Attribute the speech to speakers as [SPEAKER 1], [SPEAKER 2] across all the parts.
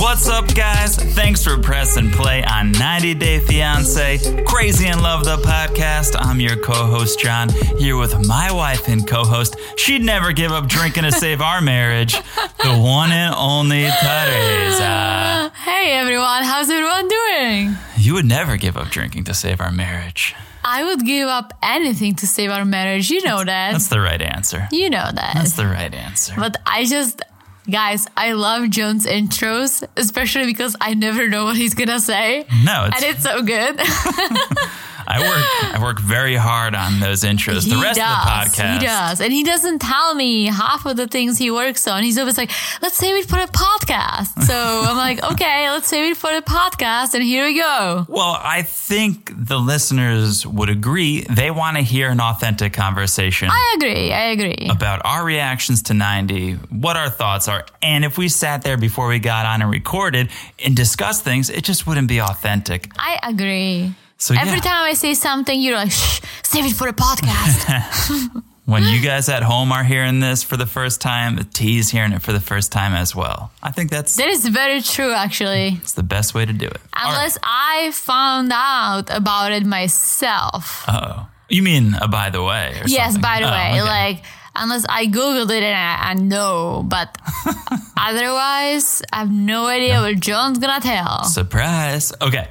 [SPEAKER 1] What's up, guys? Thanks for pressing play on 90 Day Fiancé, Crazy in Love, the podcast. I'm your co host, John, here with my wife and co host. She'd never give up drinking to save our marriage, the one and only Teresa.
[SPEAKER 2] Hey everyone, how's everyone doing?
[SPEAKER 1] You would never give up drinking to save our marriage.
[SPEAKER 2] I would give up anything to save our marriage. You know that.
[SPEAKER 1] That's the right answer.
[SPEAKER 2] You know that.
[SPEAKER 1] That's the right answer.
[SPEAKER 2] But I just, guys, I love John's intros, especially because I never know what he's gonna say.
[SPEAKER 1] No, it's,
[SPEAKER 2] And it's so good.
[SPEAKER 1] I work. I work very hard on those intros. the rest of the podcast,
[SPEAKER 2] He does. And he doesn't tell me half of the things he works on. He's always like, let's save it for the podcast. So I'm like, okay, let's save it for the podcast. And here we go.
[SPEAKER 1] Well, I think the listeners would agree. They want to hear an authentic conversation
[SPEAKER 2] I agree. I agree.
[SPEAKER 1] about our reactions to 90, what our thoughts are. And if we sat there before we got on and recorded and discussed things, it just wouldn't be authentic.
[SPEAKER 2] I agree.
[SPEAKER 1] So, yeah,
[SPEAKER 2] Every time I say something, you're like, shh, save it for a podcast.
[SPEAKER 1] when you guys at home are hearing this for the first time, T's hearing it for the first time as well. I think that's,
[SPEAKER 2] that is very true, actually.
[SPEAKER 1] that's the best way to do it. All right.
[SPEAKER 2] Unless I found out about it myself.
[SPEAKER 1] Uh-oh. You mean a by the way? Or
[SPEAKER 2] yes,
[SPEAKER 1] Uh, something.
[SPEAKER 2] by the
[SPEAKER 1] Oh,
[SPEAKER 2] way,
[SPEAKER 1] okay.
[SPEAKER 2] like, unless I Googled it and I, I know, but otherwise, I have no idea what John's gonna tell.
[SPEAKER 1] Surprise. Okay.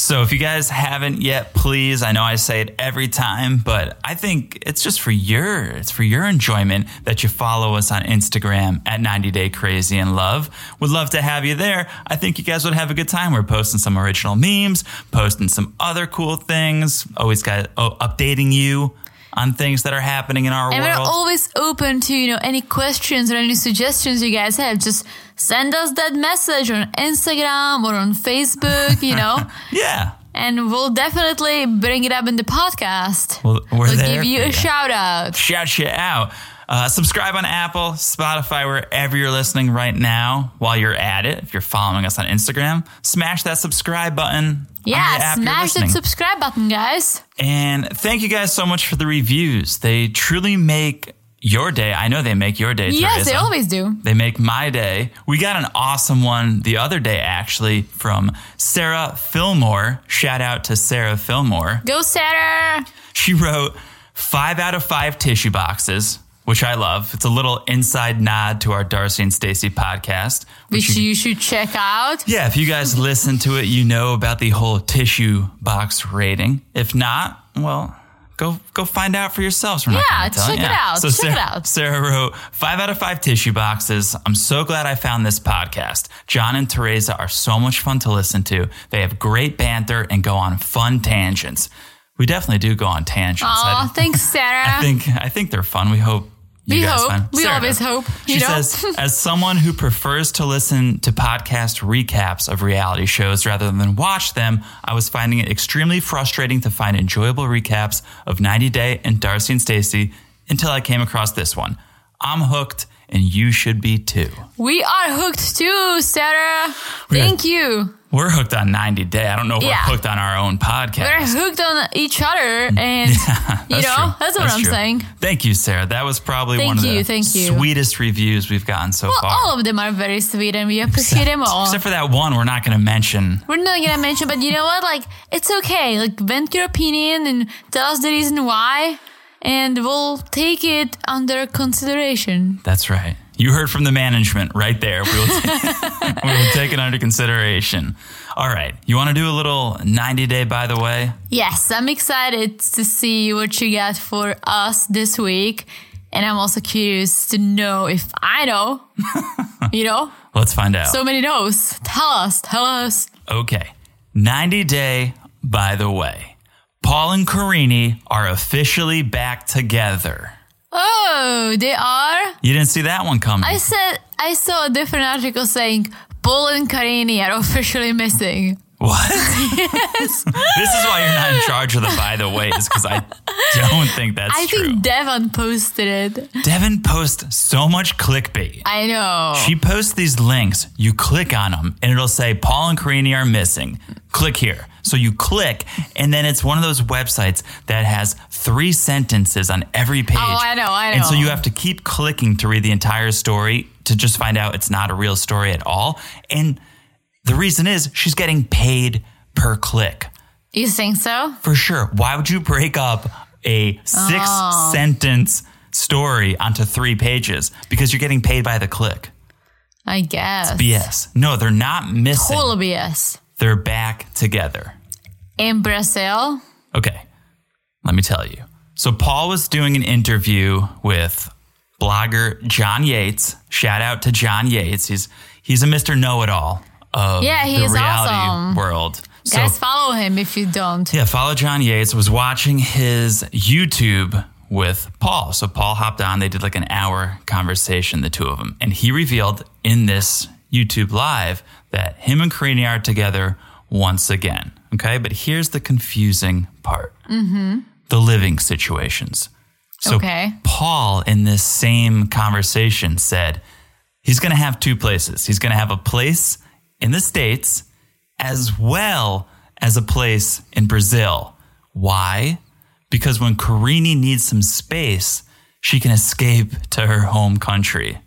[SPEAKER 1] So if you guys haven't yet, please, I know I say it every time, but I think it's just for your it's for your enjoyment that you follow us on Instagram at 90 Day Crazy in Love. Would love to have you there. I think you guys would have a good time. We're posting some original memes, posting some other cool things, always got oh, updating you on things that are happening in our
[SPEAKER 2] and we're
[SPEAKER 1] world.
[SPEAKER 2] always open to, you know, any questions or any suggestions you guys have. Just send us that message on Instagram or on Facebook, you know.
[SPEAKER 1] yeah.
[SPEAKER 2] and we'll definitely bring it up in the podcast.
[SPEAKER 1] Well, we're
[SPEAKER 2] We'll
[SPEAKER 1] there
[SPEAKER 2] give you
[SPEAKER 1] for
[SPEAKER 2] a shout out.
[SPEAKER 1] shout you out. Uh, subscribe on Apple, Spotify, wherever you're listening right now. While you're at it, if you're following us on Instagram, smash that subscribe button. on the
[SPEAKER 2] Yeah,
[SPEAKER 1] app you're
[SPEAKER 2] smash that
[SPEAKER 1] listening.
[SPEAKER 2] subscribe button, guys.
[SPEAKER 1] And thank you guys so much for the reviews. They truly make your day. I know they make your day.
[SPEAKER 2] Yes, they
[SPEAKER 1] Teresa.
[SPEAKER 2] always do.
[SPEAKER 1] They make my day. We got an awesome one the other day, actually, from Sarah Fillmore. Shout out to Sarah Fillmore.
[SPEAKER 2] Go, Sarah.
[SPEAKER 1] She wrote five out of five tissue boxes, which I love. It's a little inside nod to our Darcy and Stacy podcast.
[SPEAKER 2] Which you should check out.
[SPEAKER 1] yeah, if you guys listen to it, you know about the whole tissue box rating. If not, well, go go find out for yourselves. We're not
[SPEAKER 2] Yeah,
[SPEAKER 1] gonna tell
[SPEAKER 2] check
[SPEAKER 1] you.
[SPEAKER 2] it out. Check
[SPEAKER 1] Sarah,
[SPEAKER 2] it out.
[SPEAKER 1] Sarah wrote five out of five tissue boxes. I'm so glad I found this podcast. John and Teresa are so much fun to listen to. They have great banter and go on fun tangents. We definitely do go on tangents. I-
[SPEAKER 2] Oh, thanks, Sarah.
[SPEAKER 1] I think I think they're fun. We hope. You
[SPEAKER 2] We
[SPEAKER 1] guys
[SPEAKER 2] hope.
[SPEAKER 1] find-
[SPEAKER 2] We always hope, you
[SPEAKER 1] she
[SPEAKER 2] know?
[SPEAKER 1] says, as someone who prefers to listen to podcast recaps of reality shows rather than watch them, I was finding it extremely frustrating to find enjoyable recaps of 90 Day and Darcy and Stacy until I came across this one. I'm hooked, and you should be too.
[SPEAKER 2] we are hooked too, Sarah. Thank you.
[SPEAKER 1] We're hooked on 90 Day. I don't know if
[SPEAKER 2] Yeah.
[SPEAKER 1] we're hooked on our own
[SPEAKER 2] We're
[SPEAKER 1] podcast.
[SPEAKER 2] hooked on each other, and
[SPEAKER 1] Mm,
[SPEAKER 2] you know,
[SPEAKER 1] That's true.
[SPEAKER 2] that's what I'm
[SPEAKER 1] true.
[SPEAKER 2] saying.
[SPEAKER 1] Thank you, Sarah. That was probably
[SPEAKER 2] Thank
[SPEAKER 1] one of
[SPEAKER 2] you,
[SPEAKER 1] the
[SPEAKER 2] thank you.
[SPEAKER 1] sweetest reviews we've gotten so
[SPEAKER 2] Well,
[SPEAKER 1] far.
[SPEAKER 2] all of them are very sweet, and we appreciate them all.
[SPEAKER 1] Except for that one we're not going to mention.
[SPEAKER 2] We're not gonna mention, but you know what? Like, it's okay. Like, vent your opinion and tell us the reason why, and we'll take it under consideration.
[SPEAKER 1] That's right. You heard from the management right there. We will, we will take it under consideration. All right. You want to do a little 90 day, by the way?
[SPEAKER 2] Yes, I'm excited to see what you got for us this week, and I'm also curious to know if I know. you know,
[SPEAKER 1] Let's find out.
[SPEAKER 2] so many knows. Tell us, tell us.
[SPEAKER 1] okay. 90 day, by the way. Paul and Carini are officially back together.
[SPEAKER 2] Oh, they are.
[SPEAKER 1] You didn't see that one coming.
[SPEAKER 2] I said I saw a different article saying Paul and Karini are officially missing.
[SPEAKER 1] What? this is why you're not in charge of the by the way, is because I don't think that's
[SPEAKER 2] I
[SPEAKER 1] true.
[SPEAKER 2] think Devon posted it.
[SPEAKER 1] Devin posts so much clickbait.
[SPEAKER 2] I know.
[SPEAKER 1] She posts these links. You click on them, and it'll say Paul and Karini are missing. Click here. So you click, and then it's one of those websites that has three sentences on every page.
[SPEAKER 2] Oh, I know, I
[SPEAKER 1] And so
[SPEAKER 2] know.
[SPEAKER 1] you have to keep clicking to read the entire story to just find out it's not a real story at all. And the reason is she's getting paid per click
[SPEAKER 2] you think so?
[SPEAKER 1] for sure. Why would you break up a six
[SPEAKER 2] Oh.
[SPEAKER 1] sentence story onto three pages? Because you're getting paid by the click.
[SPEAKER 2] I guess.
[SPEAKER 1] BS. No, they're not missing.
[SPEAKER 2] Full of BS.
[SPEAKER 1] They're back together.
[SPEAKER 2] In Brazil,
[SPEAKER 1] Okay, let me tell you. So, Paul was doing an interview with blogger John Yates. Shout out to John Yates. He's he's a Mr. Know It All of
[SPEAKER 2] Yeah, he
[SPEAKER 1] the
[SPEAKER 2] is
[SPEAKER 1] reality
[SPEAKER 2] awesome.
[SPEAKER 1] world. So-
[SPEAKER 2] guys, follow him if you don't.
[SPEAKER 1] Yeah, follow John Yates. Was watching his YouTube with Paul. So Paul hopped on. They did like an hour conversation, the two of them, and he revealed in this YouTube live that him and Karini are together once again. Okay, but here's the confusing part: mm-hmm. the living situations. So
[SPEAKER 2] Okay.
[SPEAKER 1] Paul, in this same conversation, said he's going to have two places. He's going to have a place in the States as well as a place in Brazil. Why? Because when Karini needs some space, she can escape to her home country.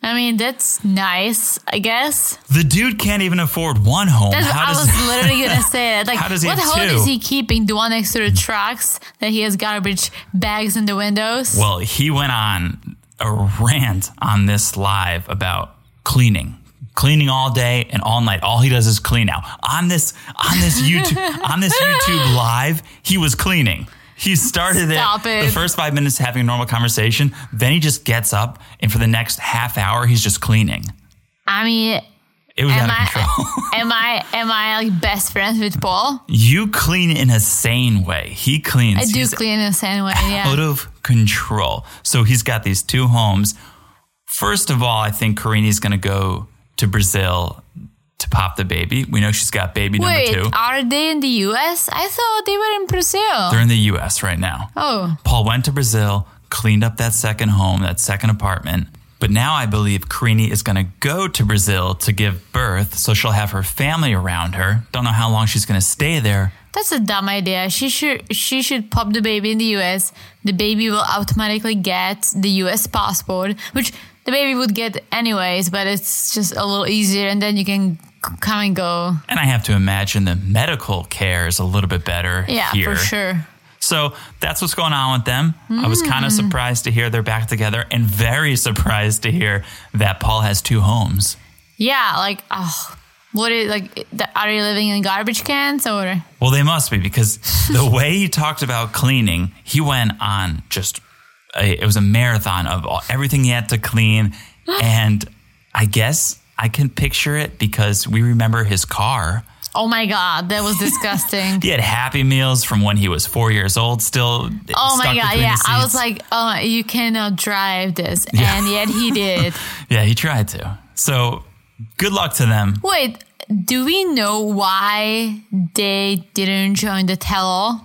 [SPEAKER 2] I mean, that's nice, I guess.
[SPEAKER 1] The dude can't even afford one home.
[SPEAKER 2] That's
[SPEAKER 1] How
[SPEAKER 2] what I
[SPEAKER 1] does,
[SPEAKER 2] was literally gonna say. That. Like,
[SPEAKER 1] How does he
[SPEAKER 2] what
[SPEAKER 1] have
[SPEAKER 2] home
[SPEAKER 1] two?
[SPEAKER 2] is he keeping? The one next to the trucks that he has garbage bags in the windows.
[SPEAKER 1] Well, he went on a rant on this live about cleaning. Cleaning all day and all night. All he does is clean now. On this on this YouTube on this YouTube live, he was cleaning. He started
[SPEAKER 2] Stop it.
[SPEAKER 1] the first five minutes having a normal conversation. Then he just gets up and for the next half hour he's just cleaning.
[SPEAKER 2] I mean,
[SPEAKER 1] It was
[SPEAKER 2] am
[SPEAKER 1] out of control.
[SPEAKER 2] I am I am I like best friends with Paul?
[SPEAKER 1] you clean in a sane way. He cleans.
[SPEAKER 2] I do
[SPEAKER 1] He's
[SPEAKER 2] clean this anyway. Yeah.
[SPEAKER 1] out of control. So he's got these two homes. First of all, I think Karini's going to go to Brazil to pop the baby. We know she's got baby
[SPEAKER 2] Wait,
[SPEAKER 1] number two.
[SPEAKER 2] are they in the U.S.? I thought they were in Brazil.
[SPEAKER 1] They're in the U.S. right now.
[SPEAKER 2] oh,
[SPEAKER 1] Paul went to Brazil, cleaned up that second home, that second apartment. But now I believe Karini is going to go to Brazil to give birth, so she'll have her family around her. Don't know how long she's going to stay there.
[SPEAKER 2] that's a dumb idea. She should she should pop the baby in the U.S. The baby will automatically get the U.S. passport, which the baby would get anyways. But it's just a little easier, and then you can c- come and go.
[SPEAKER 1] And I have to imagine the medical care is a little bit better
[SPEAKER 2] Yeah,
[SPEAKER 1] here.
[SPEAKER 2] for sure.
[SPEAKER 1] So that's what's going on with them. I was
[SPEAKER 2] Hmm.
[SPEAKER 1] kind of surprised to hear they're back together and very surprised to hear that Paul has two homes.
[SPEAKER 2] Yeah, like oh, what is like? the- Are you living in garbage cans or?
[SPEAKER 1] Well, they must be because the way he talked about cleaning, he went on just a, it was a marathon of all, everything he had to clean and I guess I can picture it because we remember his car.
[SPEAKER 2] Oh my god, that was disgusting.
[SPEAKER 1] He had happy meals from when he was 4 years old still.
[SPEAKER 2] Oh my god, yeah. I was
[SPEAKER 1] like.
[SPEAKER 2] like, oh, you cannot drive this,
[SPEAKER 1] Yeah.
[SPEAKER 2] and yet he did.
[SPEAKER 1] Yeah, he tried to. So good luck to them.
[SPEAKER 2] Wait, do we know why they didn't join the tell-all?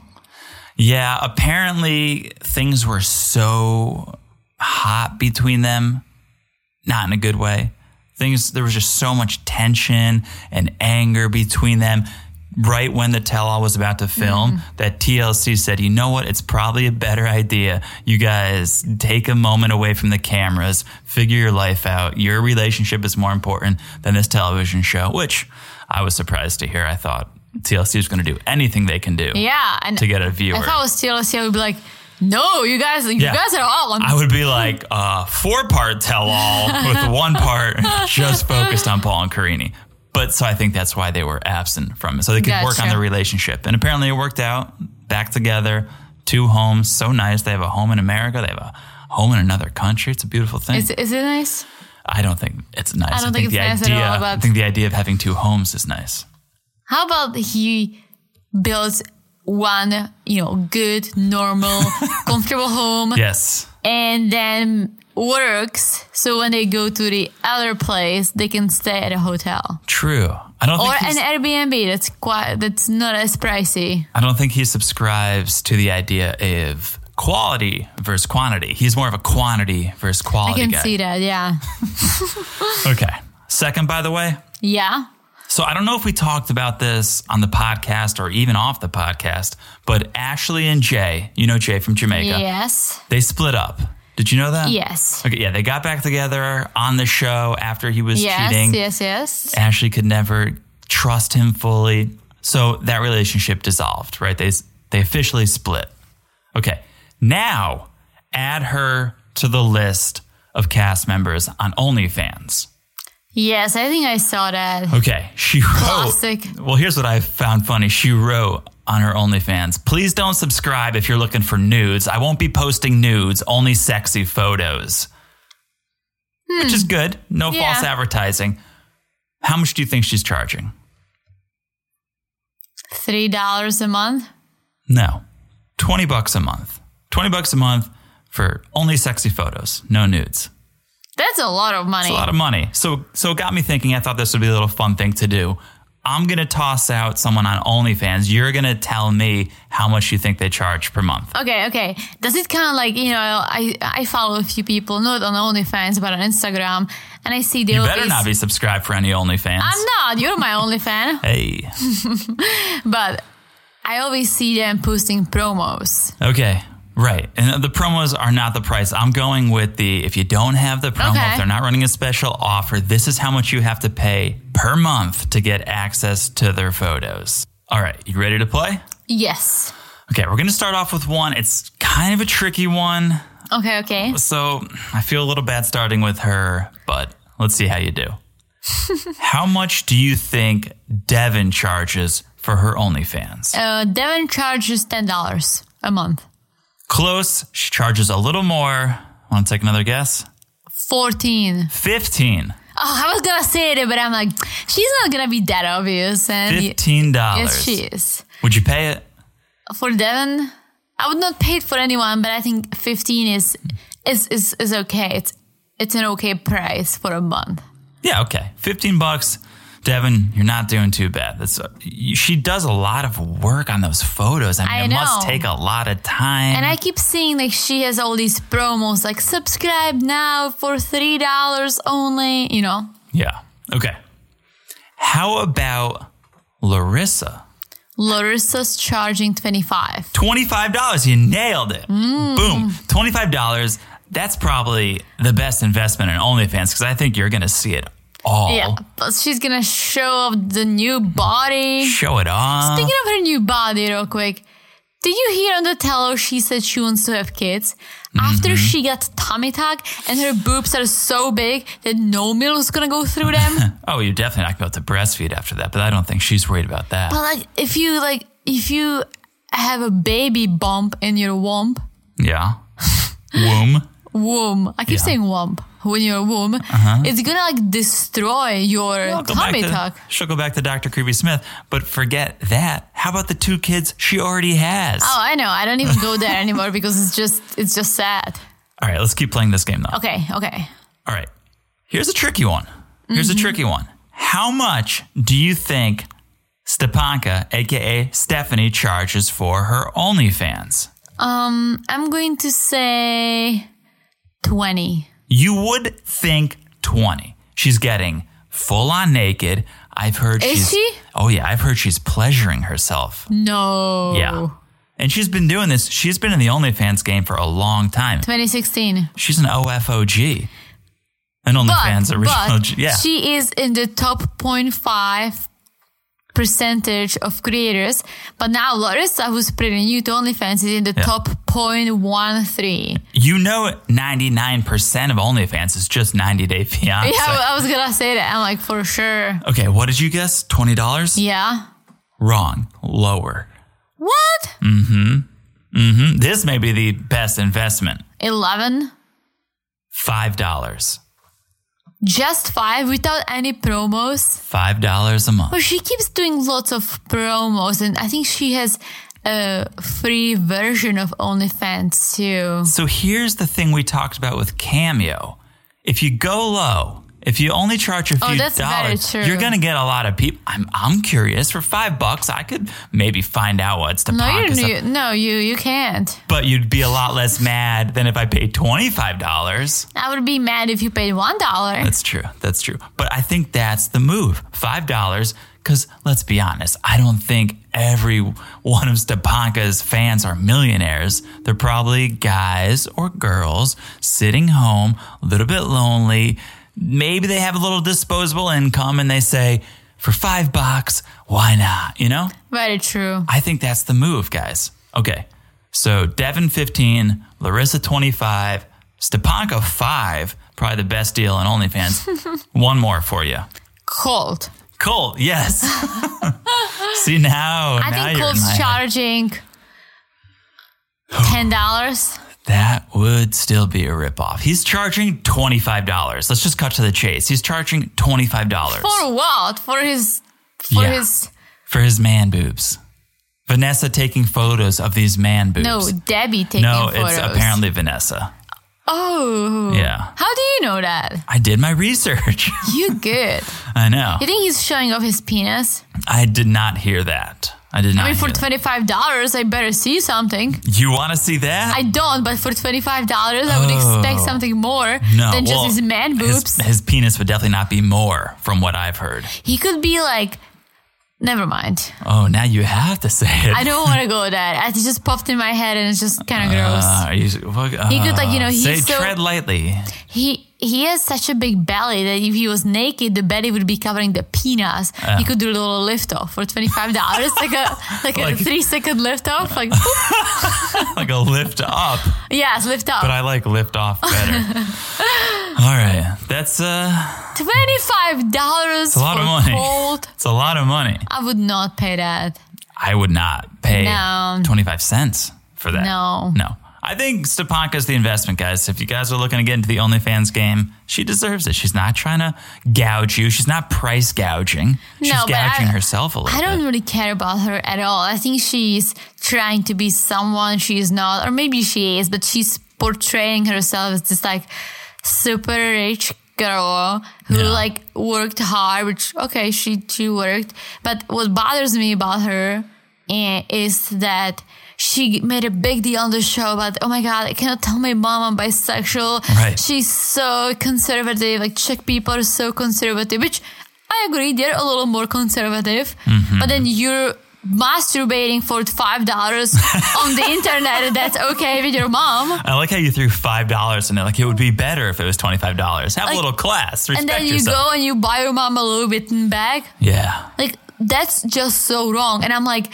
[SPEAKER 1] Yeah, apparently things were so hot between them, not in a good way. Things there was just so much tension and anger between them. Right when the tell all was about to film,
[SPEAKER 2] Mm-hmm.
[SPEAKER 1] that TLC said, you know what? It's probably a better idea. You guys take a moment away from the cameras, figure your life out. Your relationship is more important than this television show, which I was surprised to hear. I thought TLC was going to do anything they can do
[SPEAKER 2] Yeah, and
[SPEAKER 1] to get a viewer.
[SPEAKER 2] I thought it was TLC. I would be like, no, you guys, you
[SPEAKER 1] Yeah.
[SPEAKER 2] guys are all on.
[SPEAKER 1] I would be like uh, four part tell all with one part just focused on Paul and Carini. But so I think that's why they were absent from it. So they could work on
[SPEAKER 2] Gotcha.
[SPEAKER 1] their relationship. And apparently it worked out back together, two homes. So nice. They have a home in America, they have a home in another country. It's a beautiful thing.
[SPEAKER 2] is, is it nice?
[SPEAKER 1] I don't think it's nice. I
[SPEAKER 2] don't think
[SPEAKER 1] the
[SPEAKER 2] it's nice at
[SPEAKER 1] idea,
[SPEAKER 2] all, but-
[SPEAKER 1] I think the idea of having two homes is nice.
[SPEAKER 2] How about he builds one, you know, good, normal, comfortable home,
[SPEAKER 1] Yes.
[SPEAKER 2] and then works so when they go to the other place, they can stay at a hotel.
[SPEAKER 1] True. I don't
[SPEAKER 2] or
[SPEAKER 1] think he's-
[SPEAKER 2] an Airbnb that's quite that's not as pricey.
[SPEAKER 1] I don't think he subscribes to the idea of quality versus quantity. He's more of a quantity versus
[SPEAKER 2] I
[SPEAKER 1] quality
[SPEAKER 2] can
[SPEAKER 1] guy.
[SPEAKER 2] see that. Yeah,
[SPEAKER 1] Okay. Second, by the way,
[SPEAKER 2] yeah.
[SPEAKER 1] so I don't know if we talked about this on the podcast or even off the podcast, but Ashley and Jay, you know Jay from Jamaica,
[SPEAKER 2] Yes.
[SPEAKER 1] they split up. Did you know that?
[SPEAKER 2] Yes.
[SPEAKER 1] Okay, yeah, they got back together on the show after he was
[SPEAKER 2] Yes.
[SPEAKER 1] cheating.
[SPEAKER 2] Yes. Yes.
[SPEAKER 1] Ashley could never trust him fully. So that relationship dissolved, right? They they officially split. Okay. Now add her to the list of cast members on OnlyFans.
[SPEAKER 2] Yes. I think I saw that.
[SPEAKER 1] Okay. She wrote
[SPEAKER 2] Classic.
[SPEAKER 1] Well, here's what I found funny. She wrote on her OnlyFans, please don't subscribe if you're looking for nudes. I won't be posting nudes, only sexy photos. Which is good. No
[SPEAKER 2] Hmm. Yeah.
[SPEAKER 1] false advertising. How much do you think she's charging?
[SPEAKER 2] Three dollars a month.
[SPEAKER 1] No. 20 bucks a month. 20 bucks a month for only sexy photos, no nudes.
[SPEAKER 2] That's a lot of money.
[SPEAKER 1] It's a lot of money. So so it got me thinking I thought this would be a little fun thing to do. I'm going to toss out someone on OnlyFans. You're going to tell me how much you think they charge per month.
[SPEAKER 2] Okay, okay. Does it kind of like you know? I I follow a few people, not on OnlyFans, but on Instagram, and I see they
[SPEAKER 1] You
[SPEAKER 2] always.
[SPEAKER 1] better not be subscribed for any OnlyFans.
[SPEAKER 2] I'm not. You're my only fan,
[SPEAKER 1] hey.
[SPEAKER 2] but I always see them posting promos.
[SPEAKER 1] Okay. Right. And uh, the promos are not the price. I'm going with the if you don't have the promo,
[SPEAKER 2] Okay.
[SPEAKER 1] if they're not running a special offer, this is how much you have to pay per month to get access to their photos. All right. You ready to play?
[SPEAKER 2] Yes.
[SPEAKER 1] Okay. We're going to start off with one. It's kind of a tricky one.
[SPEAKER 2] Okay, okay.
[SPEAKER 1] So I feel a little bad starting with her, but let's see how you do. how much do you think Devin charges for her OnlyFans?
[SPEAKER 2] Uh, Devon charges ten dollars a month.
[SPEAKER 1] Close. She charges a little more. Want to take another guess?
[SPEAKER 2] Fourteen.
[SPEAKER 1] 15
[SPEAKER 2] Oh, I was gonna say it, but I'm like, she's not gonna be that obvious. And y-
[SPEAKER 1] $15
[SPEAKER 2] yes, she is.
[SPEAKER 1] would you pay it
[SPEAKER 2] For Devon, I would not pay it for anyone, but I think fifteen is is is, is okay. It's it's an okay price for a month.
[SPEAKER 1] yeah okay 15 bucks devin you're not doing too bad that's you- she does a lot of work on those photos i mean
[SPEAKER 2] I
[SPEAKER 1] it must
[SPEAKER 2] know.
[SPEAKER 1] take a lot of time
[SPEAKER 2] And I keep seeing like she has all these promos like subscribe now for three dollars only. You know,
[SPEAKER 1] yeah okay how about larissa
[SPEAKER 2] Larissa's charging twenty five.
[SPEAKER 1] $25 you nailed it
[SPEAKER 2] Mm.
[SPEAKER 1] boom $25 that's probably the best investment in OnlyFans because I think you're going to see it all.
[SPEAKER 2] Yeah, but she's gonna show off the new body.
[SPEAKER 1] Show it off.
[SPEAKER 2] Speaking of her new body, real quick, did you hear on the tello she said she wants to have kids? After
[SPEAKER 1] Mm-hmm.
[SPEAKER 2] she got tummy tuck and her boobs are so big that no milk's gonna go through them.
[SPEAKER 1] Oh, you're definitely not going to breastfeed after that, but I don't think she's worried about that.
[SPEAKER 2] but like, if you like, if you have a baby bump in your womb,
[SPEAKER 1] Yeah. Womb.
[SPEAKER 2] womb, I keep
[SPEAKER 1] Yeah. Uh-huh.
[SPEAKER 2] saying womb when your womb, it's gonna like destroy your tummy
[SPEAKER 1] to,
[SPEAKER 2] tuck.
[SPEAKER 1] she'll go back to Dr. Creepy Smith, but forget that. How about the two kids she already has?
[SPEAKER 2] Oh, I know. I don't even go there anymore because it's just it's just sad.
[SPEAKER 1] All right, let's keep playing this game though.
[SPEAKER 2] Okay, okay.
[SPEAKER 1] All right. Here's a tricky one. Here's
[SPEAKER 2] Mm-hmm.
[SPEAKER 1] a tricky one. How much do you think Stepanka, aka Stephanie, charges for her OnlyFans?
[SPEAKER 2] I'm going to say 20.
[SPEAKER 1] You would think 20. She's getting full on naked. I've heard
[SPEAKER 2] Is
[SPEAKER 1] she's
[SPEAKER 2] she?
[SPEAKER 1] Oh yeah, I've heard she's pleasuring herself.
[SPEAKER 2] No.
[SPEAKER 1] Yeah. And she's been doing this. She's been in the OnlyFans game for a long time.
[SPEAKER 2] 2016.
[SPEAKER 1] She's an OFOG. An OnlyFans
[SPEAKER 2] But,
[SPEAKER 1] original.
[SPEAKER 2] but
[SPEAKER 1] G- yeah.
[SPEAKER 2] she is in the top 0.5 percentage of creators. But now Larissa, who's pretty new to OnlyFans, is in the top 0.13.
[SPEAKER 1] you know 99% of OnlyFans is just 90 Day Fiancé.
[SPEAKER 2] Yeah, I was going to say that. I'm like, for sure.
[SPEAKER 1] Okay, what did you guess? $20?
[SPEAKER 2] Yeah.
[SPEAKER 1] Wrong. Lower.
[SPEAKER 2] What?
[SPEAKER 1] Hmm, This may be the best investment.
[SPEAKER 2] 11?
[SPEAKER 1] $5.
[SPEAKER 2] Just five without any promos?
[SPEAKER 1] $5 a month.
[SPEAKER 2] Well, she keeps doing lots of promos, and I think she has a free version of OnlyFans too.
[SPEAKER 1] So here's the thing we talked about with Cameo. If you go low, If you only charge a few
[SPEAKER 2] Oh, that's very
[SPEAKER 1] dollars,
[SPEAKER 2] true.
[SPEAKER 1] you're gonna get a lot of people. I'm I'm curious. For five bucks, I could maybe find out what's the
[SPEAKER 2] No, you, e-,
[SPEAKER 1] pockets of-
[SPEAKER 2] you no, you you can't.
[SPEAKER 1] but you'd be a lot less mad than if I paid twenty five dollars.
[SPEAKER 2] I would be mad if you paid one dollar.
[SPEAKER 1] That's true. That's true. But I think that's the move. Five dollars. Because let's be honest, I don't think every one of Stepanka's fans are millionaires. They're probably guys or girls sitting home, a little bit lonely. Maybe they have a little disposable income and they say, for five bucks, why not? You know?
[SPEAKER 2] Very true.
[SPEAKER 1] I think that's the move, guys. Okay. So Devin 15, Larissa 25, Stepanka 5, probably the best deal on OnlyFans. One more for you.
[SPEAKER 2] Cold.
[SPEAKER 1] Colt, yes. See now,
[SPEAKER 2] I
[SPEAKER 1] now you're in
[SPEAKER 2] think
[SPEAKER 1] my
[SPEAKER 2] Cold's
[SPEAKER 1] head.
[SPEAKER 2] charging ten dollars.
[SPEAKER 1] That would still be a ripoff. He's charging twenty five dollars. Let's just cut to the chase. He's charging twenty five dollars
[SPEAKER 2] For what? For his for
[SPEAKER 1] Yeah.
[SPEAKER 2] his
[SPEAKER 1] for his man boobs. Vanessa taking photos of these man boobs.
[SPEAKER 2] no Debbie taking
[SPEAKER 1] no,
[SPEAKER 2] photos.
[SPEAKER 1] it's apparently Vanessa.
[SPEAKER 2] Oh.
[SPEAKER 1] Yeah,
[SPEAKER 2] How do you know that?
[SPEAKER 1] I did my research.
[SPEAKER 2] You good.
[SPEAKER 1] I know.
[SPEAKER 2] You think he's showing off his penis?
[SPEAKER 1] I did not hear that. I did not.
[SPEAKER 2] I mean, for
[SPEAKER 1] hear that.
[SPEAKER 2] twenty five dollars, I better see something.
[SPEAKER 1] you want to see that?
[SPEAKER 2] I don't, but for twenty five dollars, I would expect
[SPEAKER 1] Oh.
[SPEAKER 2] something more
[SPEAKER 1] no,
[SPEAKER 2] than just
[SPEAKER 1] well,
[SPEAKER 2] his man
[SPEAKER 1] his-
[SPEAKER 2] boobs.
[SPEAKER 1] His, penis would definitely not be more, from what I've heard.
[SPEAKER 2] he could be like, never mind.
[SPEAKER 1] Oh, now you have to say it.
[SPEAKER 2] I don't want to go there. It just popped in my head, and it's just kind of gross.
[SPEAKER 1] Uh, you, what- uh,
[SPEAKER 2] could, like, you know, he's
[SPEAKER 1] say
[SPEAKER 2] so-
[SPEAKER 1] tread lightly.
[SPEAKER 2] He he has such a big belly that if he was naked, the belly would be covering the penis.
[SPEAKER 1] Uh.
[SPEAKER 2] he could do a little lift off for twenty five dollars, like a like,
[SPEAKER 1] Like-
[SPEAKER 2] a three second lift off, like boop.
[SPEAKER 1] like a lift up,
[SPEAKER 2] yes, lift
[SPEAKER 1] but
[SPEAKER 2] off.
[SPEAKER 1] I like lift off better. All right, that's uh,
[SPEAKER 2] Twenty five dollars
[SPEAKER 1] a lot
[SPEAKER 2] for
[SPEAKER 1] of money.
[SPEAKER 2] cold.
[SPEAKER 1] It's a lot of money.
[SPEAKER 2] I would not pay that.
[SPEAKER 1] I would not pay
[SPEAKER 2] No.
[SPEAKER 1] 25 cents for that.
[SPEAKER 2] No.
[SPEAKER 1] No. I think Stepanka's the investment, guys. If you guys are looking to get into the OnlyFans game, she deserves it. She's not trying to gouge you. She's not price gouging. She's
[SPEAKER 2] No, but I-
[SPEAKER 1] gouging herself a little
[SPEAKER 2] I don't
[SPEAKER 1] bit.
[SPEAKER 2] really care about her at all. I think she's trying to be someone she is not, or maybe she is, but she's portraying herself as this like super rich girl who
[SPEAKER 1] Yeah.
[SPEAKER 2] like worked hard, which okay, she she worked. But what bothers me about her eh, is that she made a big deal on the show about oh my god, I cannot tell my mom I'm bisexual.
[SPEAKER 1] Right.
[SPEAKER 2] She's so conservative. Like Czech people are so conservative, which I agree they're a little more conservative.
[SPEAKER 1] Mm-hmm.
[SPEAKER 2] But then you're masturbating for five dollars on the internet, and that's okay with your mom.
[SPEAKER 1] I like how you threw $5 in it. Like, it would be better if it was $25. Have a
[SPEAKER 2] Like-
[SPEAKER 1] little class. Respect
[SPEAKER 2] And then you
[SPEAKER 1] yourself.
[SPEAKER 2] go and you buy your mom a Louis Vuitton bag.
[SPEAKER 1] yeah.
[SPEAKER 2] Like that's just so wrong. And I'm like,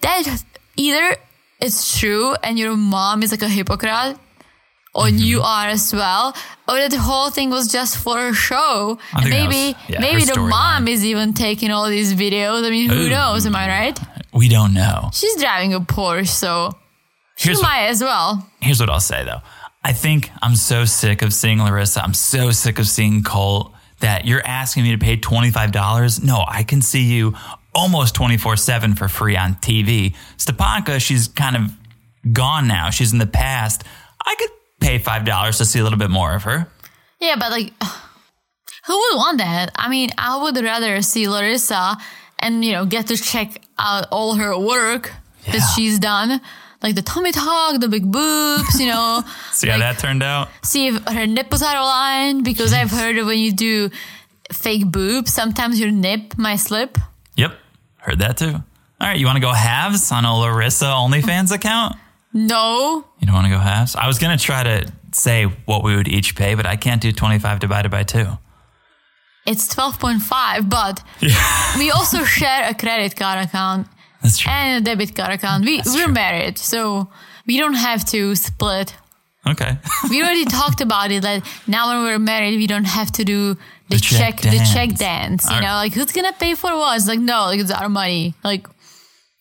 [SPEAKER 2] that either it's true and your mom is like a hypocrite. Or
[SPEAKER 1] Mm-hmm.
[SPEAKER 2] you are as well. Or that whole thing was just for a show.
[SPEAKER 1] I think
[SPEAKER 2] And
[SPEAKER 1] that
[SPEAKER 2] maybe
[SPEAKER 1] was- yeah,
[SPEAKER 2] maybe
[SPEAKER 1] her
[SPEAKER 2] the mom is even taking all these videos. I mean, who
[SPEAKER 1] Ooh.
[SPEAKER 2] knows? Am I right?
[SPEAKER 1] We don't know.
[SPEAKER 2] She's driving a Porsche, so she
[SPEAKER 1] Here's what-
[SPEAKER 2] might as well.
[SPEAKER 1] here's what I'll say though. I think I'm so sick of seeing Larissa. I'm so sick of seeing Colt that you're asking me to pay $25. No, I can see you almost 24 7 for free on TV. Stepanka, she's kind of gone now. She's in the past. I could pay $5 to see a little bit more of her.
[SPEAKER 2] Yeah, but like, who would want that? I mean, I would rather see Larissa and, you know, get to check out all her work that
[SPEAKER 1] Yeah.
[SPEAKER 2] she's done. Like the tummy tuck, the big boobs, you know,
[SPEAKER 1] See how that turned out?
[SPEAKER 2] see if her nipples are aligned because I've heard that when you do fake boobs, sometimes your nip might slip.
[SPEAKER 1] Yep. Heard that too. All right, you want to go halves on a Larissa OnlyFans account?
[SPEAKER 2] No,
[SPEAKER 1] You don't want to go halves? I was going to try to say what we would each pay, but I can't do 25 divided by 2.
[SPEAKER 2] it's 12.5, but we also share a credit card account.
[SPEAKER 1] That's true.
[SPEAKER 2] and a debit card account. We we're married, so we don't have to split.
[SPEAKER 1] Okay.
[SPEAKER 2] We already talked about it that now when we're married, we don't have to do the,
[SPEAKER 1] The check
[SPEAKER 2] check, the check
[SPEAKER 1] dance.
[SPEAKER 2] dance. You
[SPEAKER 1] All
[SPEAKER 2] know,
[SPEAKER 1] right.
[SPEAKER 2] like who's gonna pay for what? It's like no, like it's our money. Like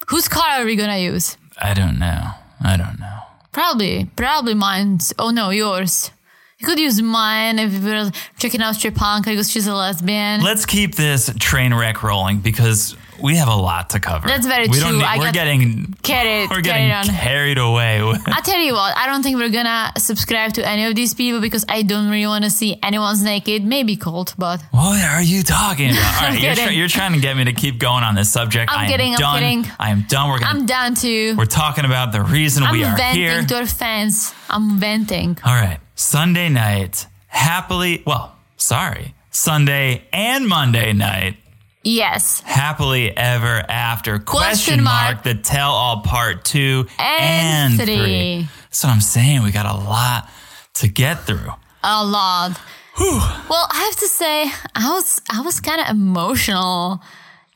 [SPEAKER 2] whose car are we gonna use?
[SPEAKER 1] I don't know. I don't know.
[SPEAKER 2] Probably, probably mine's. Oh no, yours. You could use mine if we were checking out Strepanka because she's a lesbian.
[SPEAKER 1] Let's keep this train wreck rolling because we have a lot to cover.
[SPEAKER 2] That's very
[SPEAKER 1] we
[SPEAKER 2] true.
[SPEAKER 1] Don't need,
[SPEAKER 2] I
[SPEAKER 1] we're
[SPEAKER 2] got-
[SPEAKER 1] getting
[SPEAKER 2] Carried,
[SPEAKER 1] we're
[SPEAKER 2] carried
[SPEAKER 1] getting
[SPEAKER 2] on.
[SPEAKER 1] carried away. with-
[SPEAKER 2] I tell you what, I don't think we're gonna subscribe to any of these people because I don't really want to see anyone's naked. Maybe cold, but
[SPEAKER 1] What are you talking about? All
[SPEAKER 2] I'm
[SPEAKER 1] right, you're,
[SPEAKER 2] kidding.
[SPEAKER 1] try- you're trying to get me to keep going on this subject.
[SPEAKER 2] I'm
[SPEAKER 1] I am
[SPEAKER 2] kidding, I'm
[SPEAKER 1] done.
[SPEAKER 2] kidding.
[SPEAKER 1] I am done. We're gonna,
[SPEAKER 2] I'm down to.
[SPEAKER 1] we're talking about the reason
[SPEAKER 2] I'm
[SPEAKER 1] we are
[SPEAKER 2] venting
[SPEAKER 1] here.
[SPEAKER 2] to our fans. I'm venting.
[SPEAKER 1] All right, Sunday night, happily. Well, sorry, Sunday and Monday night,
[SPEAKER 2] Yes.
[SPEAKER 1] happily ever after.
[SPEAKER 2] Question
[SPEAKER 1] Question
[SPEAKER 2] mark.
[SPEAKER 1] mark. The tell all part two
[SPEAKER 2] And
[SPEAKER 1] and,
[SPEAKER 2] three.
[SPEAKER 1] That's what I'm saying. We got a lot to get through.
[SPEAKER 2] a lot. Well, I have to say, I was I was kind of emotional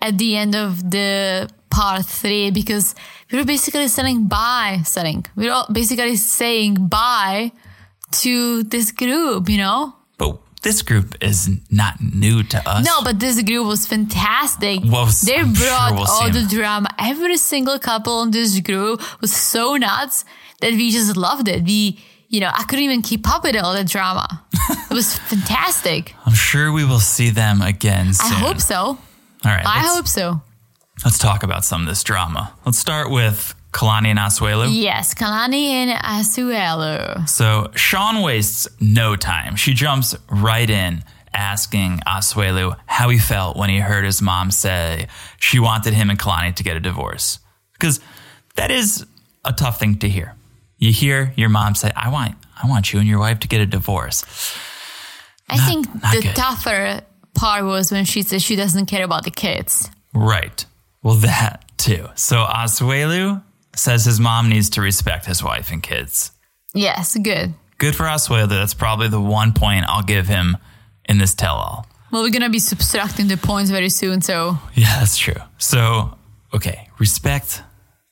[SPEAKER 2] at the end of the part three because we were basically saying bye, saying we were all basically saying bye to this group, you know.
[SPEAKER 1] But this group is not new to us.
[SPEAKER 2] No, but this group was fantastic.
[SPEAKER 1] Well, s-
[SPEAKER 2] they
[SPEAKER 1] I'm sure
[SPEAKER 2] brought
[SPEAKER 1] we'll
[SPEAKER 2] all
[SPEAKER 1] see
[SPEAKER 2] the
[SPEAKER 1] them.
[SPEAKER 2] drama. Every single couple in this group was so nuts that we just loved it. We, you know, I couldn't even keep up with all the drama. it was fantastic.
[SPEAKER 1] I'm sure we will see them again soon.
[SPEAKER 2] I hope so.
[SPEAKER 1] All right.
[SPEAKER 2] I
[SPEAKER 1] let's,
[SPEAKER 2] hope so.
[SPEAKER 1] let's talk about some of this drama. Let's start with Kalani and Asuelu.
[SPEAKER 2] Yes, Kalani and Asuelu.
[SPEAKER 1] So Sean wastes no time. She jumps right in, asking Asuelu how he felt when he heard his mom say she wanted him and Kalani to get a divorce. Because that is a tough thing to hear. You hear your mom say, I want I want you and your wife to get a divorce.
[SPEAKER 2] I think
[SPEAKER 1] not
[SPEAKER 2] the
[SPEAKER 1] good.
[SPEAKER 2] tougher part was when she said she doesn't care about the kids.
[SPEAKER 1] Right. Well that too. So Asuelu says his mom needs to respect his wife and kids.
[SPEAKER 2] Yes, good.
[SPEAKER 1] Good for Asuelu. That's probably the one point I'll give him in this tell all.
[SPEAKER 2] Well, we're gonna be subtracting the points very soon, so
[SPEAKER 1] Yeah, that's true. So, okay, respect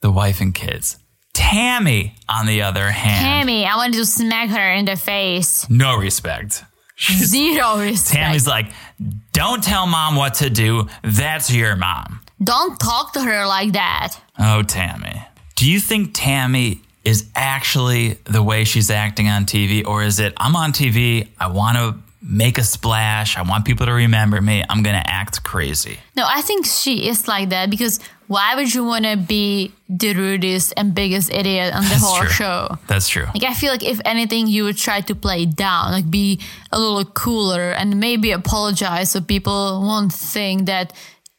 [SPEAKER 1] the wife and kids. Tammy, on the other hand,
[SPEAKER 2] Tammy, I wanted to smack her in the face.
[SPEAKER 1] no respect. She's-
[SPEAKER 2] Zero respect.
[SPEAKER 1] Tammy's like, don't tell mom what to do. That's your mom.
[SPEAKER 2] Don't talk to her like that.
[SPEAKER 1] Oh, Tammy. Do you think Tammy is actually the way she's acting on TV, or is it, I'm on TV, I want to make a splash, I want people to remember me, I'm going to act crazy?
[SPEAKER 2] No, I think she is like that because why would you wanna be the rudest and biggest idiot on the whole
[SPEAKER 1] true.
[SPEAKER 2] show?
[SPEAKER 1] That's true.
[SPEAKER 2] Like I feel like if anything, you would try to play it down, like be a little cooler and maybe apologize so people won't think that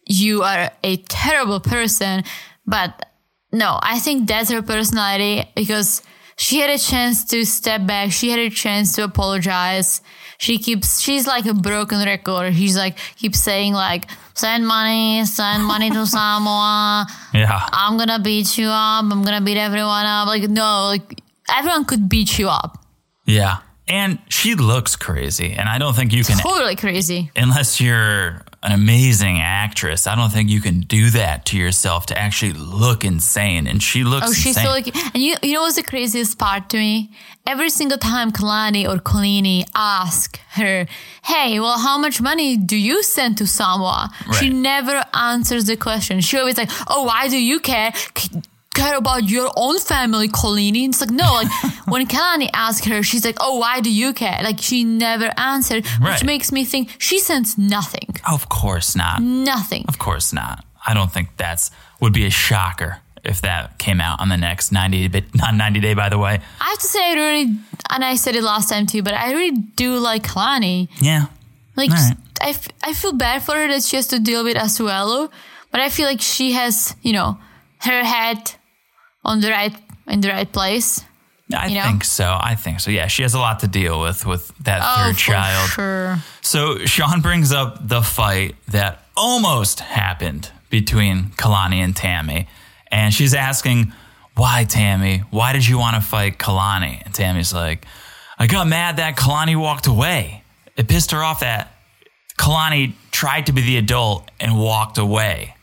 [SPEAKER 2] you are a terrible person. But no, I think that's her personality because she had a chance to step back. She had a chance to apologize. She keeps, she's like a broken record. She's like, keeps saying like, send money, send money to Samoa.
[SPEAKER 1] Yeah.
[SPEAKER 2] I'm gonna beat you up. I'm gonna beat everyone up. Like, no, like everyone could beat you up.
[SPEAKER 1] Yeah. And she looks crazy. And I don't think you can,
[SPEAKER 2] Totally crazy.
[SPEAKER 1] unless you're an amazing actress, I don't think you can do that to yourself to actually look insane. And she looks
[SPEAKER 2] Oh, she's
[SPEAKER 1] insane.
[SPEAKER 2] so like, and you, you know what's the craziest part to me? Every single time Kalani or Kalini ask her, hey, well, how much money do you send to Samoa? She
[SPEAKER 1] Right.
[SPEAKER 2] never answers the question. She always like, oh, why do you care? C- care about your own family, Kalini? It's like, no, like when Kalani asks her, she's like, oh, why do you care? Like she never answered, which
[SPEAKER 1] Right.
[SPEAKER 2] makes me think she sends nothing,
[SPEAKER 1] of course not.
[SPEAKER 2] nothing.
[SPEAKER 1] Of course not. I don't think that's would be a shocker if that came out on the next 90 bit, not 90 day, by the way.
[SPEAKER 2] I have to say, I really, and I said it last time too, but I really do like Kalani.
[SPEAKER 1] Yeah.
[SPEAKER 2] Like,
[SPEAKER 1] All right.
[SPEAKER 2] I, f- I feel bad for her that she has to deal with Asuelu, but I feel like she has, you know, her head on the right in the right place.
[SPEAKER 1] I
[SPEAKER 2] You know?
[SPEAKER 1] think so. I think so. Yeah. She has a lot to deal with, with that
[SPEAKER 2] Oh,
[SPEAKER 1] third
[SPEAKER 2] for
[SPEAKER 1] child.
[SPEAKER 2] sure.
[SPEAKER 1] So Sean brings up the fight that almost happened between Kalani and Tammy. And she's asking, Why, Tammy? Why did you want to fight Kalani? And Tammy's like, I got mad that Kalani walked away. It pissed her off that Kalani tried to be the adult and walked away.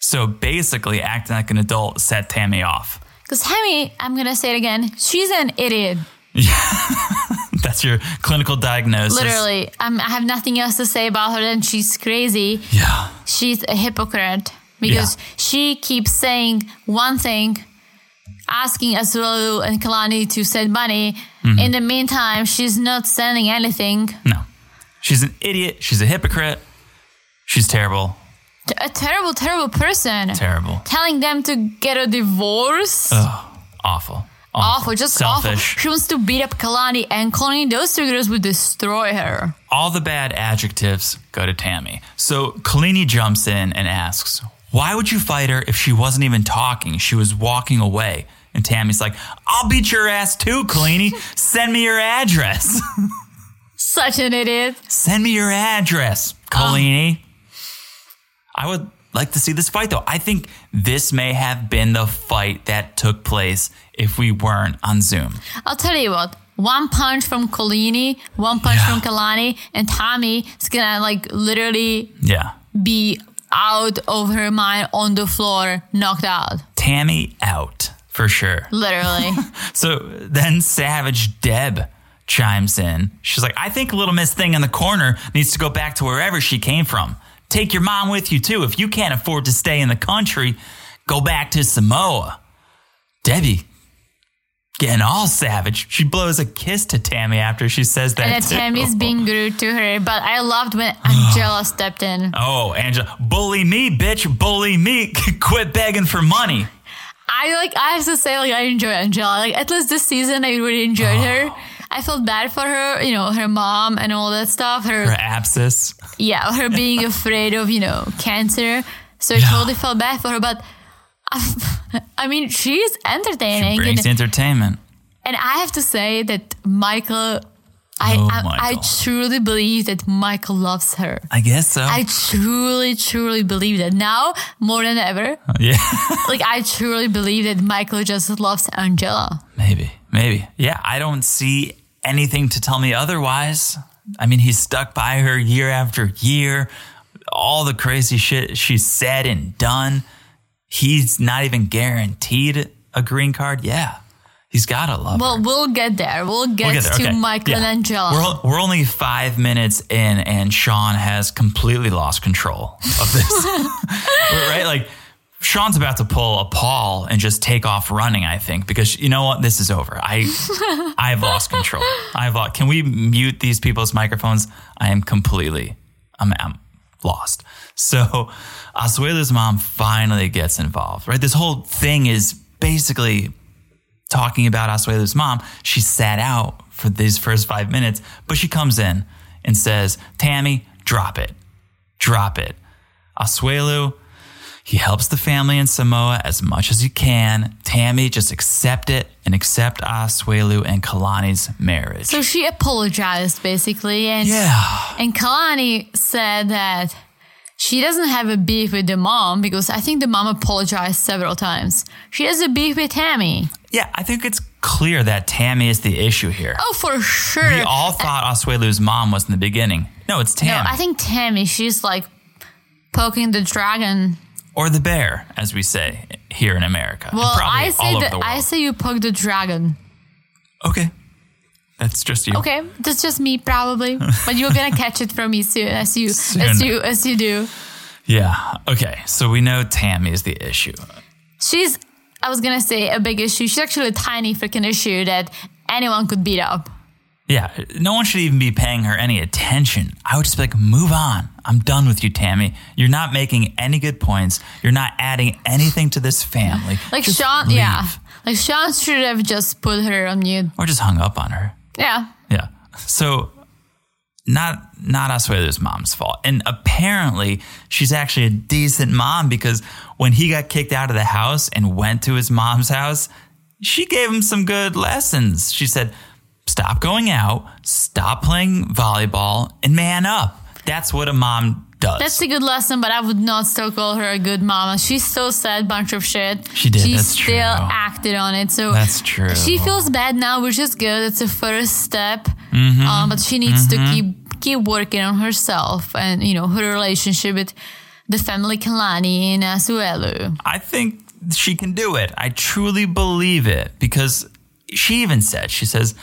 [SPEAKER 1] So basically, acting like an adult set Tammy off.
[SPEAKER 2] Because Hemi, I'm gonna say it again, she's an idiot.
[SPEAKER 1] That's your clinical diagnosis.
[SPEAKER 2] Literally, I'm, I have nothing else to say about her, and she's crazy.
[SPEAKER 1] Yeah.
[SPEAKER 2] she's a hypocrite because
[SPEAKER 1] Yeah.
[SPEAKER 2] she keeps saying one thing, asking Azulu and Kalani to send money.
[SPEAKER 1] Mm-hmm.
[SPEAKER 2] In the meantime, she's not sending anything.
[SPEAKER 1] No. She's an idiot. She's a hypocrite. She's terrible.
[SPEAKER 2] A terrible, terrible person.
[SPEAKER 1] Terrible.
[SPEAKER 2] Telling them to get a divorce.
[SPEAKER 1] Ugh, Uh, awful.
[SPEAKER 2] awful, just
[SPEAKER 1] selfish.
[SPEAKER 2] awful. She wants to beat up Kalani and Kalani. Those two girls would destroy her.
[SPEAKER 1] All the bad adjectives go to Tammy. So Kalini jumps in and asks, Why would you fight her if she wasn't even talking? She was walking away. And Tammy's like, I'll beat your ass too, Kalini. Send me your address.
[SPEAKER 2] Such an idiot.
[SPEAKER 1] Send me your address,
[SPEAKER 2] Um.
[SPEAKER 1] Kalini. I would like to see this fight though. I think this may have been the fight that took place if we weren't on Zoom.
[SPEAKER 2] I'll tell you what. One punch from Kalini, one punch
[SPEAKER 1] Yeah.
[SPEAKER 2] from Kalani, and Tommy is gonna like literally
[SPEAKER 1] Yeah.
[SPEAKER 2] be out of her mind on the floor, knocked out.
[SPEAKER 1] Tammy out for sure.
[SPEAKER 2] Literally.
[SPEAKER 1] So then Savage Deb chimes in. She's like, I think Little Miss Thing in the corner needs to go back to wherever she came from. Take your mom with you too. If you can't afford to stay in the country, go back to Samoa. Debbie getting all savage. She blows a kiss to Tammy after she says that.
[SPEAKER 2] and that
[SPEAKER 1] too. Oh,
[SPEAKER 2] Tammy's being rude to her. But I loved when Angela stepped in.
[SPEAKER 1] Oh, Angela, bully me, bitch, bully me. Quit begging for money.
[SPEAKER 2] I like I have to say like I enjoy Angela. Like at least this season I really enjoyed her.
[SPEAKER 1] Oh.
[SPEAKER 2] I felt bad for her, you know, her mom and all that stuff. Her,
[SPEAKER 1] Her abscess.
[SPEAKER 2] yeah, her being afraid of, you know, cancer. So I
[SPEAKER 1] Yeah.
[SPEAKER 2] totally felt bad for her, but I, I mean, she's entertaining
[SPEAKER 1] Brings
[SPEAKER 2] and,
[SPEAKER 1] entertainment.
[SPEAKER 2] and I have to say that Michael I,
[SPEAKER 1] Oh,
[SPEAKER 2] I
[SPEAKER 1] Michael.
[SPEAKER 2] I truly believe that Michael loves her.
[SPEAKER 1] I guess so.
[SPEAKER 2] I truly, truly believe that now more than ever.
[SPEAKER 1] yeah.
[SPEAKER 2] Like I truly believe that Michael just loves Angela.
[SPEAKER 1] Maybe, maybe. Yeah, I don't see anything to tell me otherwise. I mean, he's stuck by her year after year. All the crazy shit she said and done. He's not even guaranteed a green card. Yeah, he's got to love her.
[SPEAKER 2] Well, we'll get there. We'll get,
[SPEAKER 1] We'll get there.
[SPEAKER 2] to
[SPEAKER 1] Okay.
[SPEAKER 2] Michael
[SPEAKER 1] Yeah.
[SPEAKER 2] and Angela.
[SPEAKER 1] We're, we're only five minutes in, and Sean has completely lost control of this. right? Like, Sean's about to pull a Paul and just take off running, I think, because you know what? This is over. I, I've lost control. I've lost. Can we mute these people's microphones? I am completely, I'm, I'm lost. So, Asuela's mom finally gets involved, right? This whole thing is basically talking about Asuela's mom, she sat out for these first five minutes, but she comes in and says, Tammy, drop it. Drop it. Asuelu, he helps the family in Samoa as much as he can. Tammy, just accept it and accept Asuelu and Kalani's marriage.
[SPEAKER 2] so she apologized basically, and
[SPEAKER 1] yeah.
[SPEAKER 2] and Kalani said that she doesn't have a beef with the mom because I think the mom apologized several times. She has a beef with Tammy.
[SPEAKER 1] Yeah, I think it's clear that Tammy is the issue here.
[SPEAKER 2] Oh, for sure.
[SPEAKER 1] We all thought Asuelu's mom was in the beginning. No, it's
[SPEAKER 2] no,
[SPEAKER 1] Tammy.
[SPEAKER 2] I think Tammy. She's like poking the dragon.
[SPEAKER 1] or the bear, as we say here in America. and
[SPEAKER 2] Well,
[SPEAKER 1] probably
[SPEAKER 2] I
[SPEAKER 1] all
[SPEAKER 2] say
[SPEAKER 1] over
[SPEAKER 2] that
[SPEAKER 1] the world.
[SPEAKER 2] I say you poke the dragon.
[SPEAKER 1] Okay. That's just you.
[SPEAKER 2] Okay, that's just me probably, but you're gonna catch it from me soon as you as
[SPEAKER 1] Soon.
[SPEAKER 2] you as you do.
[SPEAKER 1] Yeah. Okay. So we know Tammy is the issue.
[SPEAKER 2] she's I was gonna say a big issue. She's actually a tiny freaking issue that anyone could beat up.
[SPEAKER 1] Yeah. No one should even be paying her any attention. I would just be like, move on. I'm done with you, Tammy. You're not making any good points. You're not adding anything to this family.
[SPEAKER 2] Like
[SPEAKER 1] Just
[SPEAKER 2] Sean,
[SPEAKER 1] leave.
[SPEAKER 2] yeah, like Sean should have just put her on mute.
[SPEAKER 1] Or just hung up on her.
[SPEAKER 2] Yeah,
[SPEAKER 1] Yeah. So not not Asuelu's mom's fault. And apparently she's actually a decent mom because when he got kicked out of the house and went to his mom's house, she gave him some good lessons. She said, Stop going out, stop playing volleyball, and man up. That's what a mom does.
[SPEAKER 2] that's a good lesson, but I would not still call her a good mama. She still said bunch of shit.
[SPEAKER 1] She did,
[SPEAKER 2] She
[SPEAKER 1] that's
[SPEAKER 2] still
[SPEAKER 1] true.
[SPEAKER 2] acted on it. So
[SPEAKER 1] That's true.
[SPEAKER 2] She feels bad now, which is good. It's a first step,
[SPEAKER 1] Mm-hmm.
[SPEAKER 2] um, but she needs to keep keep working on herself and you know her relationship with the family Kalani and Asuelu.
[SPEAKER 1] I think she can do it. I truly believe it because she even said, she says,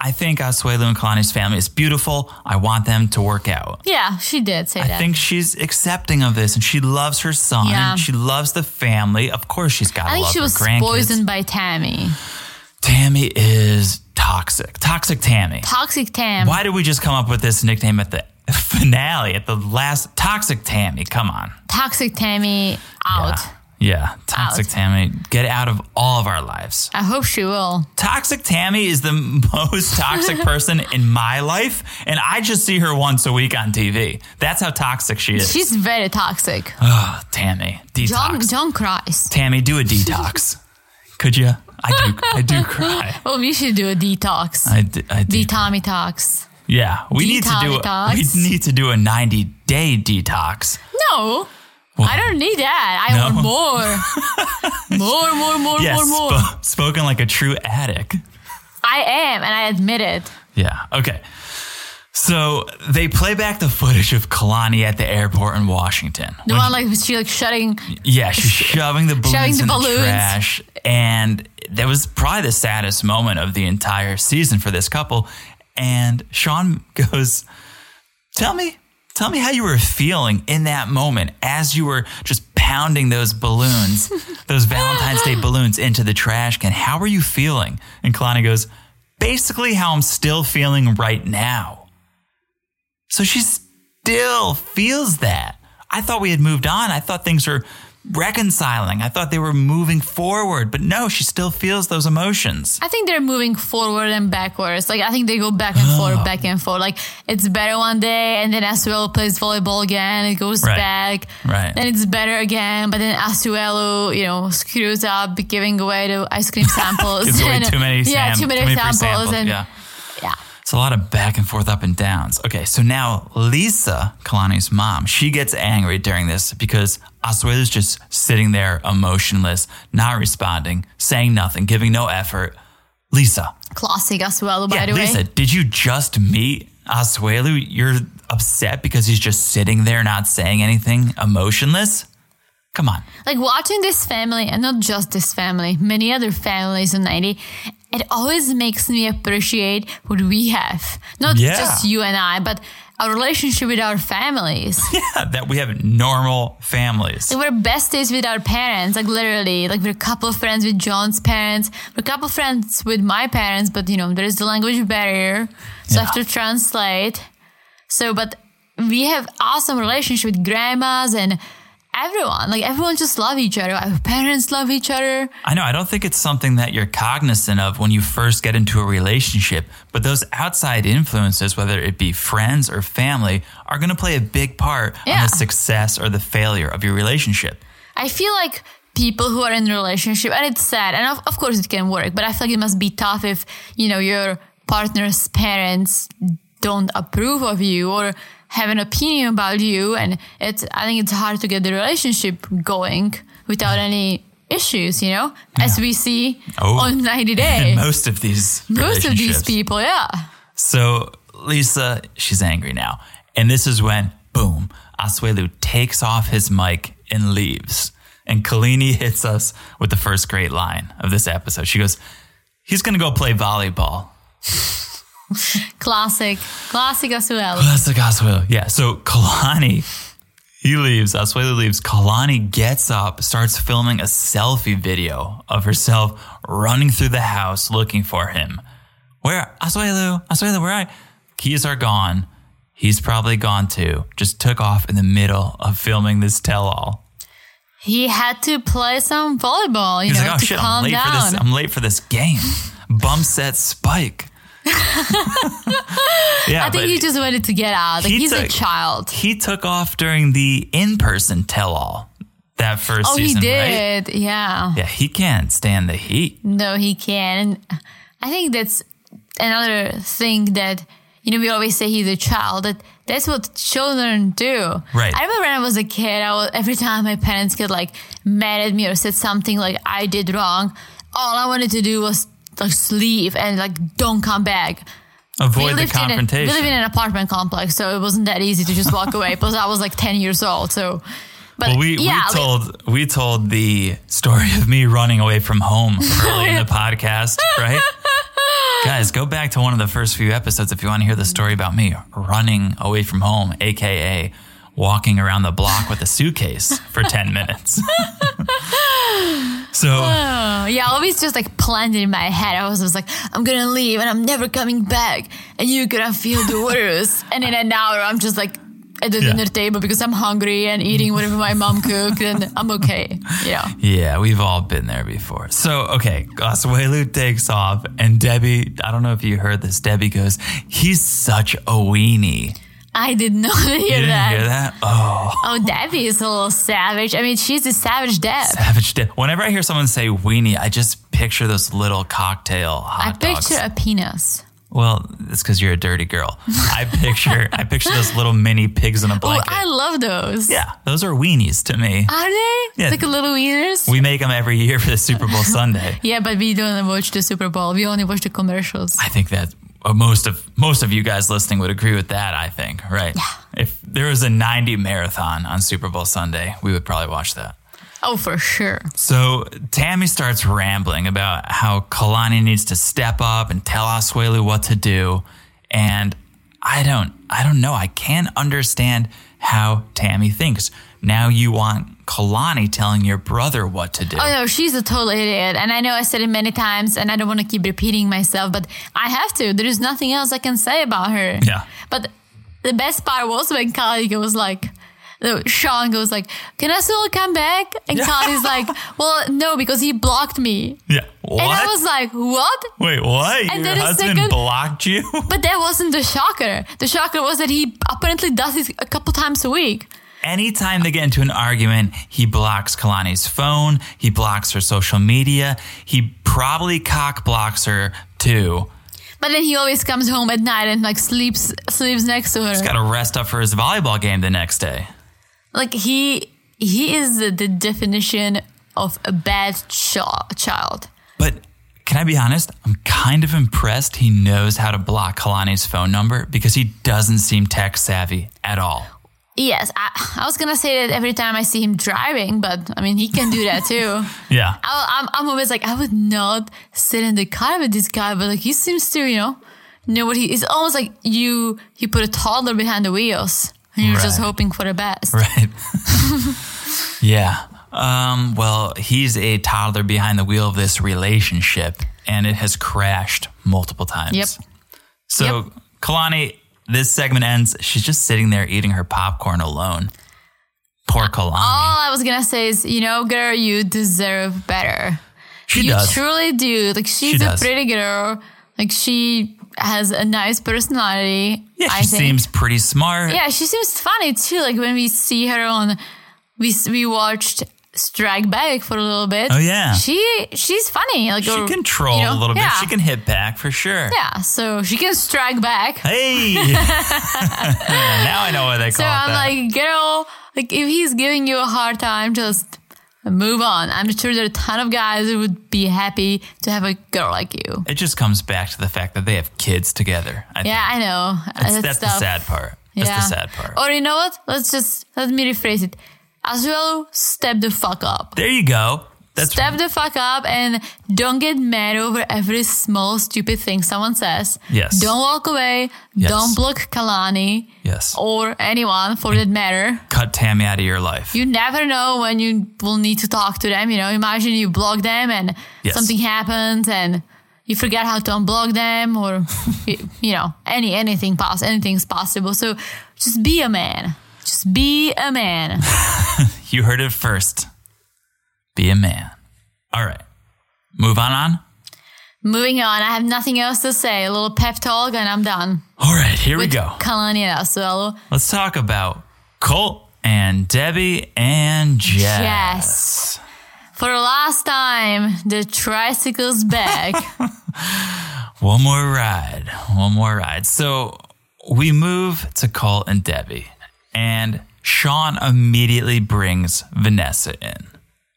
[SPEAKER 1] I think Asuelu and Kalani's family is beautiful. I want them to work out.
[SPEAKER 2] Yeah, she did say
[SPEAKER 1] I
[SPEAKER 2] that.
[SPEAKER 1] think she's accepting of this and she loves her son.
[SPEAKER 2] Yeah.
[SPEAKER 1] She loves the family. Of course, she's got to
[SPEAKER 2] I think
[SPEAKER 1] love
[SPEAKER 2] she was
[SPEAKER 1] her grandkids.
[SPEAKER 2] poisoned by Tammy.
[SPEAKER 1] Tammy is toxic. Toxic Tammy.
[SPEAKER 2] Toxic Tam.
[SPEAKER 1] Why did we just come up with this nickname at the finale at the last Toxic Tammy. Come on.
[SPEAKER 2] Toxic Tammy out.
[SPEAKER 1] Yeah. Yeah, Toxic
[SPEAKER 2] Out.
[SPEAKER 1] Tammy, get out of all of our lives.
[SPEAKER 2] I hope she will.
[SPEAKER 1] Toxic Tammy is the most toxic person in my life, and I just see her once a week on TV. That's how toxic she is.
[SPEAKER 2] She's very toxic.
[SPEAKER 1] oh, Tammy, detox.
[SPEAKER 2] John John cries.
[SPEAKER 1] Tammy, do a detox. Could you? I do. I do cry.
[SPEAKER 2] Well, Oh, we should do a detox.
[SPEAKER 1] I do. I do.
[SPEAKER 2] The Tommy talks.
[SPEAKER 1] yeah, we need to do. A, we
[SPEAKER 2] Detox.
[SPEAKER 1] need to do a ninety day detox.
[SPEAKER 2] No. I don't need that. I
[SPEAKER 1] No.
[SPEAKER 2] want more. more, more, more,
[SPEAKER 1] Yes,
[SPEAKER 2] more, more.
[SPEAKER 1] spo- spoken like a true addict.
[SPEAKER 2] I am, and I admit it.
[SPEAKER 1] Yeah. Okay. So they play back the footage of Kalani at the airport in Washington.
[SPEAKER 2] The
[SPEAKER 1] When-
[SPEAKER 2] one like she like shutting
[SPEAKER 1] yeah, she's shoving the balloons
[SPEAKER 2] Shoving the
[SPEAKER 1] in
[SPEAKER 2] balloons.
[SPEAKER 1] the trash, and that was probably the saddest moment of the entire season for this couple. And Sean goes, "Tell me, tell me how you were feeling in that moment as you were just pounding those balloons, those Valentine's Day balloons into the trash can. How were you feeling?" And Kalani goes, "Basically, how I'm still feeling right now." So she still feels that. I thought we had moved on. I thought things were reconciling. I thought they were moving forward, but no, she still feels those emotions.
[SPEAKER 2] I think they're moving forward and backwards. Like I think they go back and
[SPEAKER 1] Ah.
[SPEAKER 2] forth, back and forth. Like it's better one day, and then Asuelo plays volleyball again. It goes
[SPEAKER 1] Right.
[SPEAKER 2] back,
[SPEAKER 1] Right.
[SPEAKER 2] Then it's better again, but then Asuelo, you know, screws up, giving away the ice cream samples.
[SPEAKER 1] Gives away
[SPEAKER 2] and-
[SPEAKER 1] too many,
[SPEAKER 2] yeah,
[SPEAKER 1] sam-
[SPEAKER 2] too many,
[SPEAKER 1] free
[SPEAKER 2] samples, and
[SPEAKER 1] yeah.
[SPEAKER 2] yeah.
[SPEAKER 1] It's a lot of back and forth, up and downs. Okay, so now Lisa, Kalani's mom, she gets angry during this because Asuela's just sitting there emotionless, not responding, saying nothing, giving no effort. Lisa,
[SPEAKER 2] classic Asuelo, by
[SPEAKER 1] Yeah,
[SPEAKER 2] the way.
[SPEAKER 1] Lisa, did you just meet Asuelu? You're upset because he's just sitting there not saying anything, emotionless? Come on.
[SPEAKER 2] like watching this family and not just this family many other families in 90 it always makes me appreciate what we have not
[SPEAKER 1] Yeah.
[SPEAKER 2] just you and i but our relationship with our families
[SPEAKER 1] Yeah, that we have normal families.
[SPEAKER 2] like we're besties with our parents like literally like we're couple friends with john's parents we're couple friends with my parents but you know there's the language barrier so i have to translate so but we have awesome relationship with grandmas and everyone like everyone just love each other our parents love each other
[SPEAKER 1] I know, I don't think it's something that you're cognizant of when you first get into a relationship, but those outside influences, whether it be friends or family, are going to play a big part on
[SPEAKER 2] Yeah.
[SPEAKER 1] the success or the failure of your relationship.
[SPEAKER 2] I feel like people who are in a relationship, and it's sad, and of, of course it can work, but I feel like it must be tough if, you know, your partner's parents don't approve of you or have an opinion about you. And it's, I think it's hard to get the relationship going without any issues, you know, as we see
[SPEAKER 1] Oh.
[SPEAKER 2] on 90
[SPEAKER 1] And
[SPEAKER 2] Day.
[SPEAKER 1] most of these
[SPEAKER 2] Most of these
[SPEAKER 1] relationships-
[SPEAKER 2] people, yeah.
[SPEAKER 1] So Lisa, she's angry now. And this is when, boom, Asuelu takes off his mic and leaves. And Kalini hits us with the first great line of this episode. She goes, He's going to go play volleyball.
[SPEAKER 2] Classic, classic as well.
[SPEAKER 1] That's the Asuelu. Yeah. So Kalani, he leaves. Asuelu leaves. Kalani gets up, starts filming a selfie video of herself running through the house looking for him. Where Asuelu, Asuelu, where I keys are gone. He's probably gone too. Just took off in the middle of filming this tell-all.
[SPEAKER 2] He had to play some volleyball, you
[SPEAKER 1] He's
[SPEAKER 2] know,
[SPEAKER 1] like, "Oh
[SPEAKER 2] to
[SPEAKER 1] shit, I'm
[SPEAKER 2] calm
[SPEAKER 1] late
[SPEAKER 2] down.
[SPEAKER 1] for this. I'm late for this game." Bump set spike. yeah,
[SPEAKER 2] I think
[SPEAKER 1] but-
[SPEAKER 2] he just wanted to get out. Like
[SPEAKER 1] He
[SPEAKER 2] he's a
[SPEAKER 1] took-
[SPEAKER 2] child.
[SPEAKER 1] he took off during the in-person tell-all that first
[SPEAKER 2] Oh,
[SPEAKER 1] season,
[SPEAKER 2] he
[SPEAKER 1] right?
[SPEAKER 2] did. Yeah.
[SPEAKER 1] Yeah, he can't stand the heat.
[SPEAKER 2] No, he can. And I think that's another thing that you know we always say he's a child. That that's what children do.
[SPEAKER 1] Right.
[SPEAKER 2] I remember when I was a kid, I was, every time my parents get like mad at me or said something like I did wrong, all I wanted to do was like leave and like don't come back.
[SPEAKER 1] Avoid the
[SPEAKER 2] In, we
[SPEAKER 1] confrontation.
[SPEAKER 2] lived in an apartment complex, so it wasn't that easy to just walk away. Plus, I was like ten years old, so. But
[SPEAKER 1] well, we,
[SPEAKER 2] yeah,
[SPEAKER 1] we told we told the story of me running away from home early in the podcast, right? Guys, go back to one of the first few episodes if you want to hear the story about me running away from home, aka walking around the block with a suitcase for 10 minutes. so
[SPEAKER 2] know. Yeah, always just like planned in my head. I was, was like, I'm gonna leave and I'm never coming back, and you're gonna feel the worst. and in an hour, I'm just like at the
[SPEAKER 1] Yeah.
[SPEAKER 2] dinner table because I'm hungry and eating whatever my mom cooked, and I'm okay. You know.
[SPEAKER 1] Yeah, we've all been there before. So, okay, Goswelu takes off, and Debbie, I don't know if you heard this, Debbie goes, he's such a weenie.
[SPEAKER 2] I did not hear,
[SPEAKER 1] You didn't
[SPEAKER 2] that.
[SPEAKER 1] hear that? Oh,
[SPEAKER 2] Oh, Debbie is a little savage. I mean, she's a savage Deb.
[SPEAKER 1] savage. De- Whenever I hear someone say weenie, I just picture those little cocktail
[SPEAKER 2] I
[SPEAKER 1] hot dogs.
[SPEAKER 2] picture a penis.
[SPEAKER 1] well, it's because you're a dirty girl. I picture, I picture those little mini pigs in a
[SPEAKER 2] Oh,
[SPEAKER 1] blanket.
[SPEAKER 2] I love those.
[SPEAKER 1] yeah, those are weenies to me.
[SPEAKER 2] Are they?
[SPEAKER 1] Yeah.
[SPEAKER 2] Like little wieners?
[SPEAKER 1] We make them every year for the Super Bowl Sunday.
[SPEAKER 2] yeah, but we don't watch the Super Bowl. We only watch the commercials.
[SPEAKER 1] I think that uh, most of most of you guys listening would agree with that. I think, right? If there was a 90 marathon on Super Bowl Sunday, we would probably watch that.
[SPEAKER 2] Oh, for sure.
[SPEAKER 1] So Tammy starts rambling about how Kalani needs to step up and tell Oswelu what to do, and I don't, I don't know. I can't understand how Tammy thinks. Now you want Kalani telling your brother what to do.
[SPEAKER 2] Oh no, she's a total idiot. And I know I said it many times and I don't want to keep repeating myself, but I have to. There is nothing else I can say about her.
[SPEAKER 1] Yeah.
[SPEAKER 2] But the best part was when Kali was like, no, Sean goes like, can I still come back? And Kali's like, well, no, because he blocked me.
[SPEAKER 1] yeah. What?
[SPEAKER 2] And I was like, what?
[SPEAKER 1] Wait, what?
[SPEAKER 2] And
[SPEAKER 1] your
[SPEAKER 2] then a
[SPEAKER 1] husband
[SPEAKER 2] second-
[SPEAKER 1] blocked you?
[SPEAKER 2] But that wasn't the shocker. The shocker was that he apparently does it a couple times a week.
[SPEAKER 1] Anytime they get into an argument, he blocks Kalani's phone, he blocks her social media, he probably cock blocks her too.
[SPEAKER 2] But then he always comes home at night and like sleeps sleeps next to her.
[SPEAKER 1] Got to rest up for his volleyball game the next day.
[SPEAKER 2] like he he is the, the definition of a bad chi- child
[SPEAKER 1] But can I be honest? I'm kind of impressed he knows how to block Kalani's phone number because he doesn't seem tech savvy at all.
[SPEAKER 2] yes I, I was gonna say that every time i see him driving but i mean he can do that too
[SPEAKER 1] Yeah.
[SPEAKER 2] I, I'm, I'm always like i would not sit in the car with this guy but like he seems to you know know what he is almost like you you put a toddler behind the wheels and you're just
[SPEAKER 1] Right.
[SPEAKER 2] hoping for the best
[SPEAKER 1] Right. yeah. Um, well, he's a toddler behind the wheel of this relationship, and it has crashed multiple times.
[SPEAKER 2] Yep.
[SPEAKER 1] So, Kalani, this segment ends. She's just sitting there eating her popcorn alone. Poor Kalani.
[SPEAKER 2] all i was gonna say is you know girl you deserve better
[SPEAKER 1] she
[SPEAKER 2] you
[SPEAKER 1] does.
[SPEAKER 2] truly do. Like she's a
[SPEAKER 1] does.
[SPEAKER 2] pretty girl. Like she has a nice personality.
[SPEAKER 1] yeah, she
[SPEAKER 2] I think.
[SPEAKER 1] seems pretty smart.
[SPEAKER 2] Yeah, she seems funny too. Like when we see her on, we we watched Strike Back for a little bit.
[SPEAKER 1] Oh, yeah.
[SPEAKER 2] she she's funny. Like
[SPEAKER 1] She
[SPEAKER 2] or,
[SPEAKER 1] can troll
[SPEAKER 2] you know,
[SPEAKER 1] a little bit.
[SPEAKER 2] yeah.
[SPEAKER 1] She can hit back for sure.
[SPEAKER 2] Yeah, so she can strike back.
[SPEAKER 1] Hey. now I know why they call
[SPEAKER 2] So
[SPEAKER 1] it
[SPEAKER 2] I'm
[SPEAKER 1] that.
[SPEAKER 2] like, girl, like if he's giving you a hard time, just move on. I'm sure there are a ton of guys who would be happy to have a girl like you.
[SPEAKER 1] it just comes back to the fact that they have kids together. I
[SPEAKER 2] Yeah, I know.
[SPEAKER 1] That's, that's the
[SPEAKER 2] tough.
[SPEAKER 1] sad part. That's the sad part.
[SPEAKER 2] Or you know what? Let's just let me rephrase it. Asuelu, step the fuck up.
[SPEAKER 1] There you go. That's
[SPEAKER 2] step the fuck up and don't get mad over every small stupid thing someone says.
[SPEAKER 1] Yes.
[SPEAKER 2] Don't walk away.
[SPEAKER 1] Yes.
[SPEAKER 2] Don't block Kalani
[SPEAKER 1] yes.
[SPEAKER 2] or anyone for that matter.
[SPEAKER 1] Cut Tammy out of your life.
[SPEAKER 2] You never know when you will need to talk to them. You know, imagine you block them and
[SPEAKER 1] Yes.
[SPEAKER 2] something happens and you forget how to unblock them or you, you know any anything pass anything's possible. So just be a man. Just be a man.
[SPEAKER 1] You heard it first. Be a man. All right. Move on on.
[SPEAKER 2] Moving on, I have nothing else to say. A little pep talk and I'm done.
[SPEAKER 1] All right, here we
[SPEAKER 2] With
[SPEAKER 1] go.
[SPEAKER 2] Kalani and Asuelo.
[SPEAKER 1] Let's talk about Colt and Debbie and Jess.
[SPEAKER 2] Yes. For the last time, the tricycle's back.
[SPEAKER 1] One more ride. One more ride. So we move to Colt and Debbie, and Sean immediately brings Vanessa in.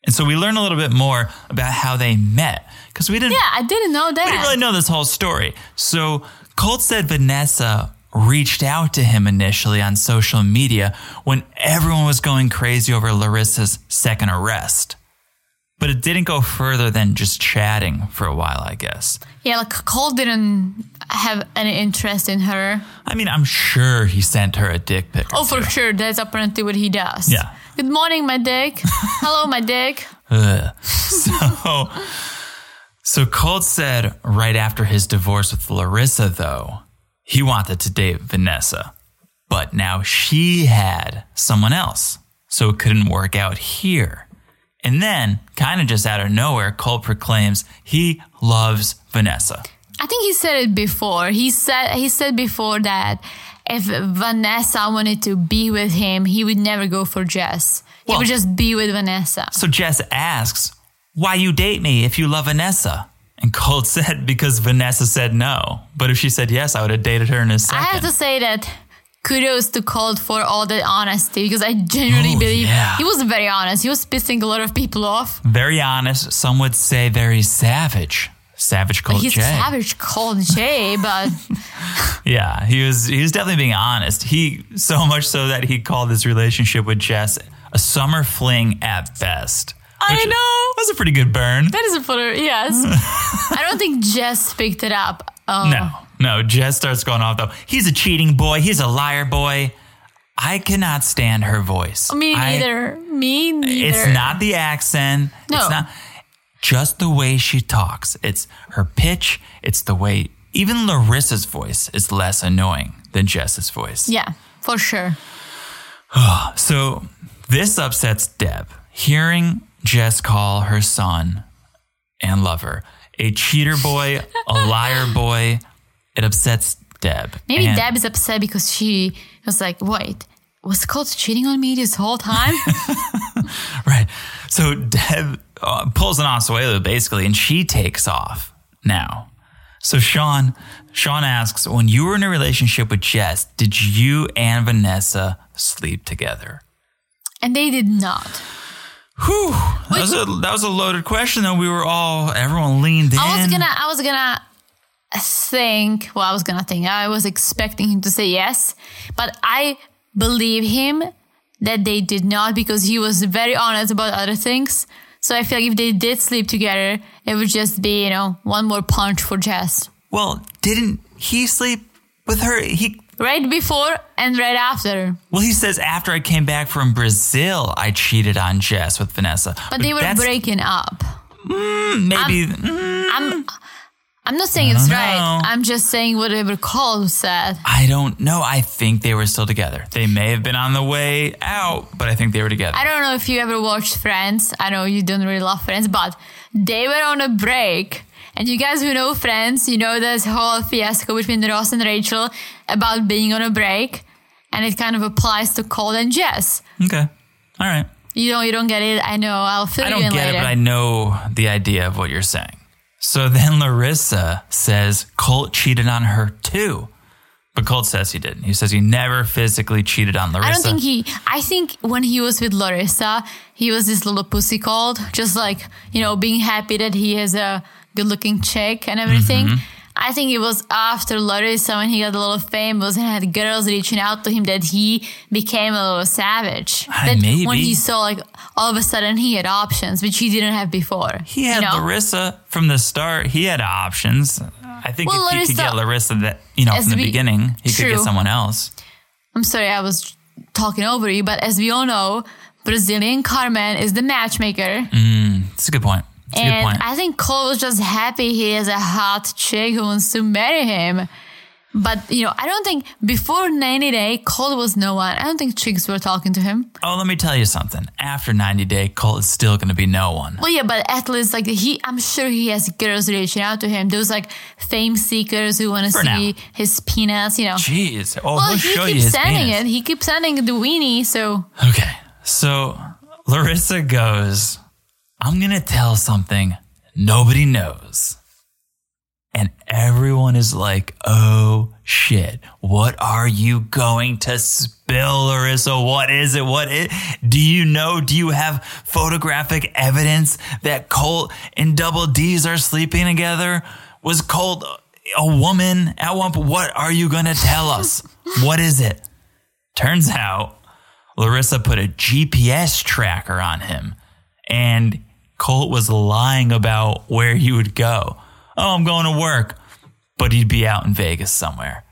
[SPEAKER 1] And so we learn a little bit more about how they met because we didn't
[SPEAKER 2] yeah, I didn't know that.
[SPEAKER 1] I didn't really know this whole story. So Colt said Vanessa reached out to him initially on social media when everyone was going crazy over Larissa's second arrest. But it didn't go further than just chatting for a while, I guess.
[SPEAKER 2] Yeah, like Cole didn't have any interest in her.
[SPEAKER 1] I mean, I'm sure he sent her a dick pic. or
[SPEAKER 2] Oh, for
[SPEAKER 1] two.
[SPEAKER 2] sure. That's apparently what he does.
[SPEAKER 1] Yeah.
[SPEAKER 2] Good morning, my dick. Hello, my dick.
[SPEAKER 1] Ugh. So So Colt said right after his divorce with Larissa, though, he wanted to date Vanessa. But now she had someone else, so it couldn't work out here. And then, kind of just out of nowhere, Colt proclaims he loves Vanessa.
[SPEAKER 2] I think he said it before. He said he said before that if Vanessa wanted to be with him, he would never go for Jess.
[SPEAKER 1] Well-
[SPEAKER 2] he would just be with Vanessa.
[SPEAKER 1] So Jess asks, Why you date me if you love Vanessa? And Colt said, Because Vanessa said no. But if she said yes, I would have dated her in a
[SPEAKER 2] I
[SPEAKER 1] second.
[SPEAKER 2] have to say that kudos to Colt for all the honesty because I genuinely
[SPEAKER 1] Oh,
[SPEAKER 2] believe
[SPEAKER 1] yeah.
[SPEAKER 2] he was very honest. He was pissing a lot of people off.
[SPEAKER 1] very honest, some would say very savage. Savage Colt
[SPEAKER 2] He's
[SPEAKER 1] J.
[SPEAKER 2] savage Colt J, but
[SPEAKER 1] Yeah, he was he was definitely being honest. He so much so that he called this relationship with Jess a summer fling at best.
[SPEAKER 2] I
[SPEAKER 1] which
[SPEAKER 2] know.
[SPEAKER 1] was a pretty good burn.
[SPEAKER 2] that is a photo. Yes, I don't think Jess picked it up. Um,
[SPEAKER 1] No, no. Jess starts going off though. He's a cheating boy. He's a liar boy. I cannot stand her voice.
[SPEAKER 2] me
[SPEAKER 1] I-
[SPEAKER 2] neither. me neither.
[SPEAKER 1] It's not the accent. It's
[SPEAKER 2] No.
[SPEAKER 1] not just the way she talks. It's her pitch. It's the way even Larissa's voice is less annoying than Jess's voice.
[SPEAKER 2] Yeah, for sure.
[SPEAKER 1] So this upsets Deb. Hearing Jess call her son and lover a cheater boy, a liar boy, it upsets Deb.
[SPEAKER 2] Maybe
[SPEAKER 1] And-
[SPEAKER 2] Deb is upset because she was like, wait, was Colt cheating on me this whole time?
[SPEAKER 1] Right. So Deb uh, pulls an Oswego basically, and she takes off now. So Sean, Sean asks, when you were in a relationship with Jess, did you and Vanessa sleep together?
[SPEAKER 2] and they did not.
[SPEAKER 1] Whew. That was, a, that was a loaded question though. We were all, everyone leaned in.
[SPEAKER 2] I was gonna, I was gonna think. Well, I was gonna think. I was expecting him to say yes, but I believe him that they did not because he was very honest about other things. So I feel like if they did sleep together, it would just be you know one more punch for Jess.
[SPEAKER 1] Well, didn't he sleep with her? He
[SPEAKER 2] Right before and right after,
[SPEAKER 1] well, he says after I came back from Brazil, I cheated on Jess with Vanessa.
[SPEAKER 2] but they were
[SPEAKER 1] that's
[SPEAKER 2] breaking up.
[SPEAKER 1] maybe
[SPEAKER 2] I'm not saying it's right.
[SPEAKER 1] know.
[SPEAKER 2] I'm just saying whatever Cole said.
[SPEAKER 1] I don't know. I think they were still together. They may have been on the way out, but I think they were together.
[SPEAKER 2] I don't know if you ever watched Friends. I know you don't really love Friends, but they were on a break. And you guys who know Friends, you know this whole fiasco between Ross and Rachel about being on a break. And it kind of applies to Cole and Jess.
[SPEAKER 1] okay. All right.
[SPEAKER 2] You know, you don't get it. I know. I'll fill
[SPEAKER 1] I
[SPEAKER 2] you
[SPEAKER 1] don't
[SPEAKER 2] in
[SPEAKER 1] get
[SPEAKER 2] later.
[SPEAKER 1] it, but I know the idea of what you're saying. So then Larissa says Colt cheated on her too. But Colt says he didn't. He says he never physically cheated on Larissa.
[SPEAKER 2] I don't think he. I think when he was with Larissa, he was this little pussy called, just like you know, being happy that he has a good-looking chick and everything.
[SPEAKER 1] Mm-hmm.
[SPEAKER 2] I think it was after Larissa when he got a little famous and had girls reaching out to him that he became a little savage.
[SPEAKER 1] Ah,
[SPEAKER 2] that when
[SPEAKER 1] maybe.
[SPEAKER 2] he saw like all of a sudden he had options which he didn't have before.
[SPEAKER 1] He had
[SPEAKER 2] you know?
[SPEAKER 1] Larissa from the start. He had options. I think
[SPEAKER 2] Well,
[SPEAKER 1] if he could
[SPEAKER 2] Larissa-
[SPEAKER 1] get Larissa that you know
[SPEAKER 2] As
[SPEAKER 1] from the
[SPEAKER 2] we-
[SPEAKER 1] beginning, he could
[SPEAKER 2] True.
[SPEAKER 1] get someone else.
[SPEAKER 2] I'm sorry, I was talking over you, but as we all know, Brazilian Carmen is the matchmaker.
[SPEAKER 1] It's a good point. It's a good
[SPEAKER 2] And
[SPEAKER 1] point.
[SPEAKER 2] I think Cole was just happy he has a hot chick who wants to marry him. But, you know, I don't think before 90 Day, Cole was no one. I don't think chicks were talking to him.
[SPEAKER 1] oh, let me tell you something. After 90 Day, Colt is still going to be no one.
[SPEAKER 2] Well, yeah, but at least, like, he, I'm sure he has girls reaching out to him. Those, like, fame seekers who want to
[SPEAKER 1] For now.
[SPEAKER 2] see his penis, you know.
[SPEAKER 1] Jeez. Oh,
[SPEAKER 2] well,
[SPEAKER 1] he'll
[SPEAKER 2] he
[SPEAKER 1] show you
[SPEAKER 2] keeps
[SPEAKER 1] his
[SPEAKER 2] sending
[SPEAKER 1] penis.
[SPEAKER 2] it. He keeps sending the weenie, so.
[SPEAKER 1] Okay. So Larissa goes, I'm going to tell something nobody knows. And everyone is like, oh shit, what are you going to spill, Larissa? What is it? What is, do you know? Do you have photographic evidence that Colt and Double D's are sleeping together? Was Colt a woman at one point? What are you going to tell us? what is it? Turns out Larissa put a GPS tracker on him, and Colt was lying about where he would go. Oh, I'm going to work, but he'd be out in Vegas somewhere.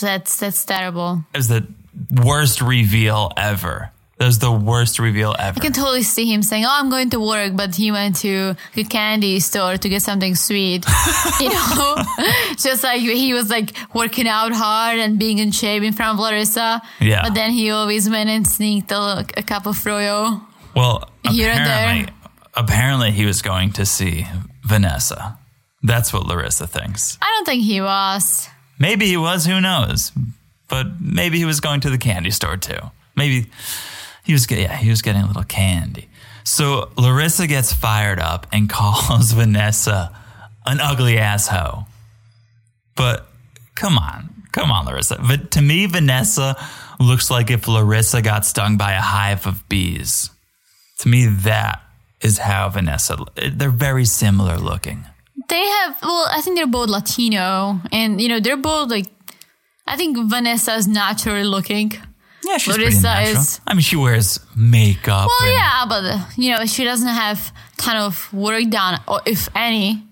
[SPEAKER 2] That's that's terrible.
[SPEAKER 1] It was the worst reveal ever. The That was the worst reveal ever.
[SPEAKER 2] I can totally see him saying, "Oh, I'm going to work," but he went to the candy store to get something sweet. you know, just like he was like working out hard and being in shape in front of Larissa.
[SPEAKER 1] Yeah.
[SPEAKER 2] But then he always went and sneaked a, a cup of froyo.
[SPEAKER 1] Well,
[SPEAKER 2] Here and there.
[SPEAKER 1] apparently, apparently he was going to see Vanessa. That's what Larissa thinks.
[SPEAKER 2] I don't think he was.
[SPEAKER 1] Maybe he was, who knows? But maybe he was going to the candy store too. Maybe he was get, yeah, he was getting a little candy. So Larissa gets fired up and calls Vanessa an ugly asshole. But come on, come on, Larissa. But to me, Vanessa looks like if Larissa got stung by a hive of bees. To me, that is how Vanessa. They're very similar looking.
[SPEAKER 2] They have well, I think they're both Latino, and you know they're both like. I think Vanessa is naturally looking.
[SPEAKER 1] Yeah, she's
[SPEAKER 2] Larissa
[SPEAKER 1] pretty natural.
[SPEAKER 2] is-
[SPEAKER 1] I mean, she wears makeup.
[SPEAKER 2] Well,
[SPEAKER 1] and-
[SPEAKER 2] yeah, but uh, you know she doesn't have ton of work done, or if any.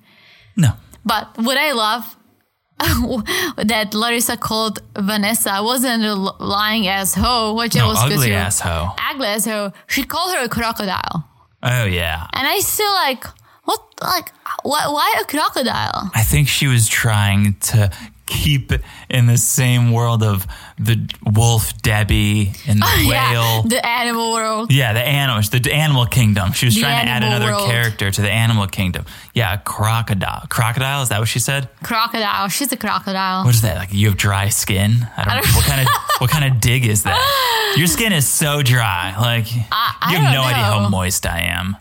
[SPEAKER 1] No.
[SPEAKER 2] But what I love that Larissa called Vanessa wasn't a l- lying as hoe, which I
[SPEAKER 1] No,
[SPEAKER 2] was good
[SPEAKER 1] ugly
[SPEAKER 2] to.
[SPEAKER 1] asshole.
[SPEAKER 2] Ugly as hoe. She called her a crocodile,
[SPEAKER 1] Oh yeah.
[SPEAKER 2] and I still like what like why, why a crocodile?
[SPEAKER 1] I think she was trying to keep it in the same world of the wolf Debbie and the
[SPEAKER 2] Oh, Yeah,
[SPEAKER 1] whale.
[SPEAKER 2] the animal world.
[SPEAKER 1] Yeah, the animals, the animal kingdom. She was
[SPEAKER 2] The
[SPEAKER 1] trying to add
[SPEAKER 2] animal
[SPEAKER 1] another
[SPEAKER 2] world.
[SPEAKER 1] character to the animal kingdom. Yeah, a crocodile. Crocodile, is that what she said?
[SPEAKER 2] Crocodile. She's a crocodile.
[SPEAKER 1] What is that? Like you have dry skin? I don't, know. What kind of what kind of dig is that? Your skin is so dry. Like
[SPEAKER 2] I
[SPEAKER 1] you have
[SPEAKER 2] don't
[SPEAKER 1] no idea
[SPEAKER 2] know.
[SPEAKER 1] how moist I am.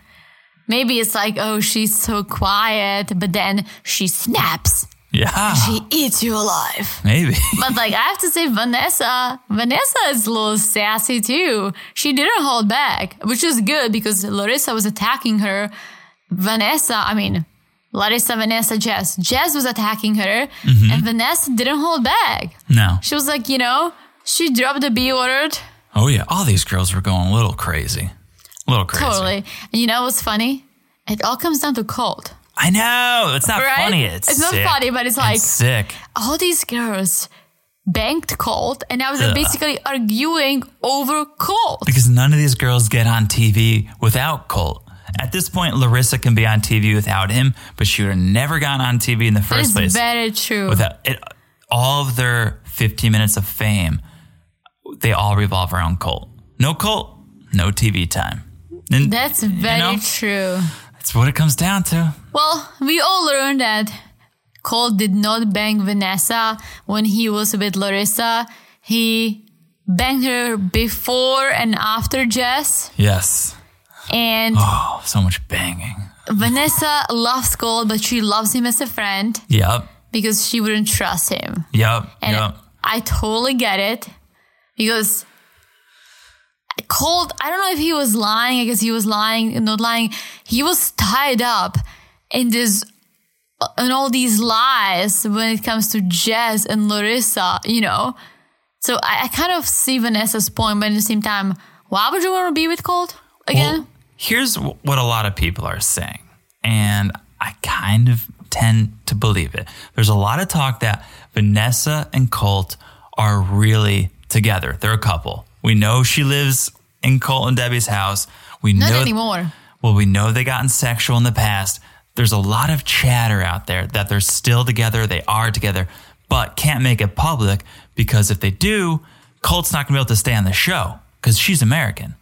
[SPEAKER 2] Maybe it's like, oh, she's so quiet, but then she snaps.
[SPEAKER 1] Yeah.
[SPEAKER 2] She eats you alive.
[SPEAKER 1] maybe.
[SPEAKER 2] But like I have to say, Vanessa, Vanessa is a little sassy too. She didn't hold back, which is good because Larissa was attacking her. Vanessa, I mean, Larissa, Vanessa, Jess. Jess was attacking her,
[SPEAKER 1] Mm-hmm.
[SPEAKER 2] and Vanessa didn't hold back.
[SPEAKER 1] No.
[SPEAKER 2] She was like, you know, she dropped the B word
[SPEAKER 1] Oh yeah. All these girls were going a little crazy. A little crazy.
[SPEAKER 2] totally. And you know what's funny? It all comes down to cold,
[SPEAKER 1] I know. It's not
[SPEAKER 2] right?
[SPEAKER 1] funny. It's,
[SPEAKER 2] not
[SPEAKER 1] sick.
[SPEAKER 2] funny, but it's like
[SPEAKER 1] It's sick.
[SPEAKER 2] all these girls banked cold, and I was
[SPEAKER 1] Ugh.
[SPEAKER 2] basically arguing over cold.
[SPEAKER 1] Because none of these girls get on TV without Colt. At this point, Larissa can be on TV without him, but she would have never gotten on TV in the
[SPEAKER 2] That
[SPEAKER 1] first
[SPEAKER 2] is
[SPEAKER 1] place.
[SPEAKER 2] very true.
[SPEAKER 1] Without it, all of their 15 minutes of fame, they all revolve around Colt. No Colt, no TV time. And
[SPEAKER 2] That's very
[SPEAKER 1] know?
[SPEAKER 2] true.
[SPEAKER 1] that's what it comes down to.
[SPEAKER 2] Well, we all learned that Cole did not bang Vanessa when he was with Larissa. He banged her before and after Jess.
[SPEAKER 1] Yes.
[SPEAKER 2] And
[SPEAKER 1] Oh, so much banging.
[SPEAKER 2] Vanessa loves Cole, but she loves him as a friend
[SPEAKER 1] Yep.
[SPEAKER 2] because she wouldn't trust him.
[SPEAKER 1] Yep.
[SPEAKER 2] And
[SPEAKER 1] yep.
[SPEAKER 2] I totally get it because Colt, I don't know if he was lying. I guess he was lying, not lying. He was tied up in this, in all these lies when it comes to Jess and Larissa, you know? So I, I kind of see Vanessa's point, but at the same time, why would you want to be with Colt again?
[SPEAKER 1] Well, here's wh- what a lot of people are saying, and I kind of tend to believe it. There's a lot of talk that Vanessa and Colt are really together. They're a couple. We know she lives in Colt and Debbie's house. We
[SPEAKER 2] not
[SPEAKER 1] know
[SPEAKER 2] anymore.
[SPEAKER 1] Well, we know they gotten sexual in the past. There's a lot of chatter out there that they're still together, they are together, but can't make it public because if they do, Colt's not going to be able to stay on the show because she's American,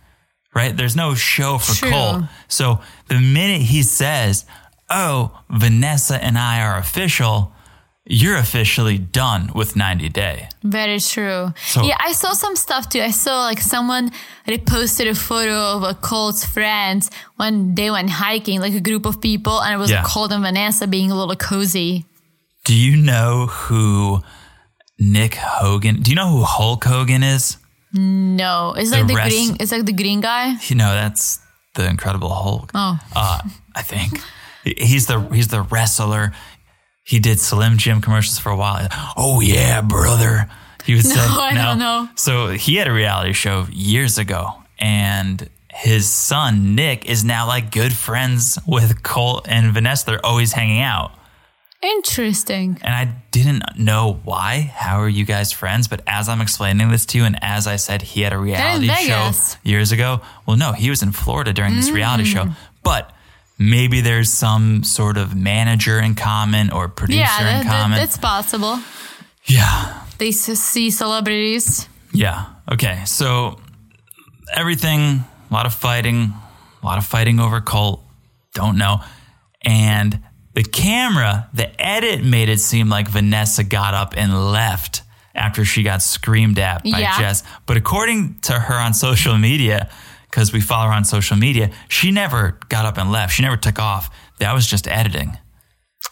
[SPEAKER 1] right? There's no show for
[SPEAKER 2] True.
[SPEAKER 1] Colt. So the minute he says, Oh, Vanessa and I are official, you're officially done with 90 Day.
[SPEAKER 2] Very true.
[SPEAKER 1] So-
[SPEAKER 2] yeah, I saw some stuff too. I saw like someone reposted a photo of a Colt's friends when they went hiking, like a group of people, and it was
[SPEAKER 1] Yeah.
[SPEAKER 2] Colt and Vanessa being a little cozy.
[SPEAKER 1] Do you know who Nick Hogan? Do you know who Hulk Hogan is?
[SPEAKER 2] No, it's like the,
[SPEAKER 1] rest-
[SPEAKER 2] green. It's like the green guy.
[SPEAKER 1] You know, that's the Incredible Hulk.
[SPEAKER 2] Oh,
[SPEAKER 1] uh, I think he's the he's the wrestler. He did Slim Jim commercials for a while. Oh yeah, brother. He was no,
[SPEAKER 2] I don't know.
[SPEAKER 1] So he had a reality show years ago, and his son Nick is now like good friends with Colt and Vanessa. They're always hanging out.
[SPEAKER 2] Interesting.
[SPEAKER 1] And I didn't know why. How are you guys friends? But as I'm explaining this to you, and as I said, he had a reality show
[SPEAKER 2] Vegas. Mm.
[SPEAKER 1] years ago. Well, no, he was in Florida during this reality show. But maybe there's some sort of manager in common or producer
[SPEAKER 2] Yeah,
[SPEAKER 1] in
[SPEAKER 2] that, that,
[SPEAKER 1] common.
[SPEAKER 2] that's possible.
[SPEAKER 1] yeah.
[SPEAKER 2] They s- see celebrities.
[SPEAKER 1] Yeah. Okay. So everything, a lot of fighting, a lot of fighting over Colt. Don't know. And the camera, the edit made it seem like Vanessa got up and left after she got screamed at by
[SPEAKER 2] Yeah.
[SPEAKER 1] Jess. But according to her on social media, because we follow her on social media, she never got up and left. She never took off. That was just editing.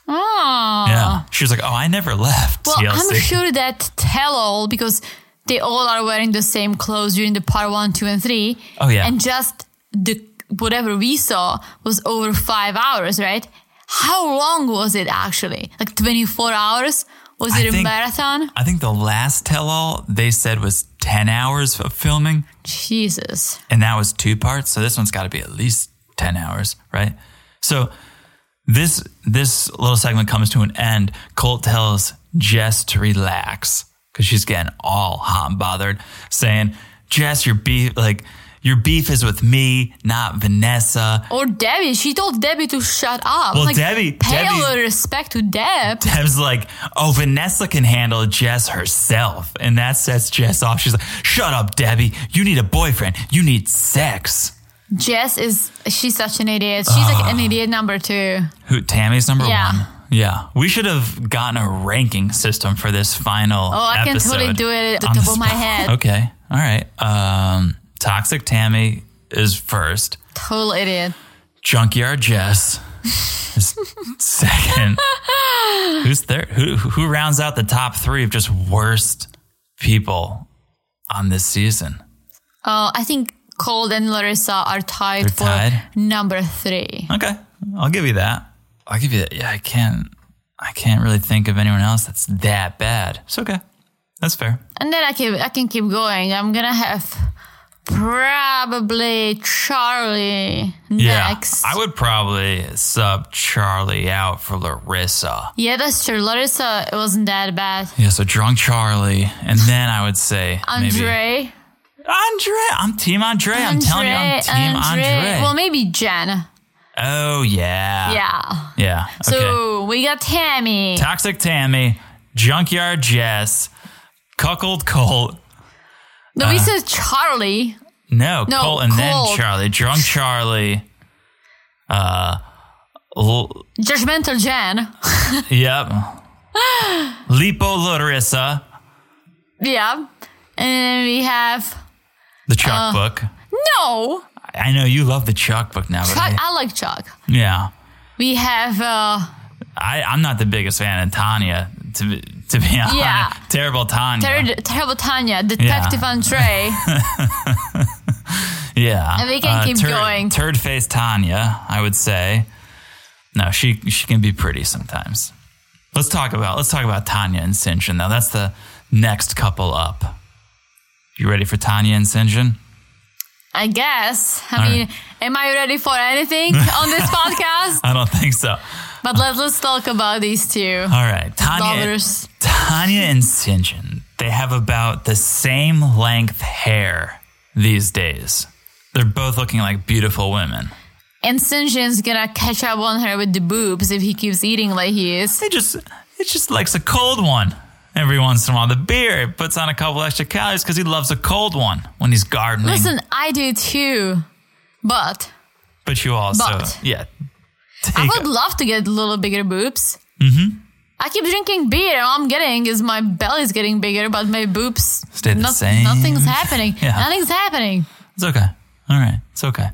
[SPEAKER 2] Oh.
[SPEAKER 1] Yeah. She was like, oh, I never left.
[SPEAKER 2] Well, I'm
[SPEAKER 1] TLC."
[SPEAKER 2] sure that tell all because they all are wearing the same clothes during the part one, two, and three.
[SPEAKER 1] Oh, yeah.
[SPEAKER 2] And just the whatever we saw was over five hours, right? How long was it actually? Like 24 hours? Was
[SPEAKER 1] I
[SPEAKER 2] it a
[SPEAKER 1] think-
[SPEAKER 2] marathon?
[SPEAKER 1] I think the last tell all they said was 10 hours of filming,
[SPEAKER 2] Jesus.
[SPEAKER 1] and that was two parts. So this one's got to be at least 10 hours, right? So this this little segment comes to an end. Colt tells Jess to relax because she's getting all hot and bothered, saying, "Jess, your beef like your beef is with me, not Vanessa."
[SPEAKER 2] Or Debbie. She told Debbie to shut up.
[SPEAKER 1] Well,
[SPEAKER 2] like,
[SPEAKER 1] Debbie-
[SPEAKER 2] Pay
[SPEAKER 1] Debbie-
[SPEAKER 2] a little respect to Deb.
[SPEAKER 1] Deb's like, oh, Vanessa can handle Jess herself. And that sets Jess off. She's like, shut up, Debbie. You need a boyfriend. You need sex.
[SPEAKER 2] Jess is, she's such an idiot. She's like an idiot number two.
[SPEAKER 1] Who Tammy's number
[SPEAKER 2] Yeah.
[SPEAKER 1] one. Yeah. We should have gotten a ranking system for this final.
[SPEAKER 2] Oh, I can totally do it at the top of my head.
[SPEAKER 1] Okay. All right. Um, Toxic Tammy is first.
[SPEAKER 2] Total idiot.
[SPEAKER 1] Junkyard Jess is second. Who's there? Who who rounds out the top three of just worst people on this season?
[SPEAKER 2] Uh, I think Cold and Larissa are tied for
[SPEAKER 1] tied?
[SPEAKER 2] number three.
[SPEAKER 1] Okay, I'll give you that. I'll give you that. Yeah, I can't. I can't really think of anyone else that's that bad. It's okay. That's fair.
[SPEAKER 2] And then I can I can keep going. I'm gonna have probably Charlie next.
[SPEAKER 1] I would probably sub Charlie out for Larissa.
[SPEAKER 2] yeah, that's true. Larissa wasn't that bad.
[SPEAKER 1] Yeah, so drunk Charlie, and then I would say maybe
[SPEAKER 2] Andre,
[SPEAKER 1] Andre. I'm team Andre. I'm telling you, I'm team Andre.
[SPEAKER 2] Well, maybe Jen.
[SPEAKER 1] Oh yeah.
[SPEAKER 2] Yeah.
[SPEAKER 1] Yeah. Okay.
[SPEAKER 2] So we got Tammy.
[SPEAKER 1] Toxic Tammy, Junkyard Jess, Cuckold Colt.
[SPEAKER 2] no,
[SPEAKER 1] uh-huh.
[SPEAKER 2] we said Charlie.
[SPEAKER 1] No,
[SPEAKER 2] No,
[SPEAKER 1] Colt and then
[SPEAKER 2] Colt.
[SPEAKER 1] Charlie. Drunk Charlie. Uh L-
[SPEAKER 2] Judgmental Jen.
[SPEAKER 1] Yep. Lipo Larissa,
[SPEAKER 2] yeah. And then we have
[SPEAKER 1] the
[SPEAKER 2] Uh.
[SPEAKER 1] Chuck book.
[SPEAKER 2] no.
[SPEAKER 1] I know you love the Chuck book now, but
[SPEAKER 2] Chuck,
[SPEAKER 1] I,
[SPEAKER 2] I like Chuck.
[SPEAKER 1] yeah.
[SPEAKER 2] We have uh,
[SPEAKER 1] I, I'm not the biggest fan of Tanya, to, be- to be honest.
[SPEAKER 2] Yeah.
[SPEAKER 1] Terrible Tanya.
[SPEAKER 2] Ter- Terrible Tanya, Detective
[SPEAKER 1] Yeah.
[SPEAKER 2] Andre.
[SPEAKER 1] Yeah, Uh,
[SPEAKER 2] And we can keep
[SPEAKER 1] turd,
[SPEAKER 2] going.
[SPEAKER 1] Turd face Tanya, I would say. No, she she can be pretty sometimes. Let's talk about let's talk about Tanya and Sinjin though. That's the next couple up. You ready for Tanya and Sinjin?
[SPEAKER 2] I guess. I
[SPEAKER 1] All
[SPEAKER 2] mean,
[SPEAKER 1] right.
[SPEAKER 2] am I ready for anything on this podcast?
[SPEAKER 1] I don't think so.
[SPEAKER 2] But let, let's talk about these two.
[SPEAKER 1] All right, Tanya.
[SPEAKER 2] Lovers.
[SPEAKER 1] Tanya and Sinjin. They have about the same length hair these days. They're both looking like beautiful women.
[SPEAKER 2] And Sinjin's gonna catch up on her with the boobs if he keeps eating like he is.
[SPEAKER 1] It just it just likes a cold one every once in a while. The beer it puts on a couple extra calories because he loves a cold one when he's gardening.
[SPEAKER 2] Listen, I do too. But
[SPEAKER 1] but you also
[SPEAKER 2] but-
[SPEAKER 1] yeah.
[SPEAKER 2] I
[SPEAKER 1] Take
[SPEAKER 2] would
[SPEAKER 1] a-
[SPEAKER 2] love to get a little bigger boobs. Mm-hmm. I keep drinking beer, and all I'm getting is my belly's getting bigger, but my boobs
[SPEAKER 1] Stay the same.
[SPEAKER 2] Nothing's happening.
[SPEAKER 1] Yeah.
[SPEAKER 2] Nothing's happening.
[SPEAKER 1] it's okay. All right, it's okay.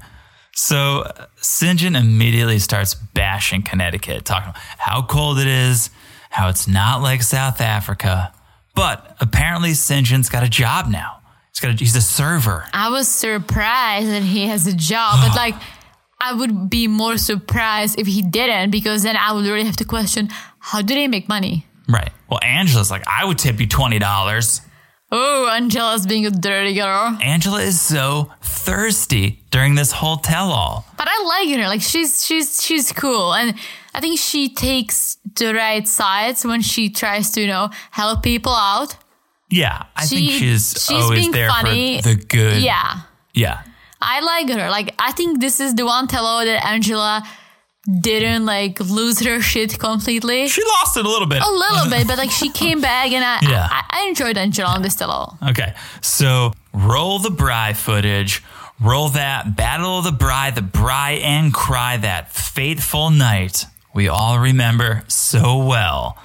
[SPEAKER 1] So uh, St. John immediately starts bashing Connecticut, talking about how cold it is, how it's not like South Africa. But apparently, St. John's got a job now. He's got a, he's a server.
[SPEAKER 2] I was surprised that he has a job, but like I would be more surprised if he didn't because then I would really have to question how do they make money?
[SPEAKER 1] Right. Well, Angela's like, I would tip you twenty dollars.
[SPEAKER 2] Oh, Angela's being a dirty girl.
[SPEAKER 1] Angela is so thirsty during this whole tell all.
[SPEAKER 2] But I like her. Like she's she's she's cool and I think she takes the right sides when she tries to, you know, help people out.
[SPEAKER 1] Yeah, I think
[SPEAKER 2] She-
[SPEAKER 1] she's,
[SPEAKER 2] she's
[SPEAKER 1] always
[SPEAKER 2] being
[SPEAKER 1] there
[SPEAKER 2] funny.
[SPEAKER 1] for the good.
[SPEAKER 2] Yeah.
[SPEAKER 1] yeah,
[SPEAKER 2] I like her. Like I think this is the one tello that Angela didn't like lose her shit completely.
[SPEAKER 1] she lost it a little bit.
[SPEAKER 2] A little bit, but like she came back and I
[SPEAKER 1] Yeah.
[SPEAKER 2] I, I enjoyed Angela on this tello.
[SPEAKER 1] Okay, so roll the Bry footage. Roll that Battle of the Bry, the Bry and Cry, that fateful night we all remember so well.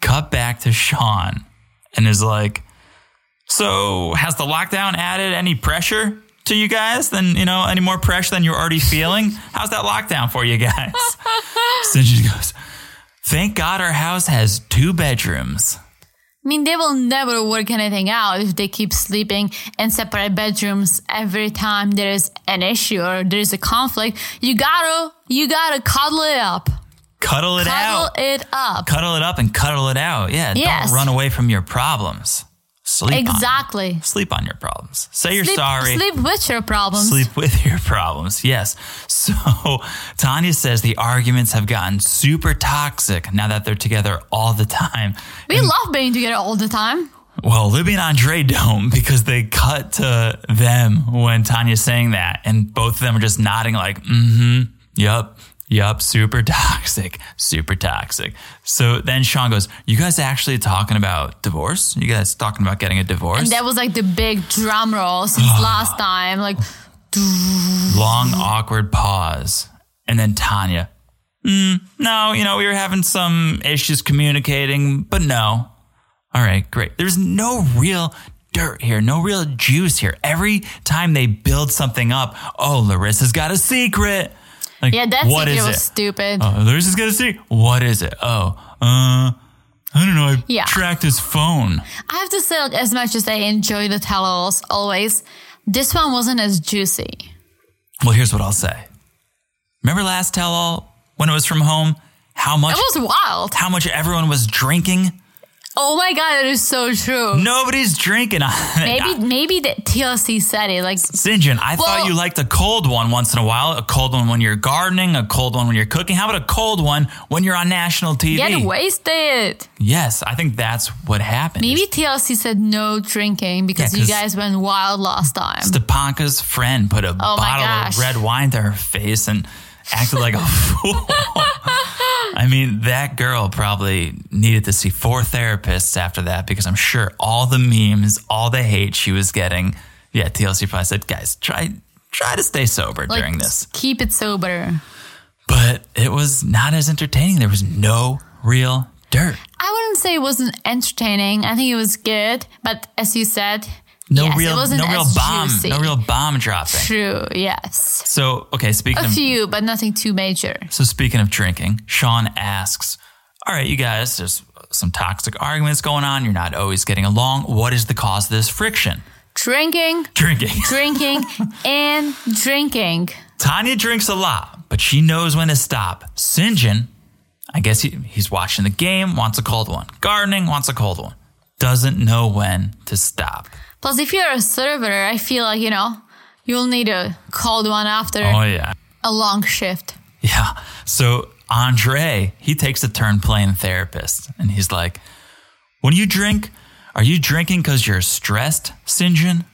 [SPEAKER 1] Cut back to Sean and is like, So, has the lockdown added any pressure to you guys? Than, you know, any more pressure than you're already feeling? How's that lockdown for you guys? so she goes, Thank God our house has two bedrooms.
[SPEAKER 2] I mean, they will never work anything out if they keep sleeping in separate bedrooms every time there is an issue or there is a conflict. You gotta, you gotta cuddle it up.
[SPEAKER 1] Cuddle it out.
[SPEAKER 2] Cuddle it up.
[SPEAKER 1] cuddle it up and cuddle it out. Yeah,
[SPEAKER 2] Yes.
[SPEAKER 1] don't run away from your problems. Sleep on
[SPEAKER 2] Exactly.
[SPEAKER 1] sleep on your problems. Say you're
[SPEAKER 2] Sleep,
[SPEAKER 1] sorry.
[SPEAKER 2] Sleep with your problems.
[SPEAKER 1] Sleep with your problems. Yes. So Tanya says the arguments have gotten super toxic now that they're together all the time.
[SPEAKER 2] We love being together all the time.
[SPEAKER 1] Well, Libby and Andre don't because they cut to them when Tanya's saying that, and both of them are just nodding, like, mm hmm, yup, yup, super toxic, super toxic. So then Sean goes, You guys actually talking about divorce? You guys talking about getting a divorce?
[SPEAKER 2] And that was like the big drum roll since last time. Like,
[SPEAKER 1] Long, awkward pause. And then Tanya, mm, No, you know, we were having some issues communicating, but no, All right, great. There's no real dirt here, no real juice here. Every time they build something up, oh, Larissa's got a secret. Like,
[SPEAKER 2] yeah, that
[SPEAKER 1] what
[SPEAKER 2] secret
[SPEAKER 1] is
[SPEAKER 2] was
[SPEAKER 1] it?
[SPEAKER 2] stupid.
[SPEAKER 1] Oh, Larissa's got a secret. What is it? Oh, uh, I don't know. I
[SPEAKER 2] Yeah.
[SPEAKER 1] tracked his phone.
[SPEAKER 2] I have to say, like, as much as I enjoy the tells always, this one wasn't as juicy.
[SPEAKER 1] Well, here's what I'll say. Remember last tell all when it was from home? How much?
[SPEAKER 2] It was wild.
[SPEAKER 1] how much everyone was drinking?
[SPEAKER 2] Oh my god, it is so true.
[SPEAKER 1] Nobody's drinking.
[SPEAKER 2] Maybe maybe the TLC said it. Like
[SPEAKER 1] Sinjin, I thought
[SPEAKER 2] Well-
[SPEAKER 1] you liked a cold one once in a while. A cold one when you're gardening, a cold one when you're cooking. How about a cold one when you're on national TV?
[SPEAKER 2] get wasted.
[SPEAKER 1] Yes, I think that's what happened.
[SPEAKER 2] Maybe TLC said no drinking because
[SPEAKER 1] Yeah,
[SPEAKER 2] you
[SPEAKER 1] 'cause-
[SPEAKER 2] guys went wild last time.
[SPEAKER 1] Stepanka's friend put a
[SPEAKER 2] Oh my
[SPEAKER 1] bottle of
[SPEAKER 2] gosh.
[SPEAKER 1] red wine to her face and acted like a fool. I mean, that girl probably needed to see four therapists after that because I'm sure all the memes, all the hate she was getting. Yeah, TLC probably said, guys, try try to stay sober
[SPEAKER 2] Like,
[SPEAKER 1] during this.
[SPEAKER 2] keep it sober.
[SPEAKER 1] but it was not as entertaining. There was no real dirt.
[SPEAKER 2] I wouldn't say it wasn't entertaining. I think it was good, but as you said,
[SPEAKER 1] No
[SPEAKER 2] yes,
[SPEAKER 1] real,
[SPEAKER 2] it wasn't
[SPEAKER 1] no real
[SPEAKER 2] as
[SPEAKER 1] bomb,
[SPEAKER 2] juicy.
[SPEAKER 1] no real bomb dropping.
[SPEAKER 2] True, yes.
[SPEAKER 1] So, okay, speaking
[SPEAKER 2] A
[SPEAKER 1] of
[SPEAKER 2] few, but nothing too major.
[SPEAKER 1] so speaking of drinking, Sean asks, "All right, you guys, there's some toxic arguments going on. You're not always getting along. What is the cause of this friction?
[SPEAKER 2] Drinking,
[SPEAKER 1] Drinking.
[SPEAKER 2] drinking, and drinking.
[SPEAKER 1] Tanya drinks a lot, but she knows when to stop. Sinjin, I guess he, he's watching the game, wants a cold one. Gardening wants a cold one. Doesn't know when to stop.
[SPEAKER 2] Plus, if you're a server, I feel like, you know, you'll need a cold one after
[SPEAKER 1] Oh yeah."
[SPEAKER 2] a long shift.
[SPEAKER 1] Yeah. So Andre, he takes a turn playing therapist and he's like, When you drink, are you drinking because you're stressed, Sinjin?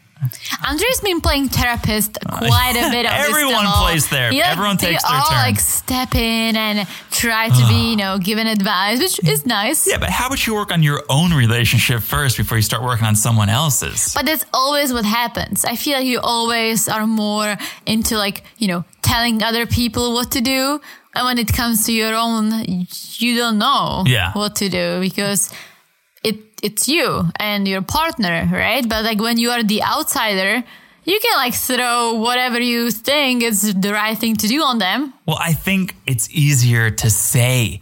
[SPEAKER 2] Andre's been playing therapist quite a bit. Of this
[SPEAKER 1] Everyone
[SPEAKER 2] demo.
[SPEAKER 1] plays therapy.
[SPEAKER 2] Yeah,
[SPEAKER 1] Everyone
[SPEAKER 2] they
[SPEAKER 1] takes their
[SPEAKER 2] all,
[SPEAKER 1] turn.
[SPEAKER 2] like step in and try to be, you know, given advice, which is nice.
[SPEAKER 1] Yeah, but how about you work on your own relationship first before you start working on someone else's?
[SPEAKER 2] But that's always what happens. I feel like you always are more into like, you know, telling other people what to do. And when it comes to your own, you don't know
[SPEAKER 1] Yeah.
[SPEAKER 2] what to do because it it's you and your partner, right? But like when you are the outsider, you can like throw whatever you think is the right thing to do on them.
[SPEAKER 1] Well, I think it's easier to say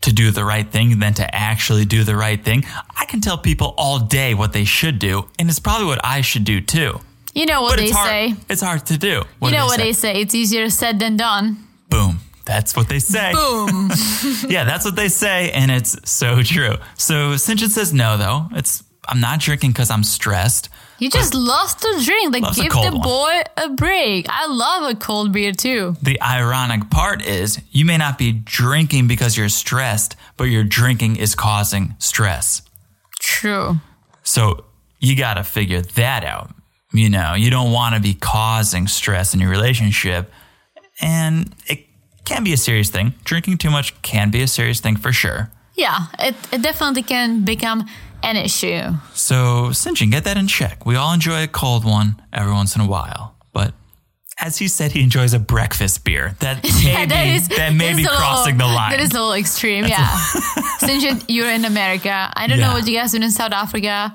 [SPEAKER 1] to do the right thing than to actually do the right thing. I can tell people all day what they should do, and it's probably what I should do too.
[SPEAKER 2] You know what
[SPEAKER 1] But
[SPEAKER 2] they
[SPEAKER 1] it's hard.
[SPEAKER 2] say.
[SPEAKER 1] It's hard to do. What
[SPEAKER 2] You
[SPEAKER 1] do
[SPEAKER 2] know what
[SPEAKER 1] say?
[SPEAKER 2] they say. It's easier said than done.
[SPEAKER 1] Boom. That's what they say.
[SPEAKER 2] Boom.
[SPEAKER 1] yeah, that's what they say, and it's so true. So Sinjin says no, though. It's I'm not drinking because I'm stressed.
[SPEAKER 2] You just loves to drink. Like,
[SPEAKER 1] Loves a
[SPEAKER 2] give
[SPEAKER 1] cold
[SPEAKER 2] the
[SPEAKER 1] one.
[SPEAKER 2] boy a break. I love a cold beer too.
[SPEAKER 1] The ironic part is you may not be drinking because you're stressed, but your drinking is causing stress.
[SPEAKER 2] True.
[SPEAKER 1] So you got to figure that out. You know, you don't want to be causing stress in your relationship. And it can be a serious thing. Drinking too much can be a serious thing for sure.
[SPEAKER 2] Yeah, it, it definitely can become an issue.
[SPEAKER 1] So, Sinjin, get that in check. We all enjoy a cold one every once in a while. But as he said, he enjoys a breakfast beer. That may
[SPEAKER 2] Yeah,
[SPEAKER 1] be,
[SPEAKER 2] that is
[SPEAKER 1] that may
[SPEAKER 2] that
[SPEAKER 1] be
[SPEAKER 2] is a little-
[SPEAKER 1] crossing the line.
[SPEAKER 2] That is a little extreme, yeah. Since you- you're in America, I don't
[SPEAKER 1] Yeah.
[SPEAKER 2] know what you guys do in South Africa.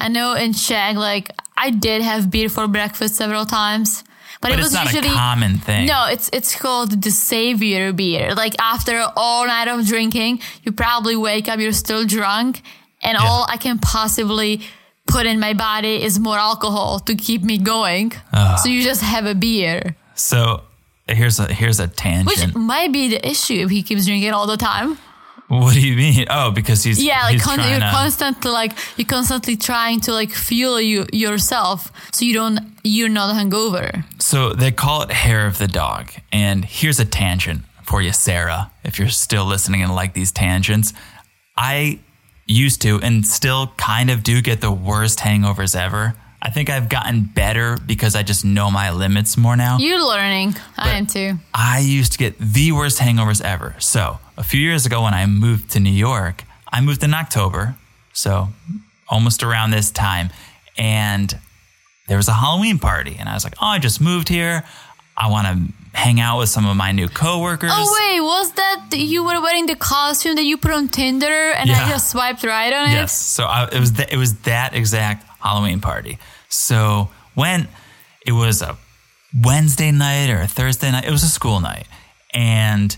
[SPEAKER 2] I know in Czech, like I did have beer for breakfast several times, but,
[SPEAKER 1] but
[SPEAKER 2] it
[SPEAKER 1] it's
[SPEAKER 2] was
[SPEAKER 1] not
[SPEAKER 2] usually
[SPEAKER 1] a common thing.
[SPEAKER 2] no. It's it's called the savior beer. Like after all night of drinking, you probably wake up, you're still drunk, and all I can possibly put in my body is more alcohol to keep me going.
[SPEAKER 1] Ah.
[SPEAKER 2] so you just have a beer.
[SPEAKER 1] So here's a here's a
[SPEAKER 2] Which
[SPEAKER 1] tangent.
[SPEAKER 2] might be the issue if he keeps drinking all the time.
[SPEAKER 1] what do you mean? Oh, because he's
[SPEAKER 2] Yeah, like
[SPEAKER 1] he's
[SPEAKER 2] con-
[SPEAKER 1] trying
[SPEAKER 2] you're
[SPEAKER 1] to,
[SPEAKER 2] constantly like you're constantly trying to like fuel you yourself so you don't you're not hungover.
[SPEAKER 1] So they call it hair of the dog. And here's a tangent for you, Sarah, if you're still listening and like these tangents. I used to and still kind of do get the worst hangovers ever. I think I've gotten better because I just know my limits more now.
[SPEAKER 2] You're learning. I am too.
[SPEAKER 1] I used to get the worst hangovers ever. So, a few years ago when I moved to New York, I moved in October. So, almost around this time. And there was a Halloween party. And I was like, oh, I just moved here. I want to hang out with some of my new coworkers.
[SPEAKER 2] Oh wait, was that you were wearing the costume that you put on Tinder and
[SPEAKER 1] Yeah.
[SPEAKER 2] I just swiped right on
[SPEAKER 1] Yes. So I, it was th- it was that exact Halloween party. So when it was a Wednesday night or a Thursday night, it was a school night, and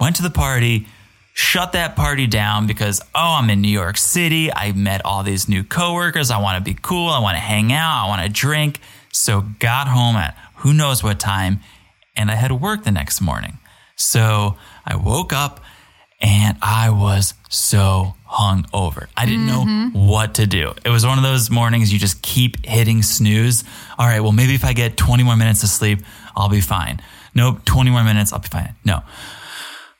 [SPEAKER 1] went to the party. Shut that party down because oh, I'm in New York City. I met all these new coworkers. I want to be cool. I want to hang out. I want to drink. So got home at who knows what time, and I had to work the next morning. So I woke up and I was so hungover. I didn't know
[SPEAKER 2] Mm-hmm.
[SPEAKER 1] what to do. It was one of those mornings you just keep hitting snooze. All right, well, maybe if I get 20 more minutes of sleep, I'll be fine. Nope, 20 more minutes, I'll be fine. No.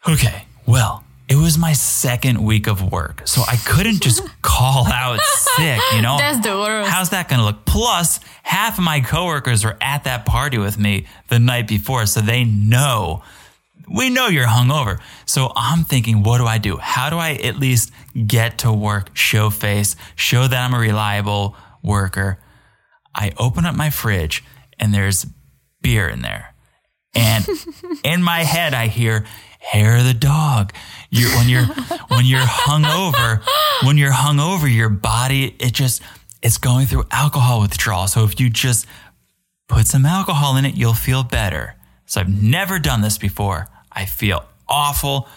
[SPEAKER 1] Okay, well, it was my second week of work, so I couldn't just call out sick, you know?
[SPEAKER 2] That's the worst.
[SPEAKER 1] How's that going to look? Plus, half of my coworkers were at that party with me the night before, so they know we know you're hungover. So I'm thinking, what do I do? How do I at least get to work, show face, show that I'm a reliable worker? I open up my fridge and there's beer in there. And in my head, I hear hair of the dog. You're, when you're when you're hungover, when you're hungover, your body it just it's going through alcohol withdrawal. So if you just put some alcohol in it, you'll feel better. So I've never done this before. I feel awful.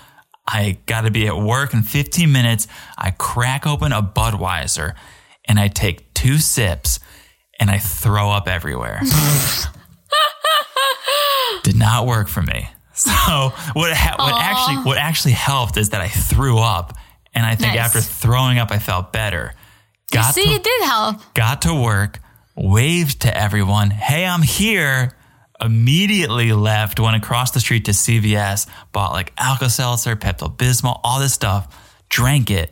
[SPEAKER 1] I got to be at work in 15 minutes. I crack open a Budweiser and I take two sips and I throw up everywhere. Did not work for me. So what ha- what actually what actually helped is that I threw up and I think
[SPEAKER 2] Nice.
[SPEAKER 1] after throwing up I felt better. Got
[SPEAKER 2] it. See, it did help.
[SPEAKER 1] got to work, waved to everyone, hey, I'm here. Immediately left, went across the street to CVS, bought like Alka Seltzer, Pepto Bismol, all this stuff, drank it,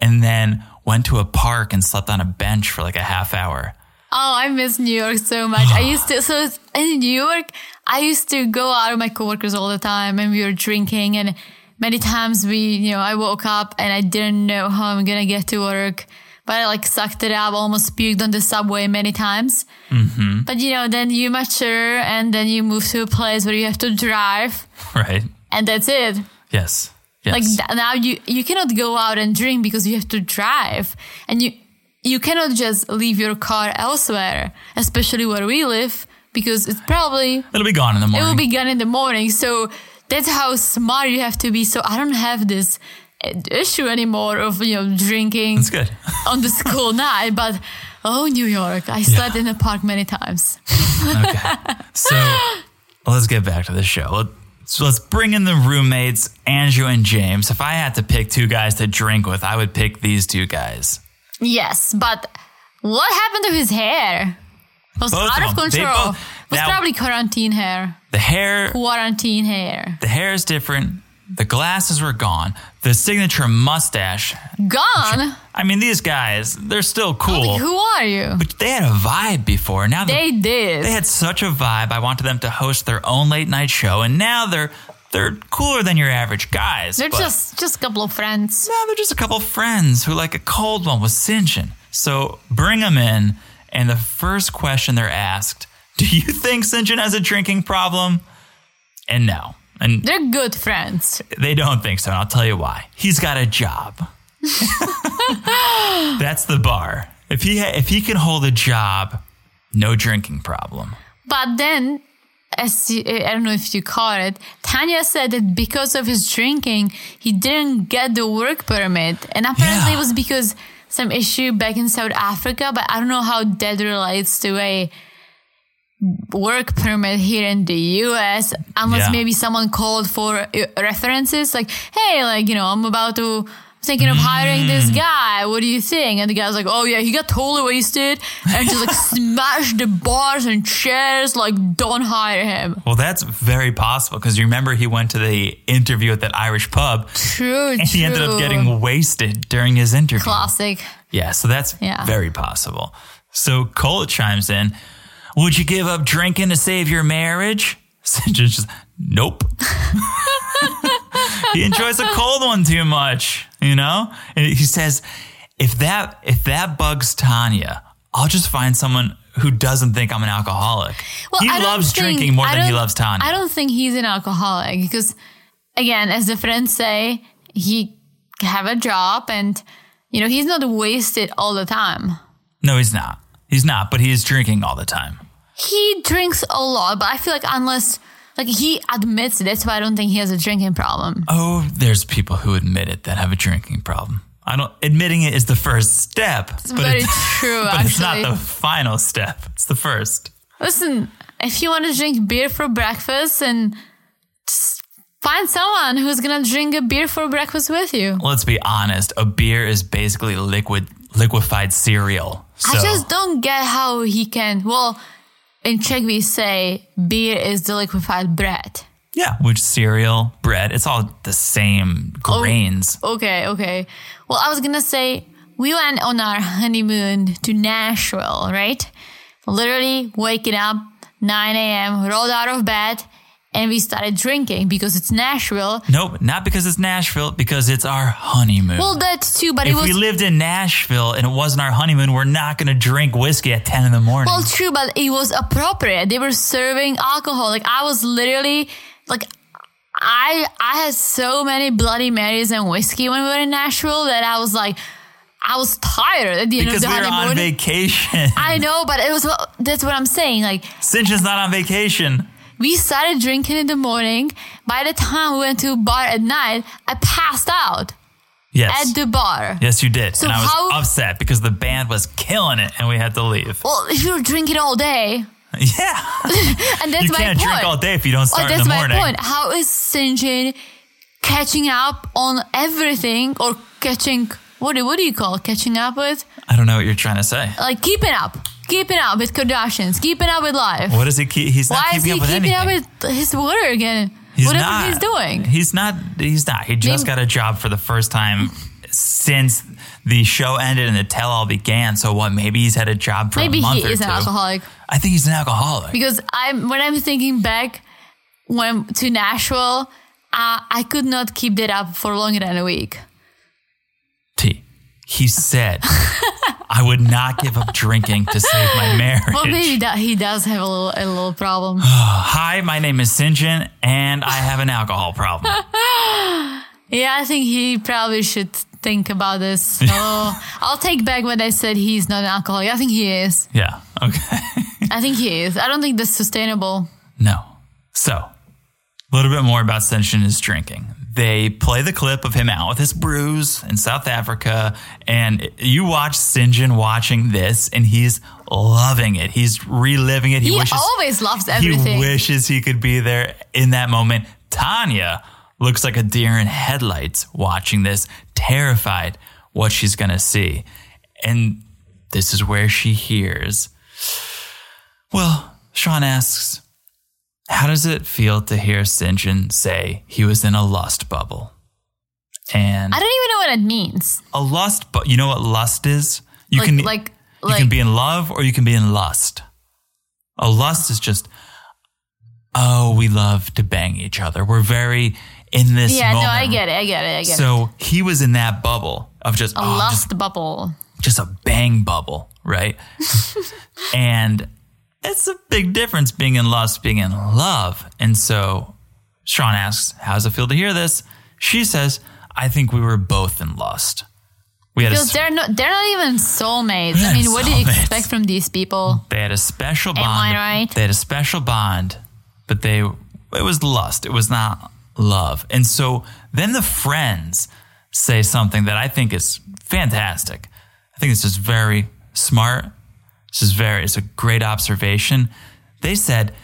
[SPEAKER 1] and then went to a park and slept on a bench for like a half hour.
[SPEAKER 2] Oh, I miss New York so much. I used to so it's- in New York, I used to go out with my coworkers all the time, and we were drinking. And many times we, you know, I woke up and I didn't know how I'm gonna get to work, but I like sucked it up, almost puked on the subway many times.
[SPEAKER 1] Mm-hmm.
[SPEAKER 2] But you know, then you mature, and then you move to a place where you have to drive,
[SPEAKER 1] Right?
[SPEAKER 2] and that's it.
[SPEAKER 1] Yes. Yes.
[SPEAKER 2] Like th- now you you cannot go out and drink because you have to drive and you you cannot just leave your car elsewhere, especially where we live because it's probably
[SPEAKER 1] It'll be gone in the
[SPEAKER 2] it
[SPEAKER 1] morning.
[SPEAKER 2] will be gone in the morning. So that's how smart you have to be. So I don't have this uh, issue anymore of you know drinking
[SPEAKER 1] it's good.
[SPEAKER 2] on the school night, but oh New York, I slept in the park many times.
[SPEAKER 1] So let's get back to the show. Let- So let's bring in the roommates, Andrew and James. If I had to pick two guys to drink with, I would pick these two guys.
[SPEAKER 2] Yes, but What happened to his hair? It was
[SPEAKER 1] Both
[SPEAKER 2] out
[SPEAKER 1] of
[SPEAKER 2] of,
[SPEAKER 1] them. They
[SPEAKER 2] control.
[SPEAKER 1] both-
[SPEAKER 2] it was
[SPEAKER 1] now-
[SPEAKER 2] probably quarantine hair.
[SPEAKER 1] The hair,
[SPEAKER 2] Quarantine hair.
[SPEAKER 1] the hair is different. The glasses were gone. The signature mustache.
[SPEAKER 2] Gone.
[SPEAKER 1] I mean, these guys, they're still
[SPEAKER 2] Like,
[SPEAKER 1] cool,
[SPEAKER 2] who are you?
[SPEAKER 1] but they had a vibe before. Now they're
[SPEAKER 2] They did.
[SPEAKER 1] they had such a vibe. I wanted them to host their own late night show, and now they're they're cooler than your average guys.
[SPEAKER 2] They're
[SPEAKER 1] but
[SPEAKER 2] just just a couple of friends.
[SPEAKER 1] now they're just a couple friends who like a cold one with Sinjin. So bring them in, and the first question they're asked: Do you think Sinjin has a drinking problem? And no, and
[SPEAKER 2] They're good friends.
[SPEAKER 1] they don't think so. And I'll tell you why. He's got a job. That's the bar. If he ha- if he can hold a job, no drinking problem.
[SPEAKER 2] But then, as you, I don't know if you caught it, Tanya said that because of his drinking, he didn't get the work permit, and apparently
[SPEAKER 1] Yeah.
[SPEAKER 2] it was because some issue back in South Africa. But I don't know how that relates to a work permit here in the US unless
[SPEAKER 1] Yeah.
[SPEAKER 2] maybe someone called for uh, references like hey like you know I'm about to thinking of hiring this
[SPEAKER 1] Mm.
[SPEAKER 2] guy what do you think and the guy's like oh yeah he got totally wasted and just like smashed the bars and chairs like don't hire him
[SPEAKER 1] Well, that's very possible because you remember he went to the interview at that Irish pub
[SPEAKER 2] true
[SPEAKER 1] and he ended up getting wasted during his interview.
[SPEAKER 2] classic
[SPEAKER 1] Yeah, so that's
[SPEAKER 2] Yeah.
[SPEAKER 1] very possible. So Cole chimes in, Would you give up drinking to save your marriage? Sinjin's just, Nope. he enjoys a cold one too much, you know? And he says, if that if that bugs Tanya, I'll just find someone who doesn't think I'm an alcoholic. he
[SPEAKER 2] I don't
[SPEAKER 1] loves
[SPEAKER 2] think-
[SPEAKER 1] drinking more
[SPEAKER 2] I
[SPEAKER 1] than he
[SPEAKER 2] don't-
[SPEAKER 1] loves Tanya.
[SPEAKER 2] I don't think he's an alcoholic because, again, as the friends say, he have a job and you know he's not wasted all the time.
[SPEAKER 1] No, he's not. He's not, but he is drinking all the time.
[SPEAKER 2] He drinks a lot, but I feel like unless like he admits it, that's why I don't think he has a drinking problem.
[SPEAKER 1] Oh, there's people who admit it that have a drinking problem. I don't admitting it is the first step, but,
[SPEAKER 2] Very
[SPEAKER 1] it's,
[SPEAKER 2] true,
[SPEAKER 1] but
[SPEAKER 2] actually.
[SPEAKER 1] it's not the final step. It's the first.
[SPEAKER 2] Listen, if you want to drink beer for breakfast and. just Find someone who's gonna drink a beer for breakfast with you.
[SPEAKER 1] Let's be honest, a beer is basically liquid liquefied cereal. So
[SPEAKER 2] I just don't get how he can. Well, in Czech we say beer is the liquefied bread.
[SPEAKER 1] yeah, which cereal, bread, it's all the same
[SPEAKER 2] Oh.
[SPEAKER 1] grains.
[SPEAKER 2] Okay, okay. Well, I was gonna say we went on our honeymoon to Nashville, right? Literally waking up 9 a.m., rolled out of bed, and we started drinking because it's Nashville.
[SPEAKER 1] Nope, not because it's Nashville, because it's our honeymoon.
[SPEAKER 2] Well, that too, but it
[SPEAKER 1] if
[SPEAKER 2] was
[SPEAKER 1] we lived in Nashville and it wasn't our honeymoon, we're not going to drink whiskey at 10 in the morning.
[SPEAKER 2] Well, true, but it was appropriate. They were serving alcohol. Like I was literally like I I had so many Bloody Marys and whiskey when we were in Nashville that I was like I was tired at the end
[SPEAKER 1] because
[SPEAKER 2] of the
[SPEAKER 1] we were on
[SPEAKER 2] honeymoon.
[SPEAKER 1] vacation.
[SPEAKER 2] I know, but it was that's what I'm saying. Like
[SPEAKER 1] Sinjin's not on vacation.
[SPEAKER 2] we started drinking in the morning. By the time we went to a bar at night, I passed out
[SPEAKER 1] Yes.
[SPEAKER 2] at the bar.
[SPEAKER 1] yes, you did.
[SPEAKER 2] So
[SPEAKER 1] and I was
[SPEAKER 2] how-
[SPEAKER 1] upset because the band was killing it and we had to leave.
[SPEAKER 2] Well, if you're drinking all day,
[SPEAKER 1] yeah.
[SPEAKER 2] and that's
[SPEAKER 1] You
[SPEAKER 2] my
[SPEAKER 1] can't
[SPEAKER 2] point.
[SPEAKER 1] drink all day if you don't
[SPEAKER 2] Oh,
[SPEAKER 1] start in
[SPEAKER 2] that's
[SPEAKER 1] the
[SPEAKER 2] my
[SPEAKER 1] morning.
[SPEAKER 2] point. How is St. John catching up on everything or catching what do, what do you call catching up with?
[SPEAKER 1] I don't know what you're trying to say.
[SPEAKER 2] Like keeping up, keeping up with Kardashians, keeping up with life.
[SPEAKER 1] What is he keep he's not
[SPEAKER 2] Why is
[SPEAKER 1] keeping up
[SPEAKER 2] he
[SPEAKER 1] with
[SPEAKER 2] keeping
[SPEAKER 1] anything.
[SPEAKER 2] up with his work and
[SPEAKER 1] he's
[SPEAKER 2] whatever
[SPEAKER 1] not,
[SPEAKER 2] he's doing?
[SPEAKER 1] He's not he's not. He just
[SPEAKER 2] Maybe-
[SPEAKER 1] got a job for the first time since the show ended and the tell all began. So what maybe he's had a job for
[SPEAKER 2] Maybe
[SPEAKER 1] a month
[SPEAKER 2] he
[SPEAKER 1] or
[SPEAKER 2] is
[SPEAKER 1] two.
[SPEAKER 2] an alcoholic
[SPEAKER 1] I think he's an alcoholic.
[SPEAKER 2] because I'm when I'm thinking back when to Nashville, uh, I could not keep that up for longer than a week.
[SPEAKER 1] T. He said, I would not give up drinking to save my marriage.
[SPEAKER 2] Well, maybe that he does have a little a little problem.
[SPEAKER 1] Hi, my name is Sinjin, and I have an alcohol problem.
[SPEAKER 2] Yeah, I think he probably should think about this. Oh, I'll take back what I said. He's not an alcoholic. I think he is.
[SPEAKER 1] yeah. Okay.
[SPEAKER 2] I think he is. I don't think that's sustainable.
[SPEAKER 1] No. So, a little bit more about Sinjin is drinking. They play the clip of him out with his brews in South Africa, and you watch Sinjin watching this, and he's loving it. He's reliving it. He,
[SPEAKER 2] He
[SPEAKER 1] wishes
[SPEAKER 2] always loves everything.
[SPEAKER 1] He wishes he could be there in that moment. Tanya looks like a deer in headlights watching this, terrified what she's going to see. And This is where she hears. Well, Sean asks, How does it feel to hear St. John say he was in a lust bubble? And
[SPEAKER 2] I don't even know what it means.
[SPEAKER 1] a lust, but you know what lust is? You
[SPEAKER 2] like,
[SPEAKER 1] can
[SPEAKER 2] like,
[SPEAKER 1] you
[SPEAKER 2] like,
[SPEAKER 1] can be in love or you can be in lust. A lust is just, oh, we love to bang each other. We're very in this.
[SPEAKER 2] yeah,
[SPEAKER 1] moment.
[SPEAKER 2] no, I get it. I get it. I get it.
[SPEAKER 1] So he was in that bubble of just,
[SPEAKER 2] A
[SPEAKER 1] oh,
[SPEAKER 2] lost
[SPEAKER 1] just,
[SPEAKER 2] bubble.
[SPEAKER 1] just a bang bubble, right? and it's a big difference being in lust, being in love. And so Sean asks, how does it feel to hear this? She says, I think we were both in lust. We had a
[SPEAKER 2] Because
[SPEAKER 1] s-
[SPEAKER 2] they're not they're not even soulmates.
[SPEAKER 1] Yeah,
[SPEAKER 2] I mean, what do you
[SPEAKER 1] soulmates.
[SPEAKER 2] expect from these people?
[SPEAKER 1] They had a special
[SPEAKER 2] I
[SPEAKER 1] bond.
[SPEAKER 2] right?
[SPEAKER 1] They had a special bond, but they it was lust. It was not love. And so then the friends say something that I think is fantastic. I think this is very smart. This is very it's a great observation. They said,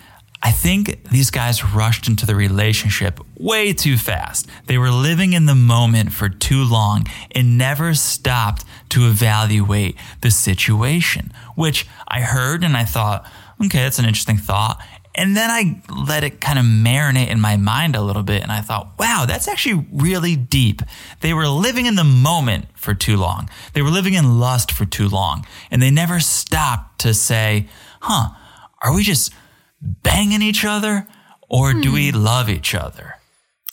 [SPEAKER 1] I think these guys rushed into the relationship way too fast. They were living in the moment for too long and never stopped to evaluate the situation, which I heard and I thought, okay, that's an interesting thought. And then I let it kind of marinate in my mind a little bit and I thought, wow, that's actually really deep. They were living in the moment for too long. They were living in lust for too long and they never stopped to say, huh, are we just banging each other or do we love each other?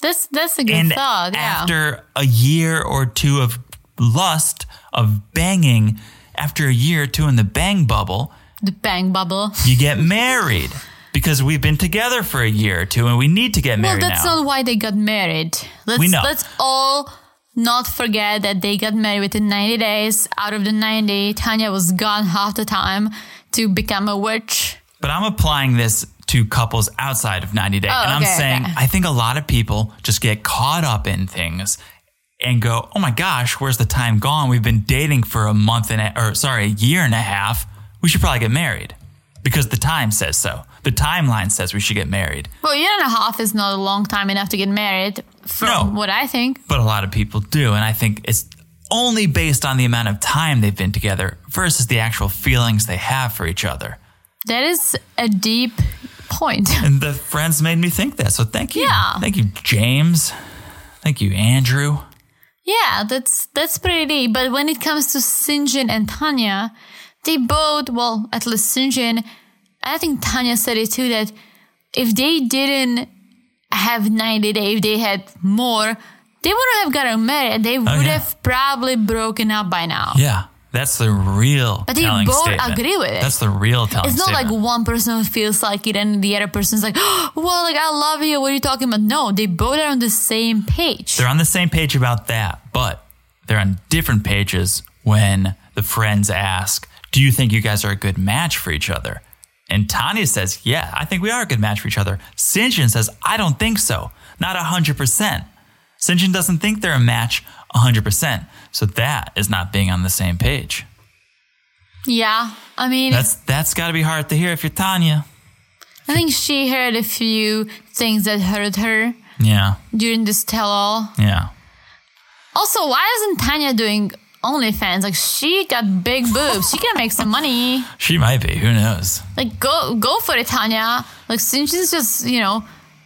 [SPEAKER 2] That's that's a good
[SPEAKER 1] And
[SPEAKER 2] thought. Yeah.
[SPEAKER 1] after a year or two of lust, of banging, after a year or two in the bang bubble,
[SPEAKER 2] the bang bubble.
[SPEAKER 1] you get married because we've been together for a year or two and we need to get
[SPEAKER 2] Well,
[SPEAKER 1] married
[SPEAKER 2] that's
[SPEAKER 1] now.
[SPEAKER 2] not why they got married. Let's
[SPEAKER 1] We know.
[SPEAKER 2] let's all not forget that they got married within 90 days. Out of the 90, Tanya was gone half the time to become a witch.
[SPEAKER 1] but I'm applying this to couples outside of 90 Day. and I'm
[SPEAKER 2] Oh, okay,
[SPEAKER 1] saying
[SPEAKER 2] okay.
[SPEAKER 1] I think a lot of people just get caught up in things and go, oh my gosh, where's the time gone? We've been dating for a month and a, or sorry, a year and a half. We should probably get married because the time says so. The timeline says we should get married.
[SPEAKER 2] Well, a year and a half is not a long time enough to get married, from
[SPEAKER 1] No.
[SPEAKER 2] what I think.
[SPEAKER 1] but a lot of people do. And I think it's only based on the amount of time they've been together versus the actual feelings they have for each other.
[SPEAKER 2] That is a deep point.
[SPEAKER 1] And the friends made me think that. So thank you.
[SPEAKER 2] Yeah.
[SPEAKER 1] Thank you, James. Thank you, Andrew.
[SPEAKER 2] Yeah, that's that's pretty deep. But when it comes to Sinjin and Tanya, they both, well, at least Sinjin, I think Tanya said it too that if they didn't have 90 day, if they had more, they wouldn't have gotten married. and They would
[SPEAKER 1] Oh, yeah.
[SPEAKER 2] have probably broken up by now.
[SPEAKER 1] Yeah. That's the real
[SPEAKER 2] they
[SPEAKER 1] telling
[SPEAKER 2] both
[SPEAKER 1] statement.
[SPEAKER 2] agree with it.
[SPEAKER 1] That's the real telling
[SPEAKER 2] It's not
[SPEAKER 1] statement.
[SPEAKER 2] like one person feels like it and the other person's like, well, like, I love you. What are you talking about? No, they both are on the same page.
[SPEAKER 1] They're on the same page about that, but they're on different pages when the friends ask, Do you think you guys are a good match for each other? And Tanya says, Yeah, I think we are a good match for each other. Sinjin says, I don't think so. Not 100%. Sinjin doesn't think they're a match 100%. So that is not being on the same page.
[SPEAKER 2] Yeah. I mean,
[SPEAKER 1] That's That's got to be hard to hear if you're Tanya.
[SPEAKER 2] I think she heard a few things that hurt her
[SPEAKER 1] Yeah,
[SPEAKER 2] during this tell-all.
[SPEAKER 1] yeah.
[SPEAKER 2] Also, why isn't Tanya doing OnlyFans? Like, she got big boobs. She can make some money.
[SPEAKER 1] She might be. Who knows?
[SPEAKER 2] Like, go go for it, Tanya. Like, since she's just you know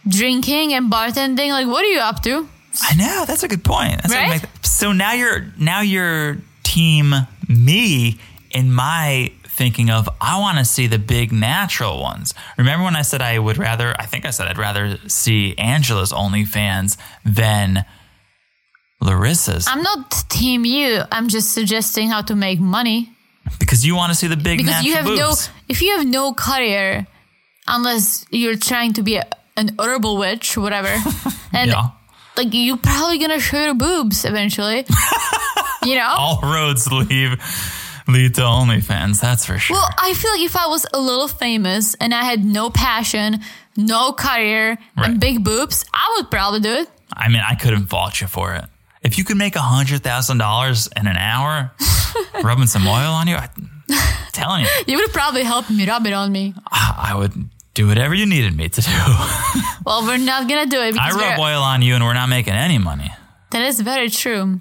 [SPEAKER 2] drinking and bartending, like, what are you up to?
[SPEAKER 1] I know that's a good point. That's
[SPEAKER 2] Right?
[SPEAKER 1] a good make- so now you're now you're team me in my thinking of I want to see the big natural ones. Remember when I said I would rather? I think I said I'd rather see Angela's OnlyFans than Larissa's
[SPEAKER 2] I'm not team you. I'm just suggesting how to make money
[SPEAKER 1] because you want to see the big
[SPEAKER 2] because
[SPEAKER 1] natural
[SPEAKER 2] you have
[SPEAKER 1] boobs.
[SPEAKER 2] no if you have no career unless you're trying to be a, an herbal witch, whatever, and
[SPEAKER 1] yeah,
[SPEAKER 2] like you're probably gonna show your boobs eventually. you know?
[SPEAKER 1] all roads leave lead to OnlyFans. That's for sure.
[SPEAKER 2] well, I feel like if I was a little famous and I had no passion, no career,
[SPEAKER 1] Right.
[SPEAKER 2] and big boobs, I would probably do it.
[SPEAKER 1] I mean, I couldn't fault you for it. If you could make hundred thousand dollars in an hour, rubbing some oil on you, I, am telling you,
[SPEAKER 2] You would probably help me rub it on me.
[SPEAKER 1] I I would do whatever you needed me to do. I
[SPEAKER 2] Well, we're not gonna do it. Because
[SPEAKER 1] rub
[SPEAKER 2] we're-
[SPEAKER 1] oil on you, and we're not making any money.
[SPEAKER 2] that is very true.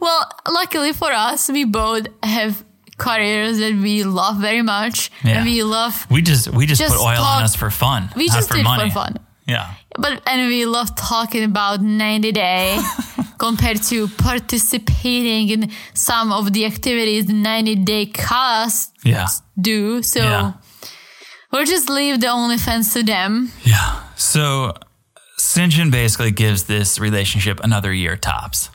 [SPEAKER 2] well, luckily for us, we both have careers that we love very much
[SPEAKER 1] Yeah.
[SPEAKER 2] and we love
[SPEAKER 1] We just we just,
[SPEAKER 2] Just
[SPEAKER 1] put oil
[SPEAKER 2] talk-
[SPEAKER 1] on us for fun.
[SPEAKER 2] we
[SPEAKER 1] not
[SPEAKER 2] just
[SPEAKER 1] for
[SPEAKER 2] did it
[SPEAKER 1] money.
[SPEAKER 2] for fun.
[SPEAKER 1] Yeah.
[SPEAKER 2] But and we love talking about 90 day compared to participating in some of the activities 90 day casts
[SPEAKER 1] Yeah.
[SPEAKER 2] do. So
[SPEAKER 1] Yeah.
[SPEAKER 2] we'll just leave the OnlyFans to them.
[SPEAKER 1] Yeah. So St. John basically gives this relationship another year tops.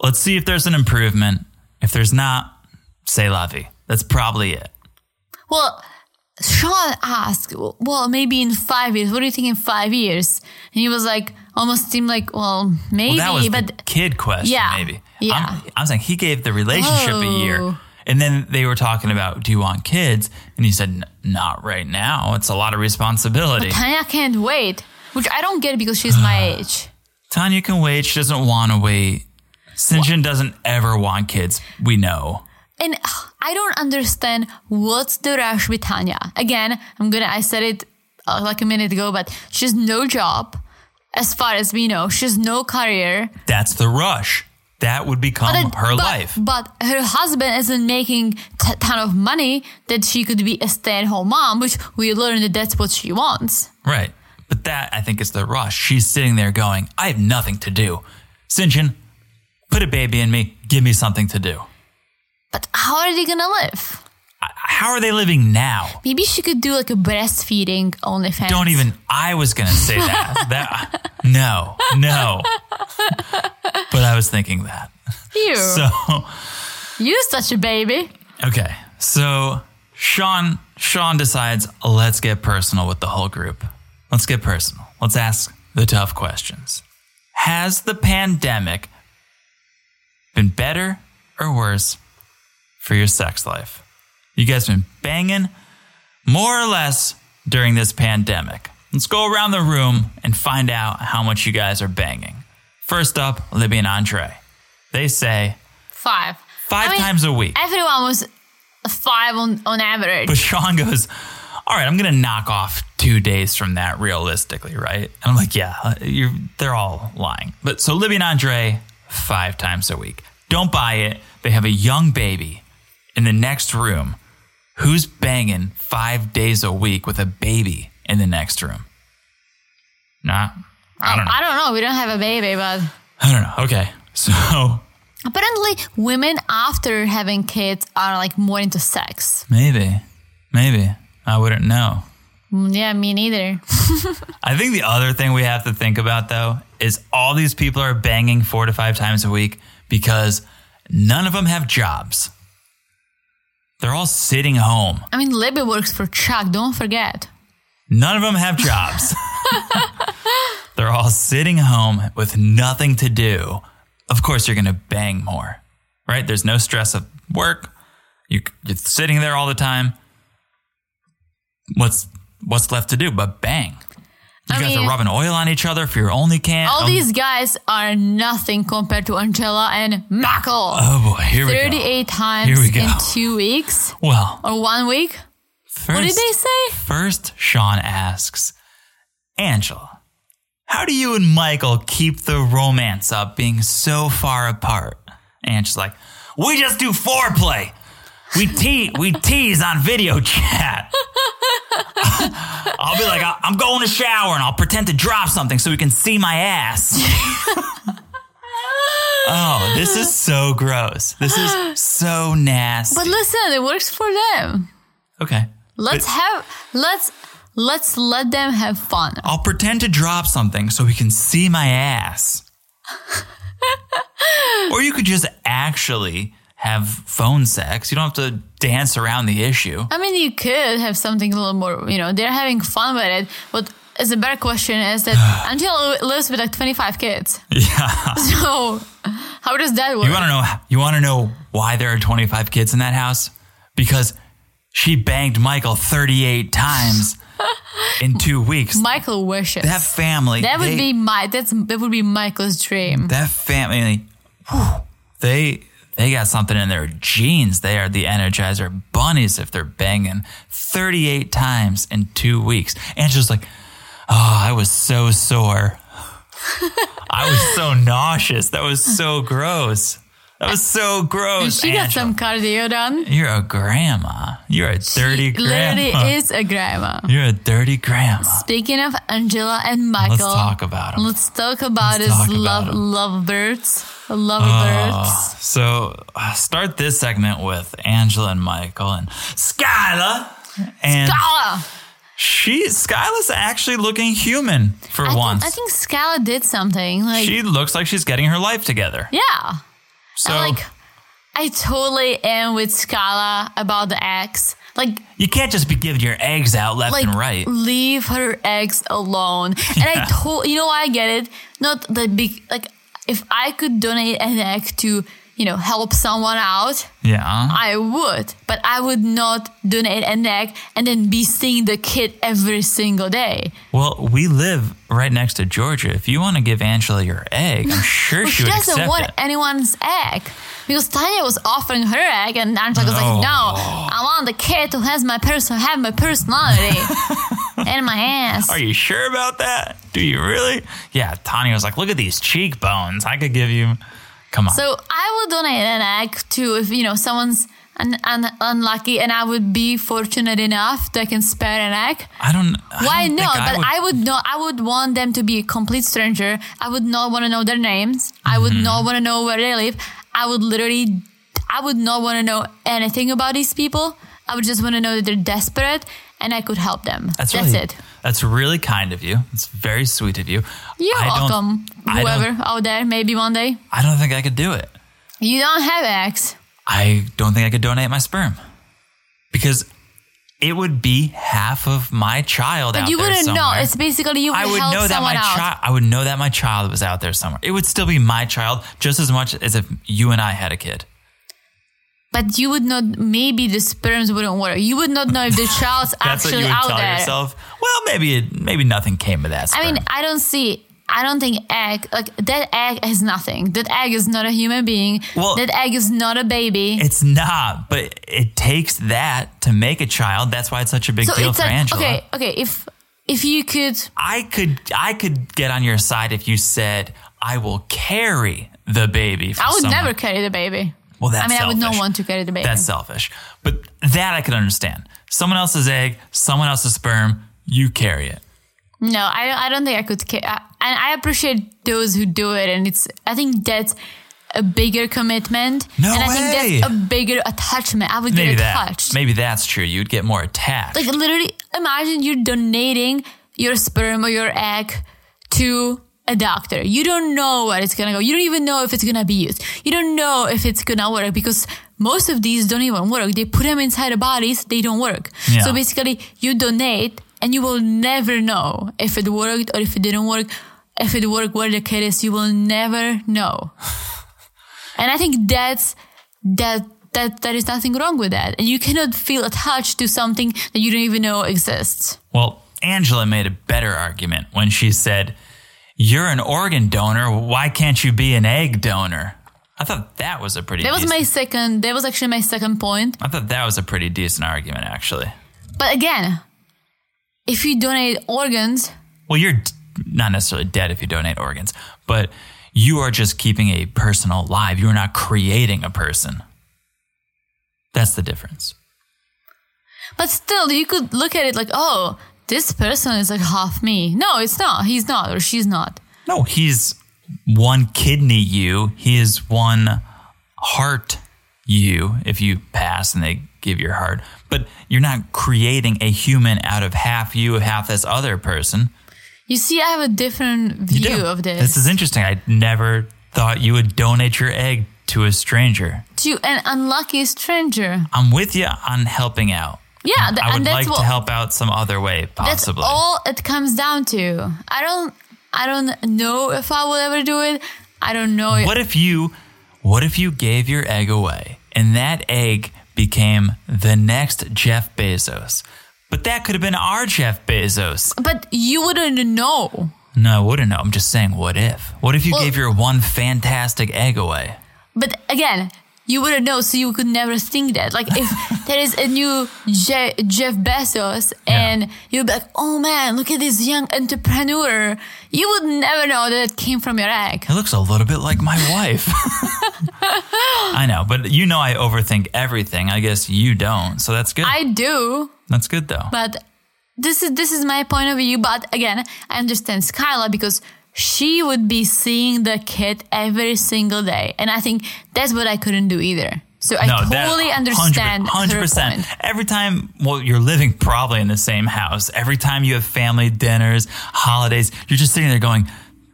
[SPEAKER 1] Let's see if there's an improvement. If there's not, say la vie. That's probably it.
[SPEAKER 2] Well, Sean asked, well, maybe in five years. What do you think in five years? And he was like, almost seemed like, well, maybe,
[SPEAKER 1] Well, that was
[SPEAKER 2] but
[SPEAKER 1] the kid question,
[SPEAKER 2] Yeah.
[SPEAKER 1] maybe.
[SPEAKER 2] Yeah.
[SPEAKER 1] I'm, I'm saying he gave the relationship a
[SPEAKER 2] Oh.
[SPEAKER 1] year. And then they were talking about, do you want kids? And he said, "N- not right now. It's a lot of responsibility.
[SPEAKER 2] Tanya can't wait, which I don't get because she's my age.
[SPEAKER 1] Tanya can wait. She doesn't want to wait. Sinjin doesn't ever want kids. We know.
[SPEAKER 2] And ugh, I don't understand what's the rush with Tanya. Again, I'm gonna, I said it uh, like a minute ago, but she has no job. As far as we know, she has no career.
[SPEAKER 1] That's the rush. That would become
[SPEAKER 2] But,
[SPEAKER 1] her
[SPEAKER 2] but-
[SPEAKER 1] life.
[SPEAKER 2] But her husband isn't making t- ton of money that she could be a stay-at-home mom, which we learned that that's what she wants.
[SPEAKER 1] Right. But that, I think, is the rush. She's sitting there going, I have nothing to do. Sinjin, put a baby in me. Give me something to do.
[SPEAKER 2] But how are they gonna live?
[SPEAKER 1] I- How are they living now?
[SPEAKER 2] Maybe she could do like a breastfeeding OnlyFans.
[SPEAKER 1] Don't even. I was gonna say that. that no, no. but I was thinking that.
[SPEAKER 2] you.
[SPEAKER 1] So
[SPEAKER 2] You're such a baby.
[SPEAKER 1] okay. So Sean Sean decides let's get personal with the whole group. Let's get personal. Let's ask the tough questions. Has the pandemic been better or worse for your sex life? You guys been banging more or less during this pandemic. Let's go around the room and find out how much you guys are banging. First up, Libby and Andre. They say
[SPEAKER 2] Five.
[SPEAKER 1] five
[SPEAKER 2] I mean,
[SPEAKER 1] times a week.
[SPEAKER 2] Everyone was five on, on average.
[SPEAKER 1] But Sean goes, All right, I'm going to knock off two days from that realistically, right? And I'm like, Yeah, uh, you're, they're all lying. But so Libby and Andre, five times a week. Don't buy it. They have a young baby in the next room. Who's banging five days a week with a baby in the next room? Nah, I don't know.
[SPEAKER 2] I don't know. We don't have a baby, but
[SPEAKER 1] I don't know. Okay. So
[SPEAKER 2] apparently, women after having kids are like more into sex.
[SPEAKER 1] maybe, maybe I wouldn't know.
[SPEAKER 2] Mm, Yeah, me neither.
[SPEAKER 1] I think the other thing we have to think about though is all these people are banging four to five times a week because none of them have jobs. They're all sitting home.
[SPEAKER 2] I mean, Libby works for Chuck. Don't forget.
[SPEAKER 1] None of them have jobs. They're all sitting home with nothing to do. Of course, you're going to bang more, right? There's no stress of work. You, you're sitting there all the time. What's what's left to do but bang? You
[SPEAKER 2] I
[SPEAKER 1] guys
[SPEAKER 2] mean-
[SPEAKER 1] are rubbing oil on each other for your only can.
[SPEAKER 2] All
[SPEAKER 1] um,
[SPEAKER 2] these guys are nothing compared to Angela and Michael.
[SPEAKER 1] Oh boy, here we go.
[SPEAKER 2] 38
[SPEAKER 1] Here
[SPEAKER 2] times
[SPEAKER 1] we go.
[SPEAKER 2] in two weeks
[SPEAKER 1] Well,
[SPEAKER 2] or one week.
[SPEAKER 1] first,
[SPEAKER 2] What did they say?
[SPEAKER 1] first, Sean asks, Angela, how do you and Michael keep the romance up being so far apart? Angela's like, we just do foreplay. We te- we tease on video chat. I'll be like, "I- I'm going to shower and I'll pretend to drop something so we can see my ass. oh, this is so gross. This is so nasty.
[SPEAKER 2] But listen, it works for them.
[SPEAKER 1] okay.
[SPEAKER 2] Let's have let's let's let them have fun.
[SPEAKER 1] I'll pretend to drop something so he can see my ass. or you could just actually have phone sex. You don't have to dance around the issue.
[SPEAKER 2] I mean, you could have something a little more, you know, they're having fun with it. But is a better question is that Angela lives with like 25 kids. Yeah. So how does that work?
[SPEAKER 1] You want to know you want to know why there are 25 kids in that house? Because she banged Michael 38 times in 2 weeks.
[SPEAKER 2] Michael wishes.
[SPEAKER 1] That family
[SPEAKER 2] that would
[SPEAKER 1] they-
[SPEAKER 2] be my, that's, that would be Michael's dream.
[SPEAKER 1] that family whew, they they got something in their genes they are the energizer bunnies if they're banging 38 times in two weeks and she's like oh i was so sore i was so nauseous that was so gross That was so gross.
[SPEAKER 2] And she got
[SPEAKER 1] Angela.
[SPEAKER 2] some cardio done.
[SPEAKER 1] You're a grandma. You're a dirty
[SPEAKER 2] She literally
[SPEAKER 1] grandma.
[SPEAKER 2] is a grandma.
[SPEAKER 1] You're a dirty grandma.
[SPEAKER 2] Speaking of Angela and Michael,
[SPEAKER 1] Let's talk about 'em.
[SPEAKER 2] Let's talk about
[SPEAKER 1] Let's
[SPEAKER 2] his
[SPEAKER 1] talk about
[SPEAKER 2] love
[SPEAKER 1] 'em.
[SPEAKER 2] lovebirds,
[SPEAKER 1] Oh,
[SPEAKER 2] lovebirds.
[SPEAKER 1] so uh, start this segment with Angela and Michael and Skyla. And
[SPEAKER 2] Scala.
[SPEAKER 1] she Skyla's actually looking human for
[SPEAKER 2] I,
[SPEAKER 1] once.
[SPEAKER 2] think, I think Scala did something like
[SPEAKER 1] she looks like she's getting her life together.
[SPEAKER 2] yeah.
[SPEAKER 1] so
[SPEAKER 2] And like I totally am with Scala about the ex. Like
[SPEAKER 1] you can't just be giving your eggs out left
[SPEAKER 2] like mm.
[SPEAKER 1] and right.
[SPEAKER 2] leave her ex alone. And I told you know why I get it. Not the big like if I could donate an egg to you know help someone out,
[SPEAKER 1] Yeah.
[SPEAKER 2] I would. But I would not donate an egg and then be seeing the kid every single day.
[SPEAKER 1] Well, we live right next to Georgia. If you want to give Angela your egg, I'm sure
[SPEAKER 2] But
[SPEAKER 1] she
[SPEAKER 2] she
[SPEAKER 1] would
[SPEAKER 2] doesn't
[SPEAKER 1] accept
[SPEAKER 2] want
[SPEAKER 1] it.
[SPEAKER 2] anyone's egg because Tanya was offering her egg, and Angela was
[SPEAKER 1] No.
[SPEAKER 2] like, "No, I want the kid who has my person, have my personality and my ass."
[SPEAKER 1] Are you sure about that? Do you really? Yeah, Tanya was like, look at these cheekbones. I could give you. Come on.
[SPEAKER 2] So I would donate an egg to if you know someone's un- un- unlucky, and I would be fortunate enough that I can spare an egg.
[SPEAKER 1] I don't. I
[SPEAKER 2] Why
[SPEAKER 1] don't think
[SPEAKER 2] not?
[SPEAKER 1] I
[SPEAKER 2] but
[SPEAKER 1] would-
[SPEAKER 2] I would not. I would want them to be a complete stranger. I would not want to know their names. I
[SPEAKER 1] Mm-hmm.
[SPEAKER 2] would not want to know where they live. I would literally, I would not want to know anything about these people. I would just want to know that they're desperate and I could help them. That's,
[SPEAKER 1] really,
[SPEAKER 2] it.
[SPEAKER 1] That's really kind of you. It's very sweet of you.
[SPEAKER 2] You're
[SPEAKER 1] I don't-
[SPEAKER 2] welcome,
[SPEAKER 1] I don't-
[SPEAKER 2] whoever out there. Maybe one day
[SPEAKER 1] I don't think I could do it.
[SPEAKER 2] you don't have eggs.
[SPEAKER 1] I don't think I could donate my sperm because it would be half of my child out
[SPEAKER 2] You
[SPEAKER 1] there
[SPEAKER 2] wouldn't know.
[SPEAKER 1] somewhere.
[SPEAKER 2] It's basically you would,
[SPEAKER 1] I would
[SPEAKER 2] help
[SPEAKER 1] know that
[SPEAKER 2] someone
[SPEAKER 1] my
[SPEAKER 2] out.
[SPEAKER 1] child. I would know that my child was out there somewhere. It would still be my child just as much as if you and I had a kid.
[SPEAKER 2] But you would not. Maybe the sperms wouldn't work. You would not know if the child's
[SPEAKER 1] That's what
[SPEAKER 2] actually
[SPEAKER 1] you would
[SPEAKER 2] out
[SPEAKER 1] tell
[SPEAKER 2] there.
[SPEAKER 1] yourself. Well, maybe it, maybe nothing came of that. Sperm.
[SPEAKER 2] I mean, I don't see. I don't think egg like that egg is nothing. That egg is not a human being.
[SPEAKER 1] Well-
[SPEAKER 2] that egg is not a baby.
[SPEAKER 1] It's not, but it takes that to make a child. That's why it's such a big deal for Angela.
[SPEAKER 2] okay, okay. If if you could,
[SPEAKER 1] I could I could get on your side if you said I will carry the baby. For
[SPEAKER 2] I would
[SPEAKER 1] someone."
[SPEAKER 2] never carry the baby.
[SPEAKER 1] Well, that's
[SPEAKER 2] I mean, I would not
[SPEAKER 1] selfish.
[SPEAKER 2] want to carry the baby.
[SPEAKER 1] That's selfish, but that I could understand. Someone else's egg, someone else's sperm, you carry it.
[SPEAKER 2] no, I I don't think I could. Ca- I, and I appreciate those who do it, and it's I think that's a bigger commitment.
[SPEAKER 1] No
[SPEAKER 2] and I
[SPEAKER 1] way.
[SPEAKER 2] think that's a bigger attachment. I would
[SPEAKER 1] Maybe
[SPEAKER 2] get
[SPEAKER 1] that.
[SPEAKER 2] attached.
[SPEAKER 1] Maybe that's true. You'd get more attached.
[SPEAKER 2] like literally imagine you're donating your sperm or your egg to a doctor you don't know where it's gonna go you don't even know if it's gonna be used you don't know if it's gonna work because most of these don't even work they put them inside the bodies they don't work
[SPEAKER 1] Yeah.
[SPEAKER 2] so basically you donate and you will never know if it worked or if it didn't work if it worked where the kid is you will never know and I think that's that that there is nothing wrong with that. And you cannot feel attached to something that you don't even know exists.
[SPEAKER 1] Well, Angela made a better argument when she said, "You're an organ donor. Why can't you be an egg donor?" I thought that was a pretty.
[SPEAKER 2] That was
[SPEAKER 1] decent-
[SPEAKER 2] my second that was actually my second point.
[SPEAKER 1] I thought that was a pretty decent argument, actually.
[SPEAKER 2] But again, if you donate organs,
[SPEAKER 1] Well, you're d- not necessarily dead if you donate organs, but you are just keeping a person alive. You are not creating a person. That's the difference.
[SPEAKER 2] but still you could look at it like, oh, this person is like half me. No, it's not. He's not or she's not.
[SPEAKER 1] No, he's one kidney you, he is one heart you if you pass and they give your heart. But you're not creating a human out of half you, half this other person.
[SPEAKER 2] You see, I have a different
[SPEAKER 1] You
[SPEAKER 2] view
[SPEAKER 1] do.
[SPEAKER 2] of this.
[SPEAKER 1] This is interesting. I never thought you would donate your egg to a stranger.
[SPEAKER 2] to an unlucky stranger.
[SPEAKER 1] I'm with you on helping out.
[SPEAKER 2] Yeah, th-
[SPEAKER 1] I would
[SPEAKER 2] and that's
[SPEAKER 1] like to
[SPEAKER 2] what
[SPEAKER 1] help out some other way,
[SPEAKER 2] That's
[SPEAKER 1] possibly.
[SPEAKER 2] all it comes down to. I don't I don't know if I will ever do it. I don't know. if-
[SPEAKER 1] what if you, what if you gave your egg away, and that egg became the next Jeff Bezos? But that could have been our Jeff Bezos.
[SPEAKER 2] But you wouldn't know.
[SPEAKER 1] No, I wouldn't know. I'm just saying, what if? What if you
[SPEAKER 2] Well-
[SPEAKER 1] gave your one fantastic egg away?
[SPEAKER 2] But again, you wouldn't know, so you could never think that. Like if there is a new Je- Jeff Bezos, and you'd be like, "Oh man, look at this young entrepreneur," you would never know that it came from your egg.
[SPEAKER 1] It looks a little bit like my wife. I know, but you know I overthink everything. I guess you don't. So that's good.
[SPEAKER 2] I do,
[SPEAKER 1] that's good though.
[SPEAKER 2] but this is this is my point of view. But again, I understand Skyla because she would be seeing the kid every single day, and I think that's what I couldn't do either. So I
[SPEAKER 1] that-
[SPEAKER 2] totally
[SPEAKER 1] 100%,
[SPEAKER 2] understand her
[SPEAKER 1] 100%.
[SPEAKER 2] point.
[SPEAKER 1] Every time, well, you're living probably in the same house. Every time you have family dinners, holidays, you're just sitting there going,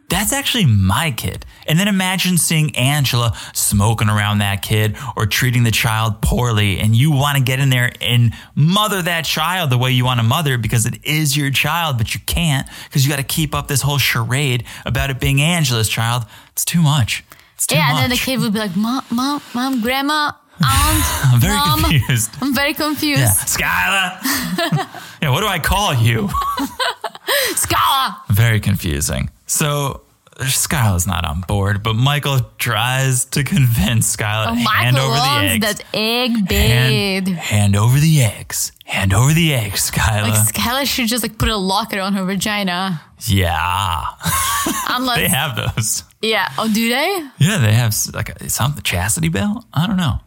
[SPEAKER 1] that's actually my kid. And then imagine seeing Angela smoking around that kid or treating the child poorly. And you want to get in there and mother that child the way you want to mother because it is your child, but you can't because you got to keep up this whole charade about it being Angela's child. It's too much. It's too
[SPEAKER 2] yeah,
[SPEAKER 1] much.
[SPEAKER 2] and then the kid would be like, "Mom, mom, mom, grandma, aunt,
[SPEAKER 1] I'm very
[SPEAKER 2] mom."
[SPEAKER 1] confused.
[SPEAKER 2] I'm very confused.
[SPEAKER 1] Yeah. Skyla. yeah, what do I call you?
[SPEAKER 2] Skyla,
[SPEAKER 1] Very confusing. So Skyla's not on board, but Michael tries to convince Skyla
[SPEAKER 2] oh,
[SPEAKER 1] to
[SPEAKER 2] Michael
[SPEAKER 1] hand over the
[SPEAKER 2] loves
[SPEAKER 1] eggs.
[SPEAKER 2] that egg
[SPEAKER 1] hand,
[SPEAKER 2] bid.
[SPEAKER 1] hand over the eggs. Hand over the eggs, Skyla.
[SPEAKER 2] Like Skyla should just like put a locker on her vagina.
[SPEAKER 1] yeah,
[SPEAKER 2] Unless,
[SPEAKER 1] they have those.
[SPEAKER 2] yeah. Oh, do they?
[SPEAKER 1] Yeah, they have s- like a, something chastity belt. I don't know.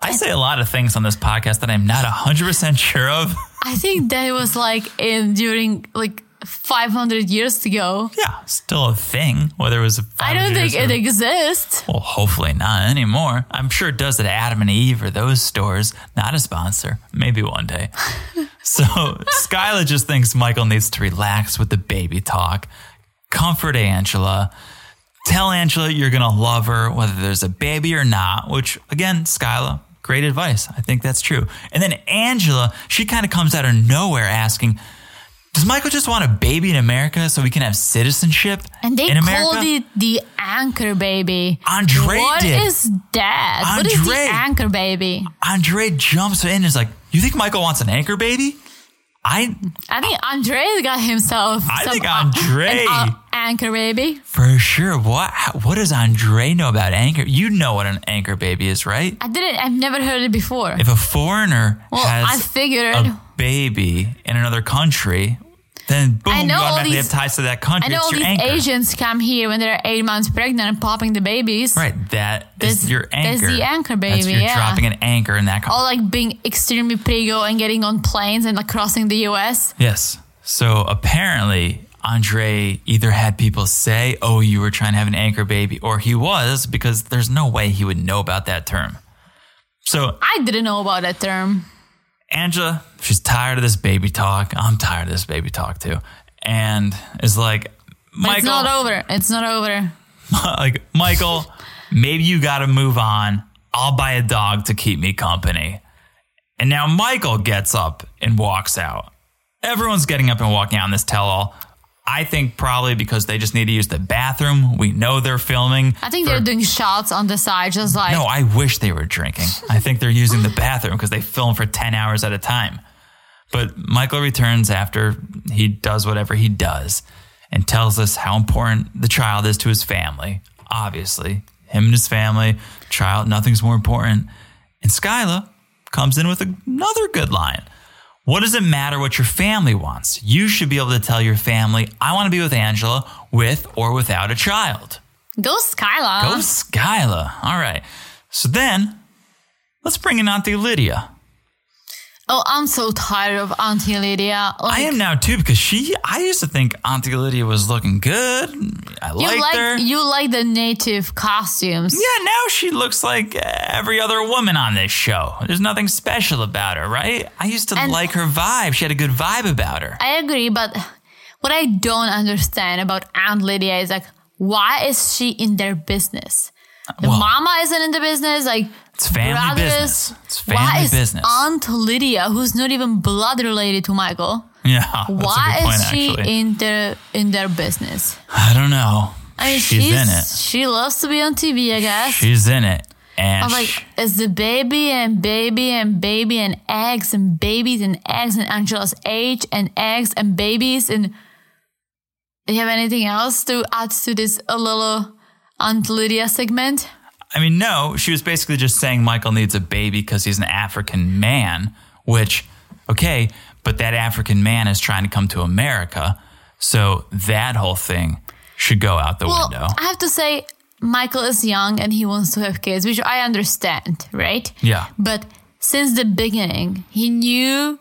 [SPEAKER 1] I say a lot of things on this podcast that I'm not 100% sure of.
[SPEAKER 2] I think that was like in during like 500 years ago.
[SPEAKER 1] Yeah, still a thing, whether it was a
[SPEAKER 2] I don't think it exists.
[SPEAKER 1] Well, hopefully not anymore. I'm sure it does at Adam and Eve or those stores. Not a sponsor. Maybe one day. so Skyla just thinks Michael needs to relax with the baby talk, comfort Angela, tell Angela you're going to love her, whether there's a baby or not, which, again, Skyla, great advice. I think that's true. And then Angela, she kind of comes out of nowhere asking, does Michael just want a baby in America so we can have citizenship?
[SPEAKER 2] And they
[SPEAKER 1] in America?
[SPEAKER 2] called it the anchor baby.
[SPEAKER 1] Andre
[SPEAKER 2] What
[SPEAKER 1] did.
[SPEAKER 2] is that? What is the
[SPEAKER 1] Andre.
[SPEAKER 2] anchor baby?
[SPEAKER 1] Andre jumps in and is like, "You think Michael wants an anchor baby?" I
[SPEAKER 2] I think Andre got himself.
[SPEAKER 1] I
[SPEAKER 2] some,
[SPEAKER 1] think
[SPEAKER 2] uh,
[SPEAKER 1] Andre-
[SPEAKER 2] an, uh, anchor baby.
[SPEAKER 1] for sure. What how- what does Andre know about anchor? You know what an anchor baby is, right?
[SPEAKER 2] I didn't. I've never heard it before.
[SPEAKER 1] If a foreigner
[SPEAKER 2] Well, I
[SPEAKER 1] has
[SPEAKER 2] figured.
[SPEAKER 1] a baby in another country, then boom,
[SPEAKER 2] I
[SPEAKER 1] you
[SPEAKER 2] know all
[SPEAKER 1] automatically
[SPEAKER 2] these-
[SPEAKER 1] have ties to that country.
[SPEAKER 2] I know
[SPEAKER 1] it's
[SPEAKER 2] all
[SPEAKER 1] your
[SPEAKER 2] these
[SPEAKER 1] anchor,
[SPEAKER 2] Asians come here when they're eight months pregnant and popping the babies.
[SPEAKER 1] right? That is
[SPEAKER 2] That's-
[SPEAKER 1] your
[SPEAKER 2] that's
[SPEAKER 1] anchor.
[SPEAKER 2] the anchor
[SPEAKER 1] That's
[SPEAKER 2] baby,
[SPEAKER 1] you're
[SPEAKER 2] yeah.
[SPEAKER 1] dropping an anchor in that country.
[SPEAKER 2] Or like being extremely prego and getting on planes and like crossing the US.
[SPEAKER 1] Yes. So apparently, Andre either had people say, oh, you were trying to have an anchor baby, or he was, because there's no way he would know about that term. So,
[SPEAKER 2] I didn't know about that term.
[SPEAKER 1] Angela, she's tired of this baby talk. I'm tired of this baby talk too. And is like,
[SPEAKER 2] But it's
[SPEAKER 1] Michael,
[SPEAKER 2] not over. It's not over.
[SPEAKER 1] like, Michael, maybe you got to move on. I'll buy a dog to keep me company. And now Michael gets up and walks out. Everyone's getting up and walking out in this tell all. I think probably because they just need to use the bathroom. We know they're filming.
[SPEAKER 2] I think they're doing shots on the side, just like
[SPEAKER 1] No, I wish they were drinking. I think they're using the bathroom because they film for 10 hours at a time. But Michael returns after he does whatever he does and tells us how important the child is to his family. Obviously, him and his family, child, nothing's more important. And Skyla comes in with another good line. What does it matter what your family wants? You should be able to tell your family, I want to be with Angela with or without a child.
[SPEAKER 2] go Skylar.
[SPEAKER 1] Oh, Skyla. All right. So then, let's bring in Auntie Lydia.
[SPEAKER 2] Oh, I'm so tired of Auntie Lydia. Like,
[SPEAKER 1] I am now too because she. I used to think Auntie Lydia was looking good. I
[SPEAKER 2] you
[SPEAKER 1] liked
[SPEAKER 2] like
[SPEAKER 1] her.
[SPEAKER 2] you like the native costumes.
[SPEAKER 1] yeah, now she looks like every other woman on this show. There's nothing special about her, right? I used to
[SPEAKER 2] And-
[SPEAKER 1] like her vibe. She had a good vibe about her.
[SPEAKER 2] I agree, but what I don't understand about Aunt Lydia is like, why is she in their business? The
[SPEAKER 1] Well-
[SPEAKER 2] mama isn't in the business, like
[SPEAKER 1] It's family
[SPEAKER 2] brothers.
[SPEAKER 1] business. It's
[SPEAKER 2] why
[SPEAKER 1] family
[SPEAKER 2] is
[SPEAKER 1] business.
[SPEAKER 2] Aunt Lydia, who's not even blood related to Michael,
[SPEAKER 1] yeah, that's a good
[SPEAKER 2] why
[SPEAKER 1] point,
[SPEAKER 2] is she
[SPEAKER 1] actually.
[SPEAKER 2] in their in their business?
[SPEAKER 1] I don't know.
[SPEAKER 2] I mean,
[SPEAKER 1] she's, in it.
[SPEAKER 2] She loves to be on TV, I guess.
[SPEAKER 1] She's in it, and
[SPEAKER 2] I'm
[SPEAKER 1] she-
[SPEAKER 2] like, it's the baby and baby and baby and eggs and babies and eggs and Angela's age and eggs and babies and do you have anything else to add to this a little Aunt Lydia segment?
[SPEAKER 1] I mean, no, she was basically just saying Michael needs a baby because he's an African man, which, okay, but that African man is trying to come to America. So that whole thing should go out the
[SPEAKER 2] Well,
[SPEAKER 1] window.
[SPEAKER 2] I have to say, Michael is young and he wants to have kids, which I understand, right?
[SPEAKER 1] Yeah.
[SPEAKER 2] But since the beginning, he knew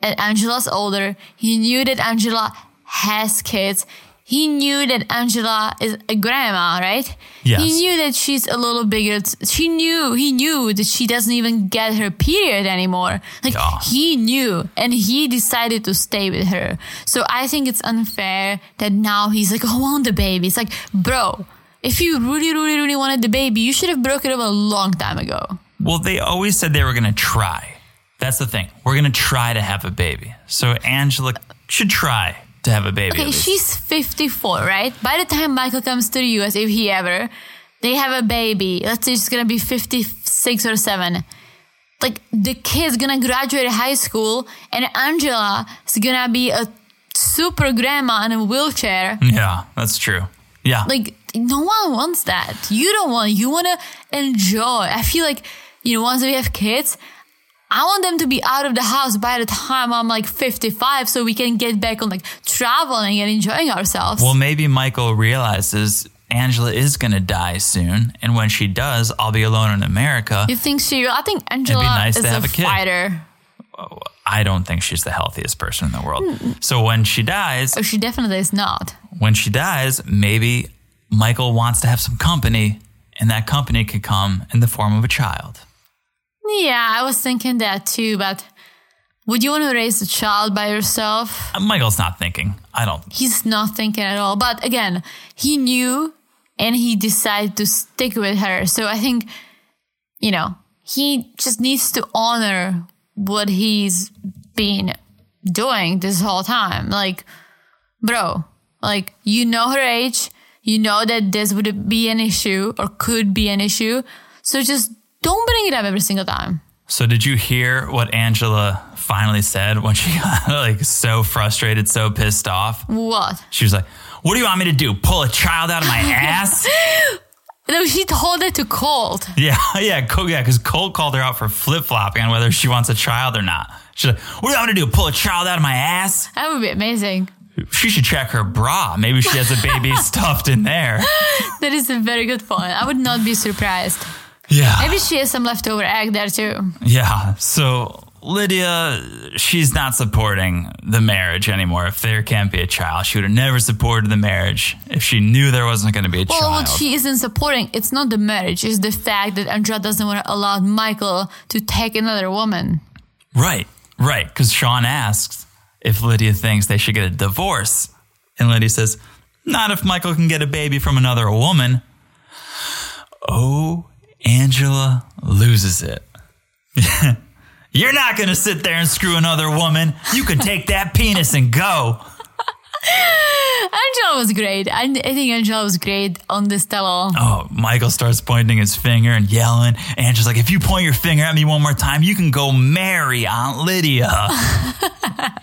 [SPEAKER 2] that Angela's older. He knew that Angela has kids. He knew that Angela is a grandma, right?
[SPEAKER 1] Yes.
[SPEAKER 2] He knew that she's a little bigger. She knew, he knew that she doesn't even get her period anymore. Like,
[SPEAKER 1] Yeah.
[SPEAKER 2] he knew and he decided to stay with her. So I think it's unfair that now he's like, "Oh, I want the baby. It's like, bro, if you really, really, really wanted the baby, you should have broken up a long time ago.
[SPEAKER 1] Well, they always said they were going to try. That's the thing. We're going to try to have a baby. So Angela should try to have a baby. at
[SPEAKER 2] Okay,
[SPEAKER 1] least.
[SPEAKER 2] she's 54, right? By the time Michael comes to the US, if he ever, they have a baby. Let's say she's gonna be 56 or 7. Like, the kid's gonna graduate high school, and Angela is gonna be a super grandma in a wheelchair.
[SPEAKER 1] yeah, that's true. Yeah.
[SPEAKER 2] Like, no one wants that. You don't want, you wanna enjoy. I feel like, you know, once we have kids, I want them to be out of the house by the time I'm like 55 so we can get back on like traveling and enjoying ourselves.
[SPEAKER 1] well, maybe Michael realizes Angela is going to die soon. And when she does, I'll be alone in America.
[SPEAKER 2] You think she? I think Angela
[SPEAKER 1] nice
[SPEAKER 2] is
[SPEAKER 1] to
[SPEAKER 2] a,
[SPEAKER 1] have a kid.
[SPEAKER 2] fighter.
[SPEAKER 1] I don't think she's the healthiest person in the world. So when she dies,
[SPEAKER 2] Oh, she definitely is not.
[SPEAKER 1] when she dies, maybe Michael wants to have some company, and that company could come in the form of a child.
[SPEAKER 2] Yeah, I was thinking that too. But would you want to raise a child by yourself?
[SPEAKER 1] Uh, Michael's not thinking. I don't.
[SPEAKER 2] He's not thinking at all. But again, he knew and he decided to stick with her. So I think, you know, he just needs to honor what he's been doing this whole time. Like, bro, like you know her age, you know that this would be an issue or could be an issue. So just don't bring it up every single time.
[SPEAKER 1] So did you hear what Angela finally said when she got like so frustrated, so pissed off?
[SPEAKER 2] What?
[SPEAKER 1] She was like, "What do you want me to do? Pull a child out of my ass?"
[SPEAKER 2] No, she told it to Colt.
[SPEAKER 1] yeah, yeah, Cole, yeah. Because Cole called her out for flip flopping on whether she wants a child or not. She's like, "What do you want me to do? Pull a child out of my ass?"
[SPEAKER 2] That would be amazing.
[SPEAKER 1] She should check her bra. Maybe she has a baby stuffed in there.
[SPEAKER 2] That is a very good point. I would not be surprised.
[SPEAKER 1] Yeah.
[SPEAKER 2] Maybe she has some leftover egg there too.
[SPEAKER 1] Yeah. So Lydia, she's not supporting the marriage anymore. If there can't be a child, she would have never supported the marriage if she knew there wasn't going to be a
[SPEAKER 2] Well,
[SPEAKER 1] child.
[SPEAKER 2] what she isn't supporting, it's not the marriage, it's the fact that Andrea doesn't want to allow Michael to take another woman.
[SPEAKER 1] right. Right. Because Sean asks if Lydia thinks they should get a divorce. And Lydia says, not if Michael can get a baby from another woman. Oh, Angela loses it. You're not going to sit there and screw another woman. You can take that penis and go.
[SPEAKER 2] Angela was great. I, I think Angela was great on this tell
[SPEAKER 1] Oh, Michael starts pointing his finger and yelling. And she's like, if you point your finger at me one more time, you can go marry Aunt Lydia.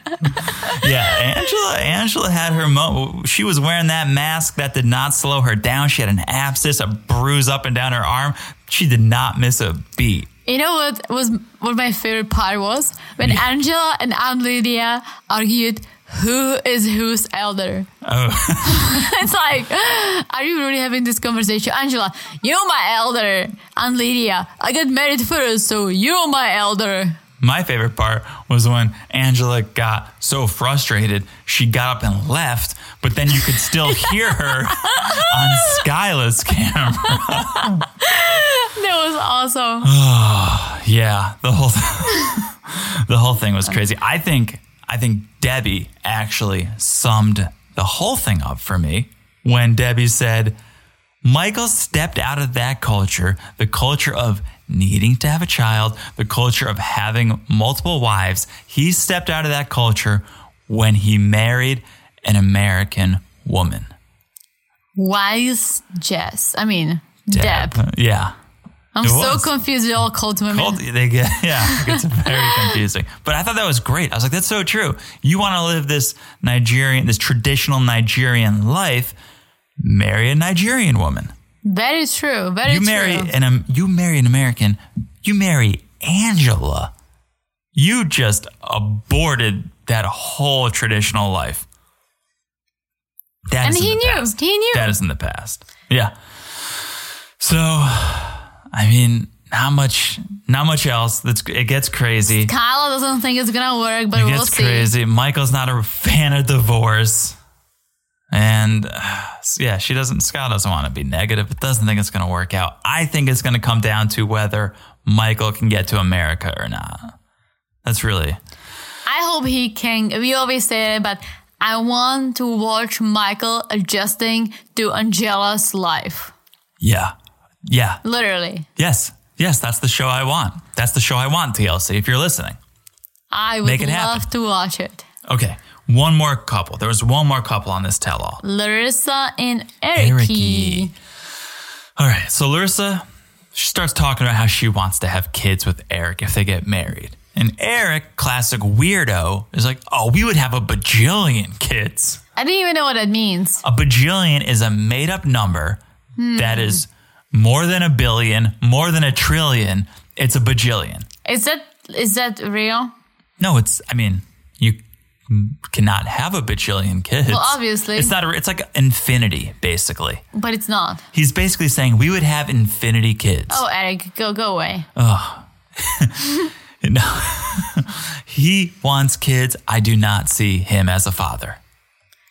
[SPEAKER 1] yeah, Angela Angela had her mo she was wearing that mask that did not slow her down. She had an abscess, a bruise up and down her arm. She did not miss a beat.
[SPEAKER 2] You know what was what my favorite part was? When Angela and Aunt Lydia argued who is who's elder.
[SPEAKER 1] Oh,
[SPEAKER 2] It's like, are you really having this conversation? Angela, you're my elder. Aunt Lydia, I got married first, so you're my elder.
[SPEAKER 1] my favorite part was when Angela got so frustrated, she got up and left, but then you could still hear her on Skyla's camera.
[SPEAKER 2] That was awesome.
[SPEAKER 1] Yeah, the whole the whole thing was crazy. I think I think Debbie actually summed the whole thing up for me when Debbie said Michael stepped out of that culture, the culture of needing to have a child, the culture of having multiple wives. He stepped out of that culture when he married an American woman.
[SPEAKER 2] Wise Jess. I mean, Deb.
[SPEAKER 1] Yeah.
[SPEAKER 2] I'm
[SPEAKER 1] It
[SPEAKER 2] so
[SPEAKER 1] was.
[SPEAKER 2] confused with all cult women.
[SPEAKER 1] Well, they get yeah, it gets very confusing. But I thought that was great. I was like, that's so true. You want to live this Nigerian, this traditional Nigerian life, marry a Nigerian woman.
[SPEAKER 2] Very true. Very
[SPEAKER 1] You
[SPEAKER 2] true.
[SPEAKER 1] marry an um, you marry an American. You marry Angela. You just aborted that whole traditional life. That
[SPEAKER 2] and
[SPEAKER 1] is in
[SPEAKER 2] he
[SPEAKER 1] the
[SPEAKER 2] knew.
[SPEAKER 1] past.
[SPEAKER 2] He knew.
[SPEAKER 1] That is in the past. Yeah. So, I mean, not much, not much else. That's it gets crazy.
[SPEAKER 2] Kyla doesn't think it's gonna work, but
[SPEAKER 1] It
[SPEAKER 2] we'll
[SPEAKER 1] gets
[SPEAKER 2] see.
[SPEAKER 1] crazy. Michael's not a fan of divorce, and uh, yeah, she doesn't. Scott doesn't want to be negative, but doesn't think it's going to work out. I think it's going to come down to whether Michael can get to America or not. That's really
[SPEAKER 2] I hope he can. We always say it, but I want to watch Michael adjusting to Angela's life.
[SPEAKER 1] yeah, yeah,
[SPEAKER 2] Literally,
[SPEAKER 1] yes, yes. That's the show I want. That's the show I want. TLC, if you're listening.
[SPEAKER 2] I would
[SPEAKER 1] Make it
[SPEAKER 2] love
[SPEAKER 1] happen.
[SPEAKER 2] to watch it.
[SPEAKER 1] Okay, one more couple. There was one more couple on this tell-all.
[SPEAKER 2] Larissa and
[SPEAKER 1] Ericky.
[SPEAKER 2] Ericky.
[SPEAKER 1] All right. So Larissa, she starts talking about how she wants to have kids with Eric if they get married. And Eric, classic weirdo, is like, oh, we would have a bajillion kids.
[SPEAKER 2] I didn't even know what that means.
[SPEAKER 1] A bajillion is a made up number that is more than a billion, more than a trillion. It's a bajillion.
[SPEAKER 2] Is that is that real?
[SPEAKER 1] No, it's, I mean, you cannot have a bajillion kids.
[SPEAKER 2] Well, obviously.
[SPEAKER 1] It's not, a, it's like infinity, basically.
[SPEAKER 2] But it's not.
[SPEAKER 1] He's basically saying we would have infinity kids.
[SPEAKER 2] Oh, Eric, go go away.
[SPEAKER 1] No. he wants kids. I do not see him as a father.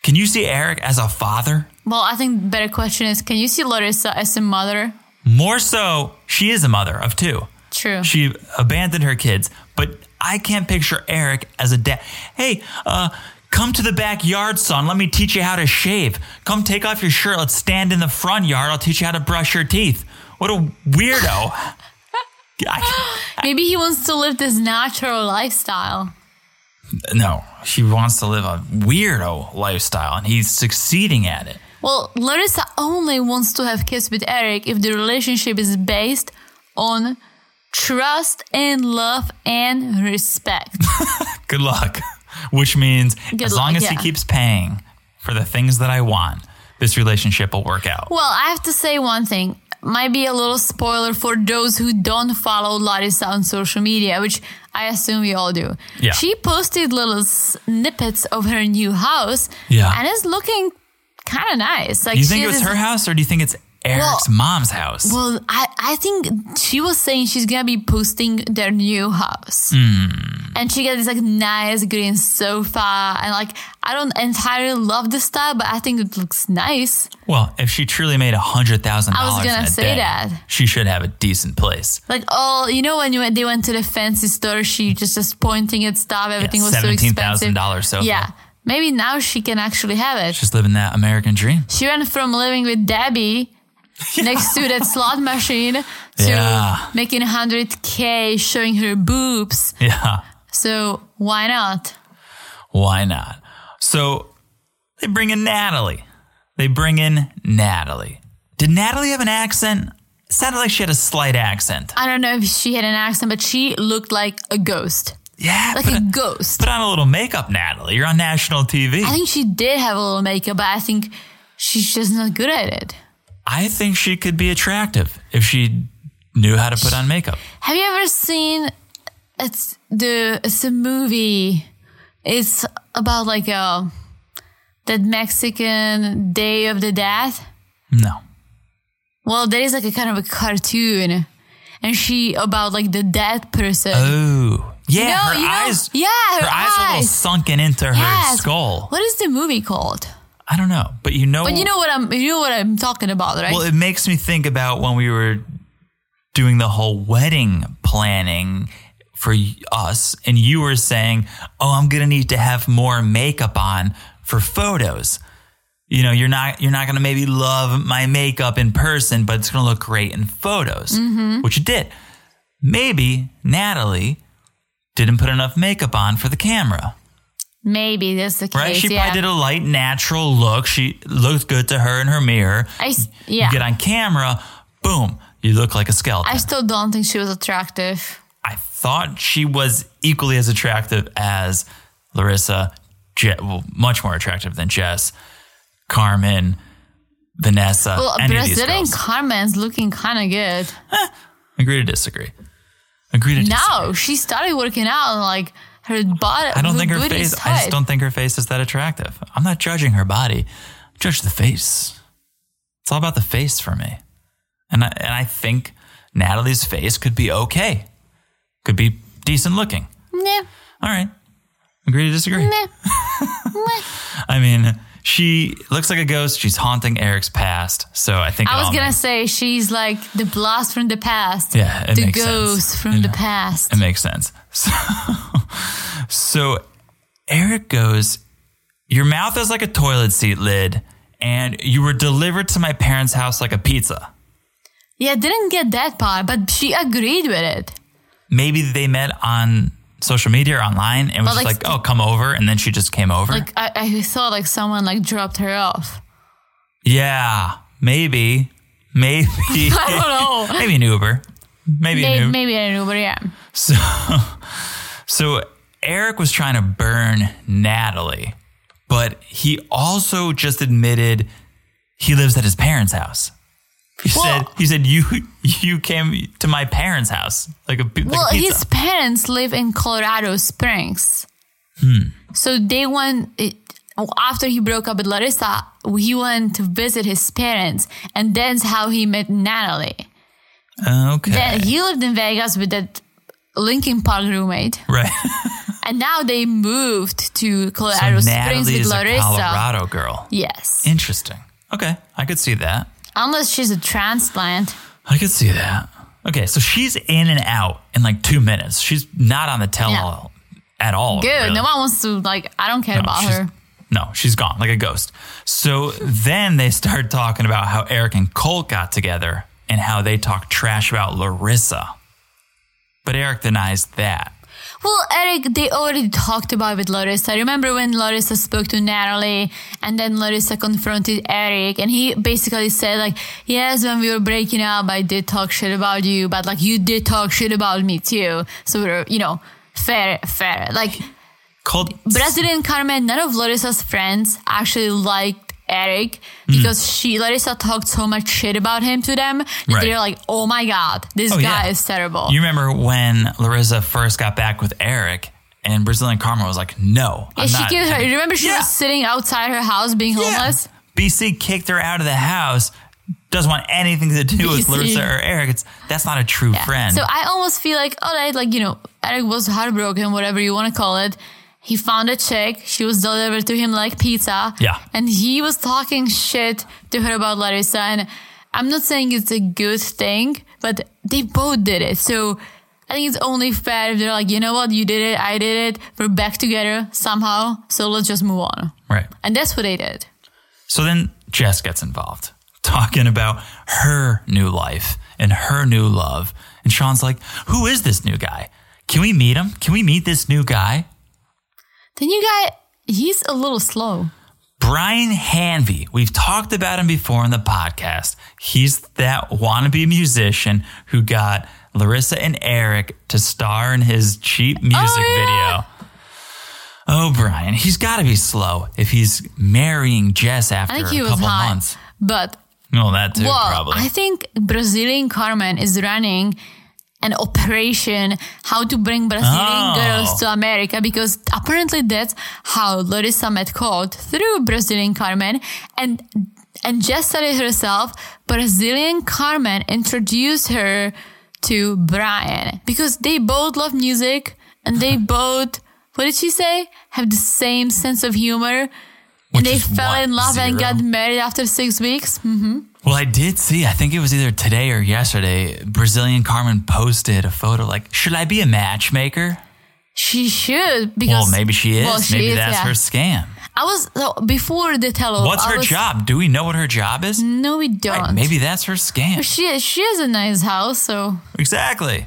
[SPEAKER 1] Can you see Eric as a father?
[SPEAKER 2] Well, I think the better question is, can you see Larissa as a mother?
[SPEAKER 1] More so, she is a mother of two.
[SPEAKER 2] True.
[SPEAKER 1] She abandoned her kids, but I can't picture Eric as a dad. Hey, uh, come to the backyard, son. Let me teach you how to shave. Come take off your shirt. Let's stand in the front yard. I'll teach you how to brush your teeth. What a weirdo. I,
[SPEAKER 2] Maybe he wants to live this natural lifestyle.
[SPEAKER 1] no, she wants to live a weirdo lifestyle, and he's succeeding at it.
[SPEAKER 2] Well, Larissa only wants to have kids with Eric if the relationship is based on trust and love and respect.
[SPEAKER 1] good luck. Which means as
[SPEAKER 2] luck,
[SPEAKER 1] long as he
[SPEAKER 2] yeah.
[SPEAKER 1] keeps paying for the things that I want, this relationship will work out.
[SPEAKER 2] well, I have to say one thing. Might be a little spoiler for those who don't follow Larissa on social media, which I assume we all do.
[SPEAKER 1] Yeah.
[SPEAKER 2] She posted little snippets of her new house.
[SPEAKER 1] Yeah.
[SPEAKER 2] And it's looking kind of nice. Like
[SPEAKER 1] Do you think
[SPEAKER 2] she
[SPEAKER 1] it was
[SPEAKER 2] has-
[SPEAKER 1] her house or do you think it's Eric's mom's house?
[SPEAKER 2] Well, I, I think she was saying she's gonna be posting their new house.
[SPEAKER 1] Hmm.
[SPEAKER 2] And she got this like nice green sofa and like I don't entirely love the style, but I think it looks nice.
[SPEAKER 1] Well, if she truly made a hundred thousand dollars,
[SPEAKER 2] I was gonna
[SPEAKER 1] in a
[SPEAKER 2] say
[SPEAKER 1] day,
[SPEAKER 2] that.
[SPEAKER 1] she should have a decent place.
[SPEAKER 2] Like all you know when you went, they went to the fancy store, she just just pointing at stuff, everything was so
[SPEAKER 1] Seventeen thousand
[SPEAKER 2] expensive.
[SPEAKER 1] dollars sofa.
[SPEAKER 2] Yeah. Maybe now she can actually have it.
[SPEAKER 1] just living that American dream.
[SPEAKER 2] She went from living with Debbie next to that slot machine to
[SPEAKER 1] Yeah.
[SPEAKER 2] making 100K, showing her boobs.
[SPEAKER 1] Yeah,
[SPEAKER 2] So why not?
[SPEAKER 1] why not? So they bring in Natalie. They bring in Natalie. Did Natalie have an accent? sounded like she had a slight accent.
[SPEAKER 2] I don't know if she had an accent, but she looked like a ghost.
[SPEAKER 1] Yeah,
[SPEAKER 2] Like
[SPEAKER 1] but-
[SPEAKER 2] a ghost.
[SPEAKER 1] Put on a little makeup, Natalie. You're on national TV.
[SPEAKER 2] I think she did have a little makeup, but I think she's just not good at it.
[SPEAKER 1] I think she could be attractive if she knew how to put on makeup.
[SPEAKER 2] Have you ever seen it's the it's a movie. It's about like a that Mexican Day of the Death.
[SPEAKER 1] No.
[SPEAKER 2] Well, there is like a kind of a cartoon, and she about like the dead person.
[SPEAKER 1] Oh, yeah.
[SPEAKER 2] No,
[SPEAKER 1] her
[SPEAKER 2] you know-
[SPEAKER 1] eyes.
[SPEAKER 2] yeah,
[SPEAKER 1] her, eyes
[SPEAKER 2] her
[SPEAKER 1] are a little
[SPEAKER 2] eyes.
[SPEAKER 1] sunken into her
[SPEAKER 2] Yes.
[SPEAKER 1] skull.
[SPEAKER 2] What is the movie called?
[SPEAKER 1] I don't know, but you know,
[SPEAKER 2] But you know what I'm you know what I'm talking about, right?
[SPEAKER 1] Well, it makes me think about when we were doing the whole wedding planning for y- us, and you were saying, "Oh, I'm gonna need to have more makeup on for photos." You know, you're not you're not gonna maybe love my makeup in person, but it's gonna look great in photos, which it did. Maybe Natalie didn't put enough makeup on for the camera
[SPEAKER 2] Maybe that's the case.
[SPEAKER 1] right? She
[SPEAKER 2] yeah.
[SPEAKER 1] probably did a light, natural look. She looked good to her in her mirror.
[SPEAKER 2] I s- yeah.
[SPEAKER 1] You get on camera, boom, you look like a skeleton.
[SPEAKER 2] I
[SPEAKER 1] I,
[SPEAKER 2] still don't think she was attractive.
[SPEAKER 1] thought she was equally as attractive as Larissa, Je- well, much more attractive than Jess, Carmen, Vanessa.
[SPEAKER 2] Well,
[SPEAKER 1] any of these
[SPEAKER 2] Brazilian
[SPEAKER 1] girls.
[SPEAKER 2] Carmen's looking kind of good.
[SPEAKER 1] Agree to disagree. Agree to disagree.
[SPEAKER 2] No, she started working out and like her body.
[SPEAKER 1] I don't think her
[SPEAKER 2] booty is
[SPEAKER 1] face. I just
[SPEAKER 2] tight.
[SPEAKER 1] don't think her face is that attractive. I'm not judging her body. Judge the face. It's all about the face for me. And I, and I think Natalie's face could be okay, could be decent looking.
[SPEAKER 2] Nah,
[SPEAKER 1] All right. Agree to disagree.
[SPEAKER 2] nah, nah.
[SPEAKER 1] I mean, she looks like a ghost. She's haunting Eric's past. So I think it
[SPEAKER 2] I was
[SPEAKER 1] all
[SPEAKER 2] gonna
[SPEAKER 1] makes-
[SPEAKER 2] say she's like the blast from the past.
[SPEAKER 1] Yeah, it
[SPEAKER 2] the
[SPEAKER 1] makes
[SPEAKER 2] ghost
[SPEAKER 1] sense.
[SPEAKER 2] from
[SPEAKER 1] Yeah.
[SPEAKER 2] the past.
[SPEAKER 1] It makes sense. So, so Eric goes, Your mouth is like a toilet seat lid, and you were delivered to my parents' house like a pizza.
[SPEAKER 2] Yeah, didn't get that part, but she agreed with it.
[SPEAKER 1] Maybe they met on social media or online and was
[SPEAKER 2] But,
[SPEAKER 1] just like,
[SPEAKER 2] like,
[SPEAKER 1] Oh, come over. And then she just came over.
[SPEAKER 2] Like I, I thought, like someone like dropped her off.
[SPEAKER 1] yeah, maybe. Maybe.
[SPEAKER 2] I don't know.
[SPEAKER 1] maybe an Uber. Maybe, an
[SPEAKER 2] maybe,
[SPEAKER 1] Uber.
[SPEAKER 2] maybe an Uber, yeah.
[SPEAKER 1] So, so Eric was trying to burn Natalie, but he also just admitted he lives at his parents' house. He
[SPEAKER 2] Well-
[SPEAKER 1] said, "He said you you came to my parents' house like a, pi- like
[SPEAKER 2] Well,
[SPEAKER 1] a pizza."
[SPEAKER 2] his parents live in Colorado Springs.
[SPEAKER 1] Hmm.
[SPEAKER 2] So they went it, after he broke up with Larissa, he went to visit his parents, and that's how he met Natalie.
[SPEAKER 1] Oh, okay,
[SPEAKER 2] Then he lived in Vegas with that Linkin Park roommate,
[SPEAKER 1] right.
[SPEAKER 2] and now they moved to Colorado
[SPEAKER 1] So
[SPEAKER 2] Springs
[SPEAKER 1] Natalie
[SPEAKER 2] with
[SPEAKER 1] is a
[SPEAKER 2] Larissa.
[SPEAKER 1] Colorado girl.
[SPEAKER 2] Yes,
[SPEAKER 1] Interesting. Okay, I could see that.
[SPEAKER 2] unless she's a transplant.
[SPEAKER 1] I could see that. Okay, so she's in and out in like two minutes. She's not on the tell all at all.
[SPEAKER 2] Good.
[SPEAKER 1] really.
[SPEAKER 2] No one wants to like. I don't care
[SPEAKER 1] No,
[SPEAKER 2] about
[SPEAKER 1] she's-
[SPEAKER 2] her.
[SPEAKER 1] No, she's gone like a ghost. So then they start talking about how Eric and Colt got together and how they talk trash about Larissa. But Eric denies that.
[SPEAKER 2] Well, Eric, they already talked about it with Larissa. Remember when Larissa spoke to Natalie and then Larissa confronted Eric and he basically said like, yes, when we were breaking up, I did talk shit about you, but like you did talk shit about me too. So we're, you know, fair, fair. Like
[SPEAKER 1] Colt
[SPEAKER 2] President Carmen, none of Larissa's friends actually liked Eric
[SPEAKER 1] Hmm.
[SPEAKER 2] because she, Larissa talked so much shit about him to them. that
[SPEAKER 1] Right.
[SPEAKER 2] They're like, oh my God, this
[SPEAKER 1] Oh,
[SPEAKER 2] guy
[SPEAKER 1] yeah.
[SPEAKER 2] is terrible.
[SPEAKER 1] You remember when Larissa first got back with Eric and Brazilian Karma was like, "No, I'm
[SPEAKER 2] And she
[SPEAKER 1] not
[SPEAKER 2] killed her.
[SPEAKER 1] having-
[SPEAKER 2] You remember she
[SPEAKER 1] Yeah.
[SPEAKER 2] was sitting outside her house being
[SPEAKER 1] Yeah.
[SPEAKER 2] homeless?
[SPEAKER 1] BC kicked her out of the house. Doesn't want anything to do with
[SPEAKER 2] BC.
[SPEAKER 1] Larissa or Eric. It's that's not a true friend.
[SPEAKER 2] So I almost feel like, all right, like, you know, Eric was heartbroken, whatever you want to call it. He found a chick. She was delivered to him like pizza.
[SPEAKER 1] Yeah.
[SPEAKER 2] And he was talking shit to her about Larissa. And I'm not saying it's a good thing, but they both did it. So I think it's only fair if they're like, you know what, you did it, I did it. We're back together somehow. So let's just move on.
[SPEAKER 1] right.
[SPEAKER 2] And that's what they did.
[SPEAKER 1] So then Jess gets involved, talking about her new life and her new love. And Sean's like, Who is this new guy? Can we meet him? Can we meet this new guy?
[SPEAKER 2] The new guy, he's a little slow.
[SPEAKER 1] Brian Hanvey. We've talked about him before in the podcast. He's that wannabe musician who got Larissa and Eric to star in his cheap music
[SPEAKER 2] Oh, yeah.
[SPEAKER 1] video. Oh, Brian, he's got to be slow if he's marrying Jess after
[SPEAKER 2] I think
[SPEAKER 1] a
[SPEAKER 2] he was
[SPEAKER 1] couple
[SPEAKER 2] high.
[SPEAKER 1] months.
[SPEAKER 2] But
[SPEAKER 1] Well, that too,
[SPEAKER 2] well,
[SPEAKER 1] probably.
[SPEAKER 2] I think Brazilian Carmen is running an operation how to bring Brazilian
[SPEAKER 1] Oh.
[SPEAKER 2] girls to America because apparently that's how Larissa met Colt through Brazilian Carmen and and Jess said it herself. Brazilian Carmen introduced her to Brian because they both love music and they both what did she say have the same sense of humor. and
[SPEAKER 1] Which
[SPEAKER 2] they
[SPEAKER 1] is
[SPEAKER 2] fell
[SPEAKER 1] what,
[SPEAKER 2] in love and
[SPEAKER 1] zero?
[SPEAKER 2] got married after six weeks.
[SPEAKER 1] Well, I did see, I think it was either today or yesterday, Brazilian Carmen posted a photo like, should I be a matchmaker?
[SPEAKER 2] She should because
[SPEAKER 1] Well, maybe she is.
[SPEAKER 2] Well, she
[SPEAKER 1] maybe
[SPEAKER 2] is,
[SPEAKER 1] that's
[SPEAKER 2] yeah.
[SPEAKER 1] her scam.
[SPEAKER 2] I was so before the tell
[SPEAKER 1] What's her job? Do we know what her job is?
[SPEAKER 2] No, we don't.
[SPEAKER 1] Right, maybe that's her scam.
[SPEAKER 2] she she has a nice house, so
[SPEAKER 1] Exactly.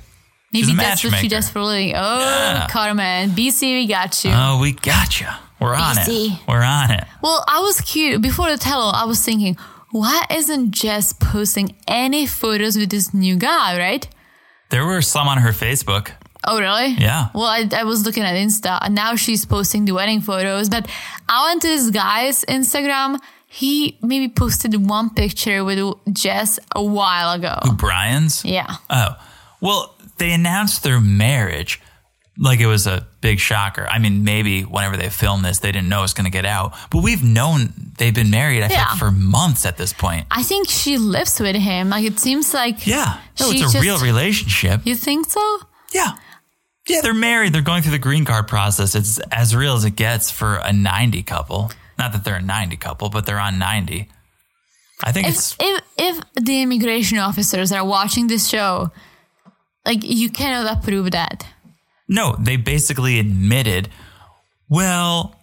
[SPEAKER 2] maybe
[SPEAKER 1] a
[SPEAKER 2] that's what she
[SPEAKER 1] matchmaker.
[SPEAKER 2] does for a living. Oh,
[SPEAKER 1] Yeah.
[SPEAKER 2] Carmen, BC, we got you.
[SPEAKER 1] Oh, we gotcha. We're on
[SPEAKER 2] Easy.
[SPEAKER 1] it. We're on it.
[SPEAKER 2] well, I was cute before the tell I was thinking, why isn't Jess posting any photos with this new guy? Right?
[SPEAKER 1] There were some on her Facebook.
[SPEAKER 2] Oh, really?
[SPEAKER 1] Yeah.
[SPEAKER 2] Well, I, I was looking at Insta, and now she's posting the wedding photos. But I went to this guy's Instagram. He maybe posted one picture with Jess a while ago.
[SPEAKER 1] Brian's?
[SPEAKER 2] Yeah.
[SPEAKER 1] Oh, well, they announced their marriage, like it was a big shocker. I mean, maybe whenever they filmed this, they didn't know it was going to get out. But we've known they've been married, I
[SPEAKER 2] Yeah.
[SPEAKER 1] think, for months at this point.
[SPEAKER 2] I think she lives with him. Like it seems like
[SPEAKER 1] Yeah. No,
[SPEAKER 2] She
[SPEAKER 1] it's a
[SPEAKER 2] just-
[SPEAKER 1] real relationship.
[SPEAKER 2] You think so?
[SPEAKER 1] Yeah. Yeah, they're married. They're going through the green card process. It's as real as it gets for a 90 couple. Not that they're a 90 couple, but they're on 90. I think
[SPEAKER 2] If
[SPEAKER 1] it's
[SPEAKER 2] if if the immigration officers are watching this show, like you cannot approve that.
[SPEAKER 1] No, they basically admitted, well,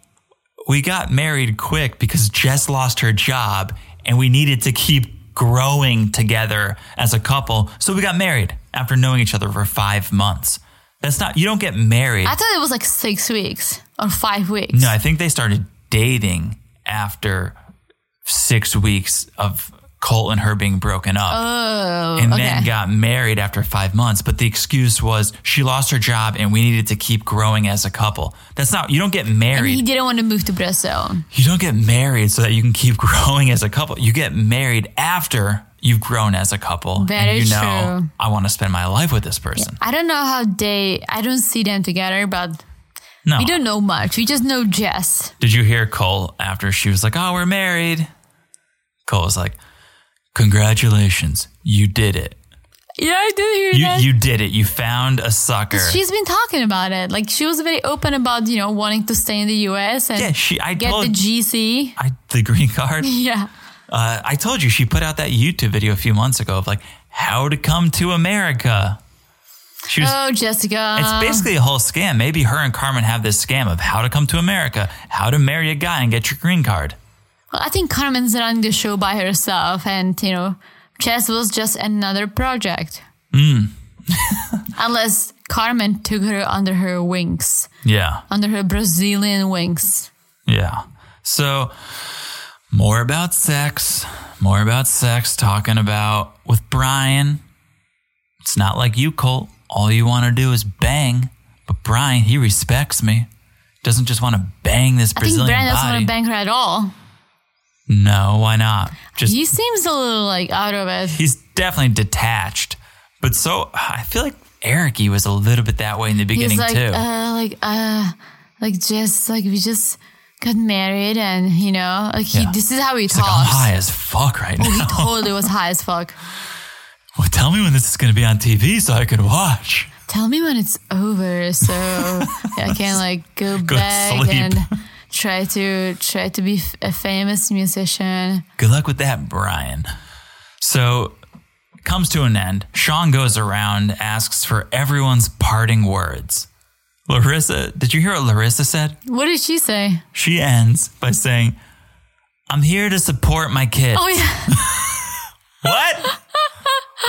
[SPEAKER 1] we got married quick because Jess lost her job and we needed to keep growing together as a couple. So we got married after knowing each other for five months. That's not, you don't get married.
[SPEAKER 2] I thought it was like six weeks or five weeks.
[SPEAKER 1] no, I think they started dating after six weeks of Colt and her being broken up. and then
[SPEAKER 2] Oh, okay.
[SPEAKER 1] got married after five months. But the excuse was she lost her job and we needed to keep growing as a couple. That's not, you don't get
[SPEAKER 2] And
[SPEAKER 1] married.
[SPEAKER 2] he didn't want to move to Brazil.
[SPEAKER 1] you don't get married so that you can keep growing as a couple. You get married after you've grown as a couple.
[SPEAKER 2] Very
[SPEAKER 1] and you know,
[SPEAKER 2] true.
[SPEAKER 1] I want to spend my life with this person.
[SPEAKER 2] I don't know how they. I don't see them together, but
[SPEAKER 1] No.
[SPEAKER 2] we don't know much. We just know Jess.
[SPEAKER 1] Did you hear Cole after she was like, oh, we're married? Cole was like, congratulations, you did it.
[SPEAKER 2] Yeah, I did hear
[SPEAKER 1] You,
[SPEAKER 2] that.
[SPEAKER 1] you did it. You found a sucker.
[SPEAKER 2] She's been talking about it. Like she was very open about you know wanting to stay in the U.S. and
[SPEAKER 1] yeah, she, I
[SPEAKER 2] get
[SPEAKER 1] told
[SPEAKER 2] the GC.
[SPEAKER 1] I, the green card.
[SPEAKER 2] Yeah.
[SPEAKER 1] Uh, I told you she put out that YouTube video a few months ago of like how to come to America. She was.
[SPEAKER 2] Oh, Jessica.
[SPEAKER 1] it's basically a whole scam. Maybe her and Carmen have this scam of how to come to America, how to marry a guy and get your green card.
[SPEAKER 2] Well, I think Carmen's running the show by herself, and you know, Chess was just another project.
[SPEAKER 1] Hmm.
[SPEAKER 2] Unless Carmen took her under her wings,
[SPEAKER 1] Yeah,
[SPEAKER 2] under her Brazilian wings.
[SPEAKER 1] yeah. So more about sex, more about sex. Talking about with Brian. It's not like you, Colt. All you want to do is bang. But Brian, he respects me. Doesn't just want to bang this
[SPEAKER 2] I think
[SPEAKER 1] Brazilian
[SPEAKER 2] Brian doesn't
[SPEAKER 1] body.
[SPEAKER 2] want to bang her at all.
[SPEAKER 1] No, why not? Just
[SPEAKER 2] He seems a little like out of it.
[SPEAKER 1] he's definitely detached. But so I feel like Eric he was a little bit that way in the beginning
[SPEAKER 2] He's like,
[SPEAKER 1] too.
[SPEAKER 2] uh, like, uh, like just like we just got married, and you know, like he,
[SPEAKER 1] Yeah.
[SPEAKER 2] this is how he
[SPEAKER 1] It's like I'm
[SPEAKER 2] talks.
[SPEAKER 1] high as fuck right
[SPEAKER 2] Oh, he
[SPEAKER 1] now.
[SPEAKER 2] totally was high as fuck.
[SPEAKER 1] Well, tell me when this is going to be on TV so I can watch.
[SPEAKER 2] tell me when it's over so I can like go,
[SPEAKER 1] Go
[SPEAKER 2] back
[SPEAKER 1] sleep.
[SPEAKER 2] and try to try to be f- a famous musician.
[SPEAKER 1] Good luck with that, Brian. So comes to an end. Sean goes around asks for everyone's parting words. Larissa, did you hear what Larissa said?
[SPEAKER 2] What did she say?
[SPEAKER 1] She ends by saying, "I'm here to support my kid."
[SPEAKER 2] Oh yeah,
[SPEAKER 1] What?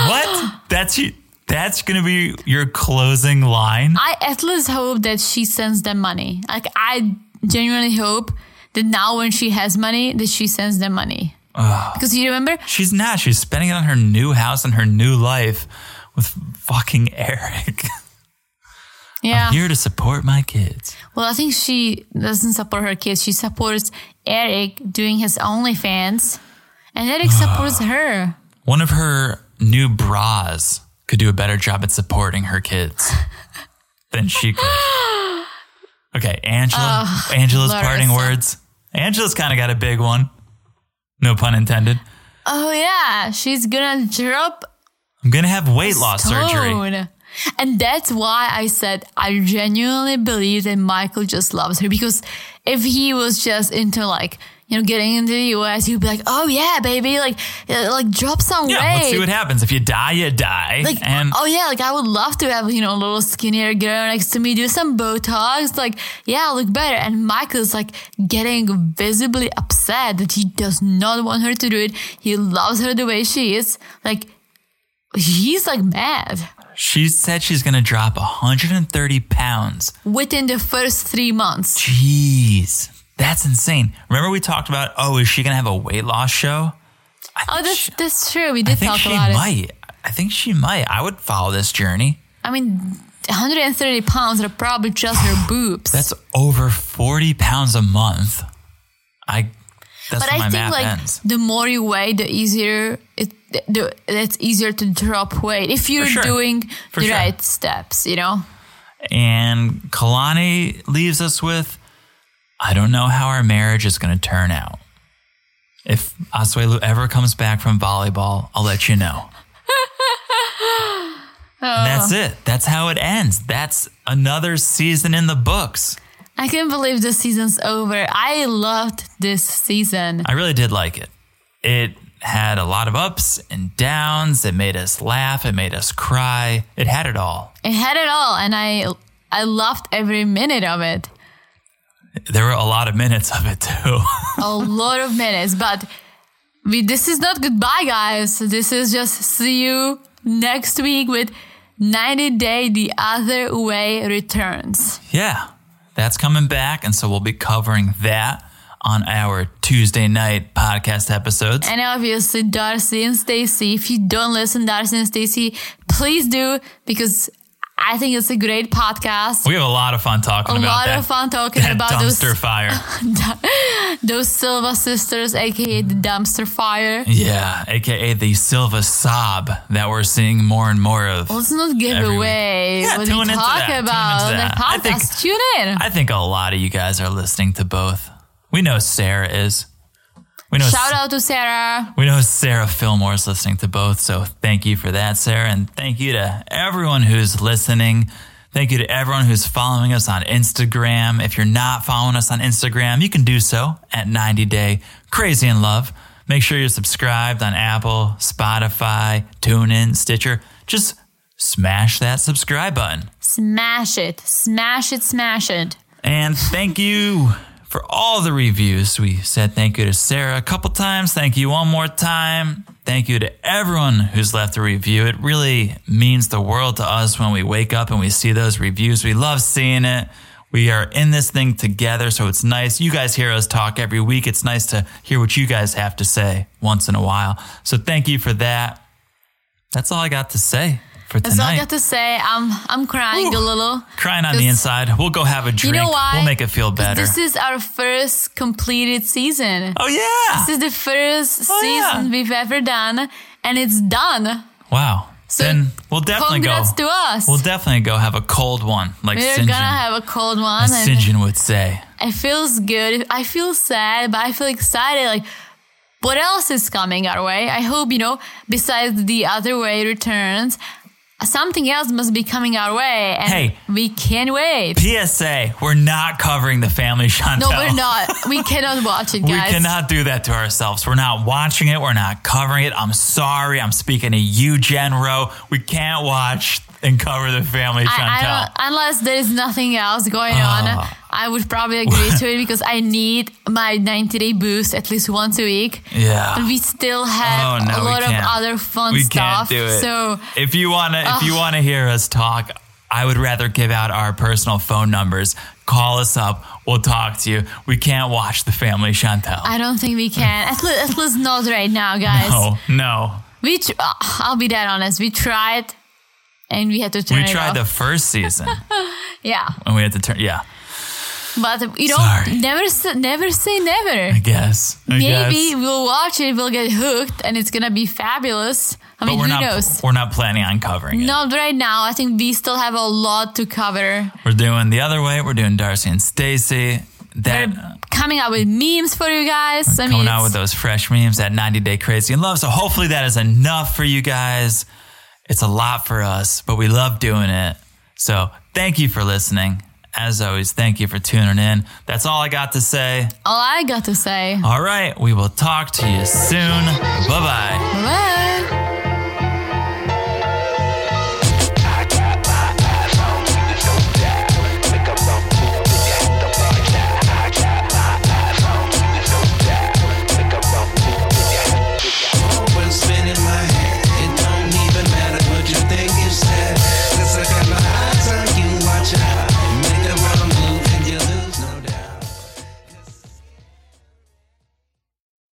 [SPEAKER 1] what? That's you. That's gonna be your closing line.
[SPEAKER 2] I at least hope that she sends them money. Like I genuinely hope that now when she has money that she sends them money. Because you remember
[SPEAKER 1] She's not. She's spending it on her new house and her new life with fucking Eric.
[SPEAKER 2] Yeah.
[SPEAKER 1] Here to support my kids.
[SPEAKER 2] Well, I think she doesn't support her kids. She supports Eric doing his OnlyFans. And Eric supports her.
[SPEAKER 1] One of her new bras could do a better job at supporting her kids than she could. Okay, Angela. Angela's
[SPEAKER 2] Larissa.
[SPEAKER 1] parting words. Angela's kind of got a big one. No pun intended.
[SPEAKER 2] Oh yeah, she's gonna drop
[SPEAKER 1] I'm gonna have weight loss surgery.
[SPEAKER 2] tone. And that's why I said I genuinely believe that Michael just loves her because if he was just into like you know getting into the US, he'd be like, "Oh yeah, baby, like uh, like drop some
[SPEAKER 1] Yeah,
[SPEAKER 2] weight."
[SPEAKER 1] let's see what happens. If you die, you die.
[SPEAKER 2] like
[SPEAKER 1] and
[SPEAKER 2] oh yeah, like I would love to have you know a little skinnier girl next to me, do some Botox, like yeah, I look better. And Michael's like getting visibly upset that he does not want her to do it. He loves her the way she is. Like he's like mad
[SPEAKER 1] she said she's going to drop 130 pounds.
[SPEAKER 2] within the first three months.
[SPEAKER 1] Jeez, that's insane. Remember we talked about, oh, is she going to have a weight loss show? I
[SPEAKER 2] Oh,
[SPEAKER 1] think
[SPEAKER 2] that's
[SPEAKER 1] she,
[SPEAKER 2] that's true. We did
[SPEAKER 1] I think
[SPEAKER 2] talk
[SPEAKER 1] she
[SPEAKER 2] about it.
[SPEAKER 1] might. I think she might. I would follow this journey.
[SPEAKER 2] I mean, 130 pounds are probably just her boobs.
[SPEAKER 1] That's over 40 pounds a month. I. That's
[SPEAKER 2] but
[SPEAKER 1] where my
[SPEAKER 2] I think
[SPEAKER 1] math
[SPEAKER 2] like
[SPEAKER 1] ends.
[SPEAKER 2] the more you weigh, the easier it. The, it's easier to drop weight if you're
[SPEAKER 1] sure.
[SPEAKER 2] doing
[SPEAKER 1] For
[SPEAKER 2] the
[SPEAKER 1] sure.
[SPEAKER 2] right steps. You know,
[SPEAKER 1] And Kalani leaves us with, I don't know how our marriage is going to turn out. If Asuelu ever comes back from volleyball, I'll let you know. And that's it. That's how it ends. That's another season in the books.
[SPEAKER 2] I can't believe this season's over. I loved this season.
[SPEAKER 1] I really did like it. It had a lot of ups and downs. It made us laugh. It made us cry. It had it all.
[SPEAKER 2] It had it all, and I I loved every minute of it.
[SPEAKER 1] There were a lot of minutes of it too.
[SPEAKER 2] A lot of minutes, but we this is not goodbye, guys. This is just see you next week with 90 Day the Other Way returns.
[SPEAKER 1] yeah, that's coming back. And so we'll be covering that on our Tuesday night podcast episodes.
[SPEAKER 2] And obviously, Darcy and Stacy. If you don't listen, Darcy and Stacy, please do because I think it's a great podcast.
[SPEAKER 1] we have a lot of fun talking
[SPEAKER 2] a
[SPEAKER 1] about
[SPEAKER 2] lot
[SPEAKER 1] that,
[SPEAKER 2] of fun talking
[SPEAKER 1] that
[SPEAKER 2] about those
[SPEAKER 1] dumpster fire.
[SPEAKER 2] those Silva sisters, aka the dumpster fire.
[SPEAKER 1] Yeah, aka the Silva sob that we're seeing more and more of.
[SPEAKER 2] Let's not give
[SPEAKER 1] Every week.
[SPEAKER 2] away
[SPEAKER 1] Yeah,
[SPEAKER 2] what
[SPEAKER 1] tune
[SPEAKER 2] we
[SPEAKER 1] into
[SPEAKER 2] talk
[SPEAKER 1] that. Tune
[SPEAKER 2] about
[SPEAKER 1] into
[SPEAKER 2] on the
[SPEAKER 1] that. I
[SPEAKER 2] podcast.
[SPEAKER 1] think-
[SPEAKER 2] tune in.
[SPEAKER 1] I think a lot of you guys are listening to both. We know Sarah is. We know
[SPEAKER 2] Shout out to Sarah.
[SPEAKER 1] We know Sarah Fillmore is listening to both, so thank you for that, Sarah. And thank you to everyone who's listening. Thank you to everyone who's following us on Instagram. If you're not following us on Instagram, you can do so at 90 Day Crazy in Love. Make sure you're subscribed on Apple, Spotify, TuneIn, Stitcher. Just smash that subscribe button.
[SPEAKER 2] Smash it. Smash it. Smash it.
[SPEAKER 1] And thank you for all the reviews. We said thank you to Sarah a couple times. Thank you one more time. Thank you to everyone who's left a review. It really means the world to us when we wake up and we see those reviews. We love seeing it. We are in this thing together, so it's nice. You guys hear us talk every week. It's nice to hear what you guys have to say once in a while. So thank you for that. That's all I got to say for tonight.
[SPEAKER 2] That's all I got to say. I'm I'm crying a little.
[SPEAKER 1] Crying on the
[SPEAKER 2] This-
[SPEAKER 1] inside. We'll go have a drink.
[SPEAKER 2] You know why?
[SPEAKER 1] We'll make it feel
[SPEAKER 2] 'Cause
[SPEAKER 1] better.
[SPEAKER 2] This is our first completed season.
[SPEAKER 1] Oh yeah!
[SPEAKER 2] This is the first
[SPEAKER 1] Oh, yeah.
[SPEAKER 2] season we've ever done, and it's done.
[SPEAKER 1] wow.
[SPEAKER 2] So,
[SPEAKER 1] then we'll definitely go.
[SPEAKER 2] Congrats to us.
[SPEAKER 1] We'll definitely go have a cold one, like
[SPEAKER 2] We're
[SPEAKER 1] Sinjin,
[SPEAKER 2] gonna have a cold one.
[SPEAKER 1] as
[SPEAKER 2] and
[SPEAKER 1] Sinjin would say.
[SPEAKER 2] it feels good. I feel sad, but I feel excited. Like, what else is coming our way? I hope, you know, besides the other way returns, something else must be coming our way. And
[SPEAKER 1] Hey.
[SPEAKER 2] we can't wait.
[SPEAKER 1] PSA: We're not covering the Family Chantel.
[SPEAKER 2] No, we're not. We cannot watch it,
[SPEAKER 1] We
[SPEAKER 2] guys.
[SPEAKER 1] cannot do that to ourselves. We're not watching it. We're not covering it. I'm sorry. I'm speaking to you, Jen Rowe. We can't watch and cover the Family Chantel.
[SPEAKER 2] I, I don't, unless there is nothing else going
[SPEAKER 1] Ah.
[SPEAKER 2] on, I would probably agree to it because I need my 90 day boost at least once a week.
[SPEAKER 1] yeah.
[SPEAKER 2] But we still have
[SPEAKER 1] Oh, no,
[SPEAKER 2] a
[SPEAKER 1] we
[SPEAKER 2] lot of
[SPEAKER 1] can't.
[SPEAKER 2] other fun
[SPEAKER 1] we can't
[SPEAKER 2] stuff.
[SPEAKER 1] do it.
[SPEAKER 2] So
[SPEAKER 1] if you wanna, if you wanna hear us talk, I would rather give out our personal phone numbers. Call us up. We'll talk to you. We can't watch the Family Chantel.
[SPEAKER 2] I don't think we can. At least, at least not right now, guys.
[SPEAKER 1] no, no.
[SPEAKER 2] We, tr- uh, I'll be that honest. We tried, and we had to turn
[SPEAKER 1] We
[SPEAKER 2] it
[SPEAKER 1] tried
[SPEAKER 2] off.
[SPEAKER 1] the first season,
[SPEAKER 2] yeah,
[SPEAKER 1] and we had to turn. Yeah,
[SPEAKER 2] but you know,
[SPEAKER 1] Sorry.
[SPEAKER 2] never, say, never say
[SPEAKER 1] I
[SPEAKER 2] never.
[SPEAKER 1] guess. I
[SPEAKER 2] Maybe
[SPEAKER 1] guess.
[SPEAKER 2] we'll watch it. We'll get hooked, and it's gonna be fabulous.
[SPEAKER 1] But
[SPEAKER 2] I mean,
[SPEAKER 1] we're
[SPEAKER 2] who
[SPEAKER 1] not.
[SPEAKER 2] knows?
[SPEAKER 1] We're not planning on covering it.
[SPEAKER 2] Not right now. I think we still have a lot to cover.
[SPEAKER 1] We're doing the other way. We're doing Darcy and Stacy. That
[SPEAKER 2] We're coming out with memes for you guys. I mean,
[SPEAKER 1] uh, coming out with
[SPEAKER 2] it's-
[SPEAKER 1] those fresh memes at 90 Day Crazy in Love. So hopefully that is enough for you guys. It's a lot for us, but we love doing it. So thank you for listening. As always, thank you for tuning in. That's all I got to say.
[SPEAKER 2] all I got to say.
[SPEAKER 1] Oh. All right, we will talk to you soon. Bye bye.
[SPEAKER 2] Bye.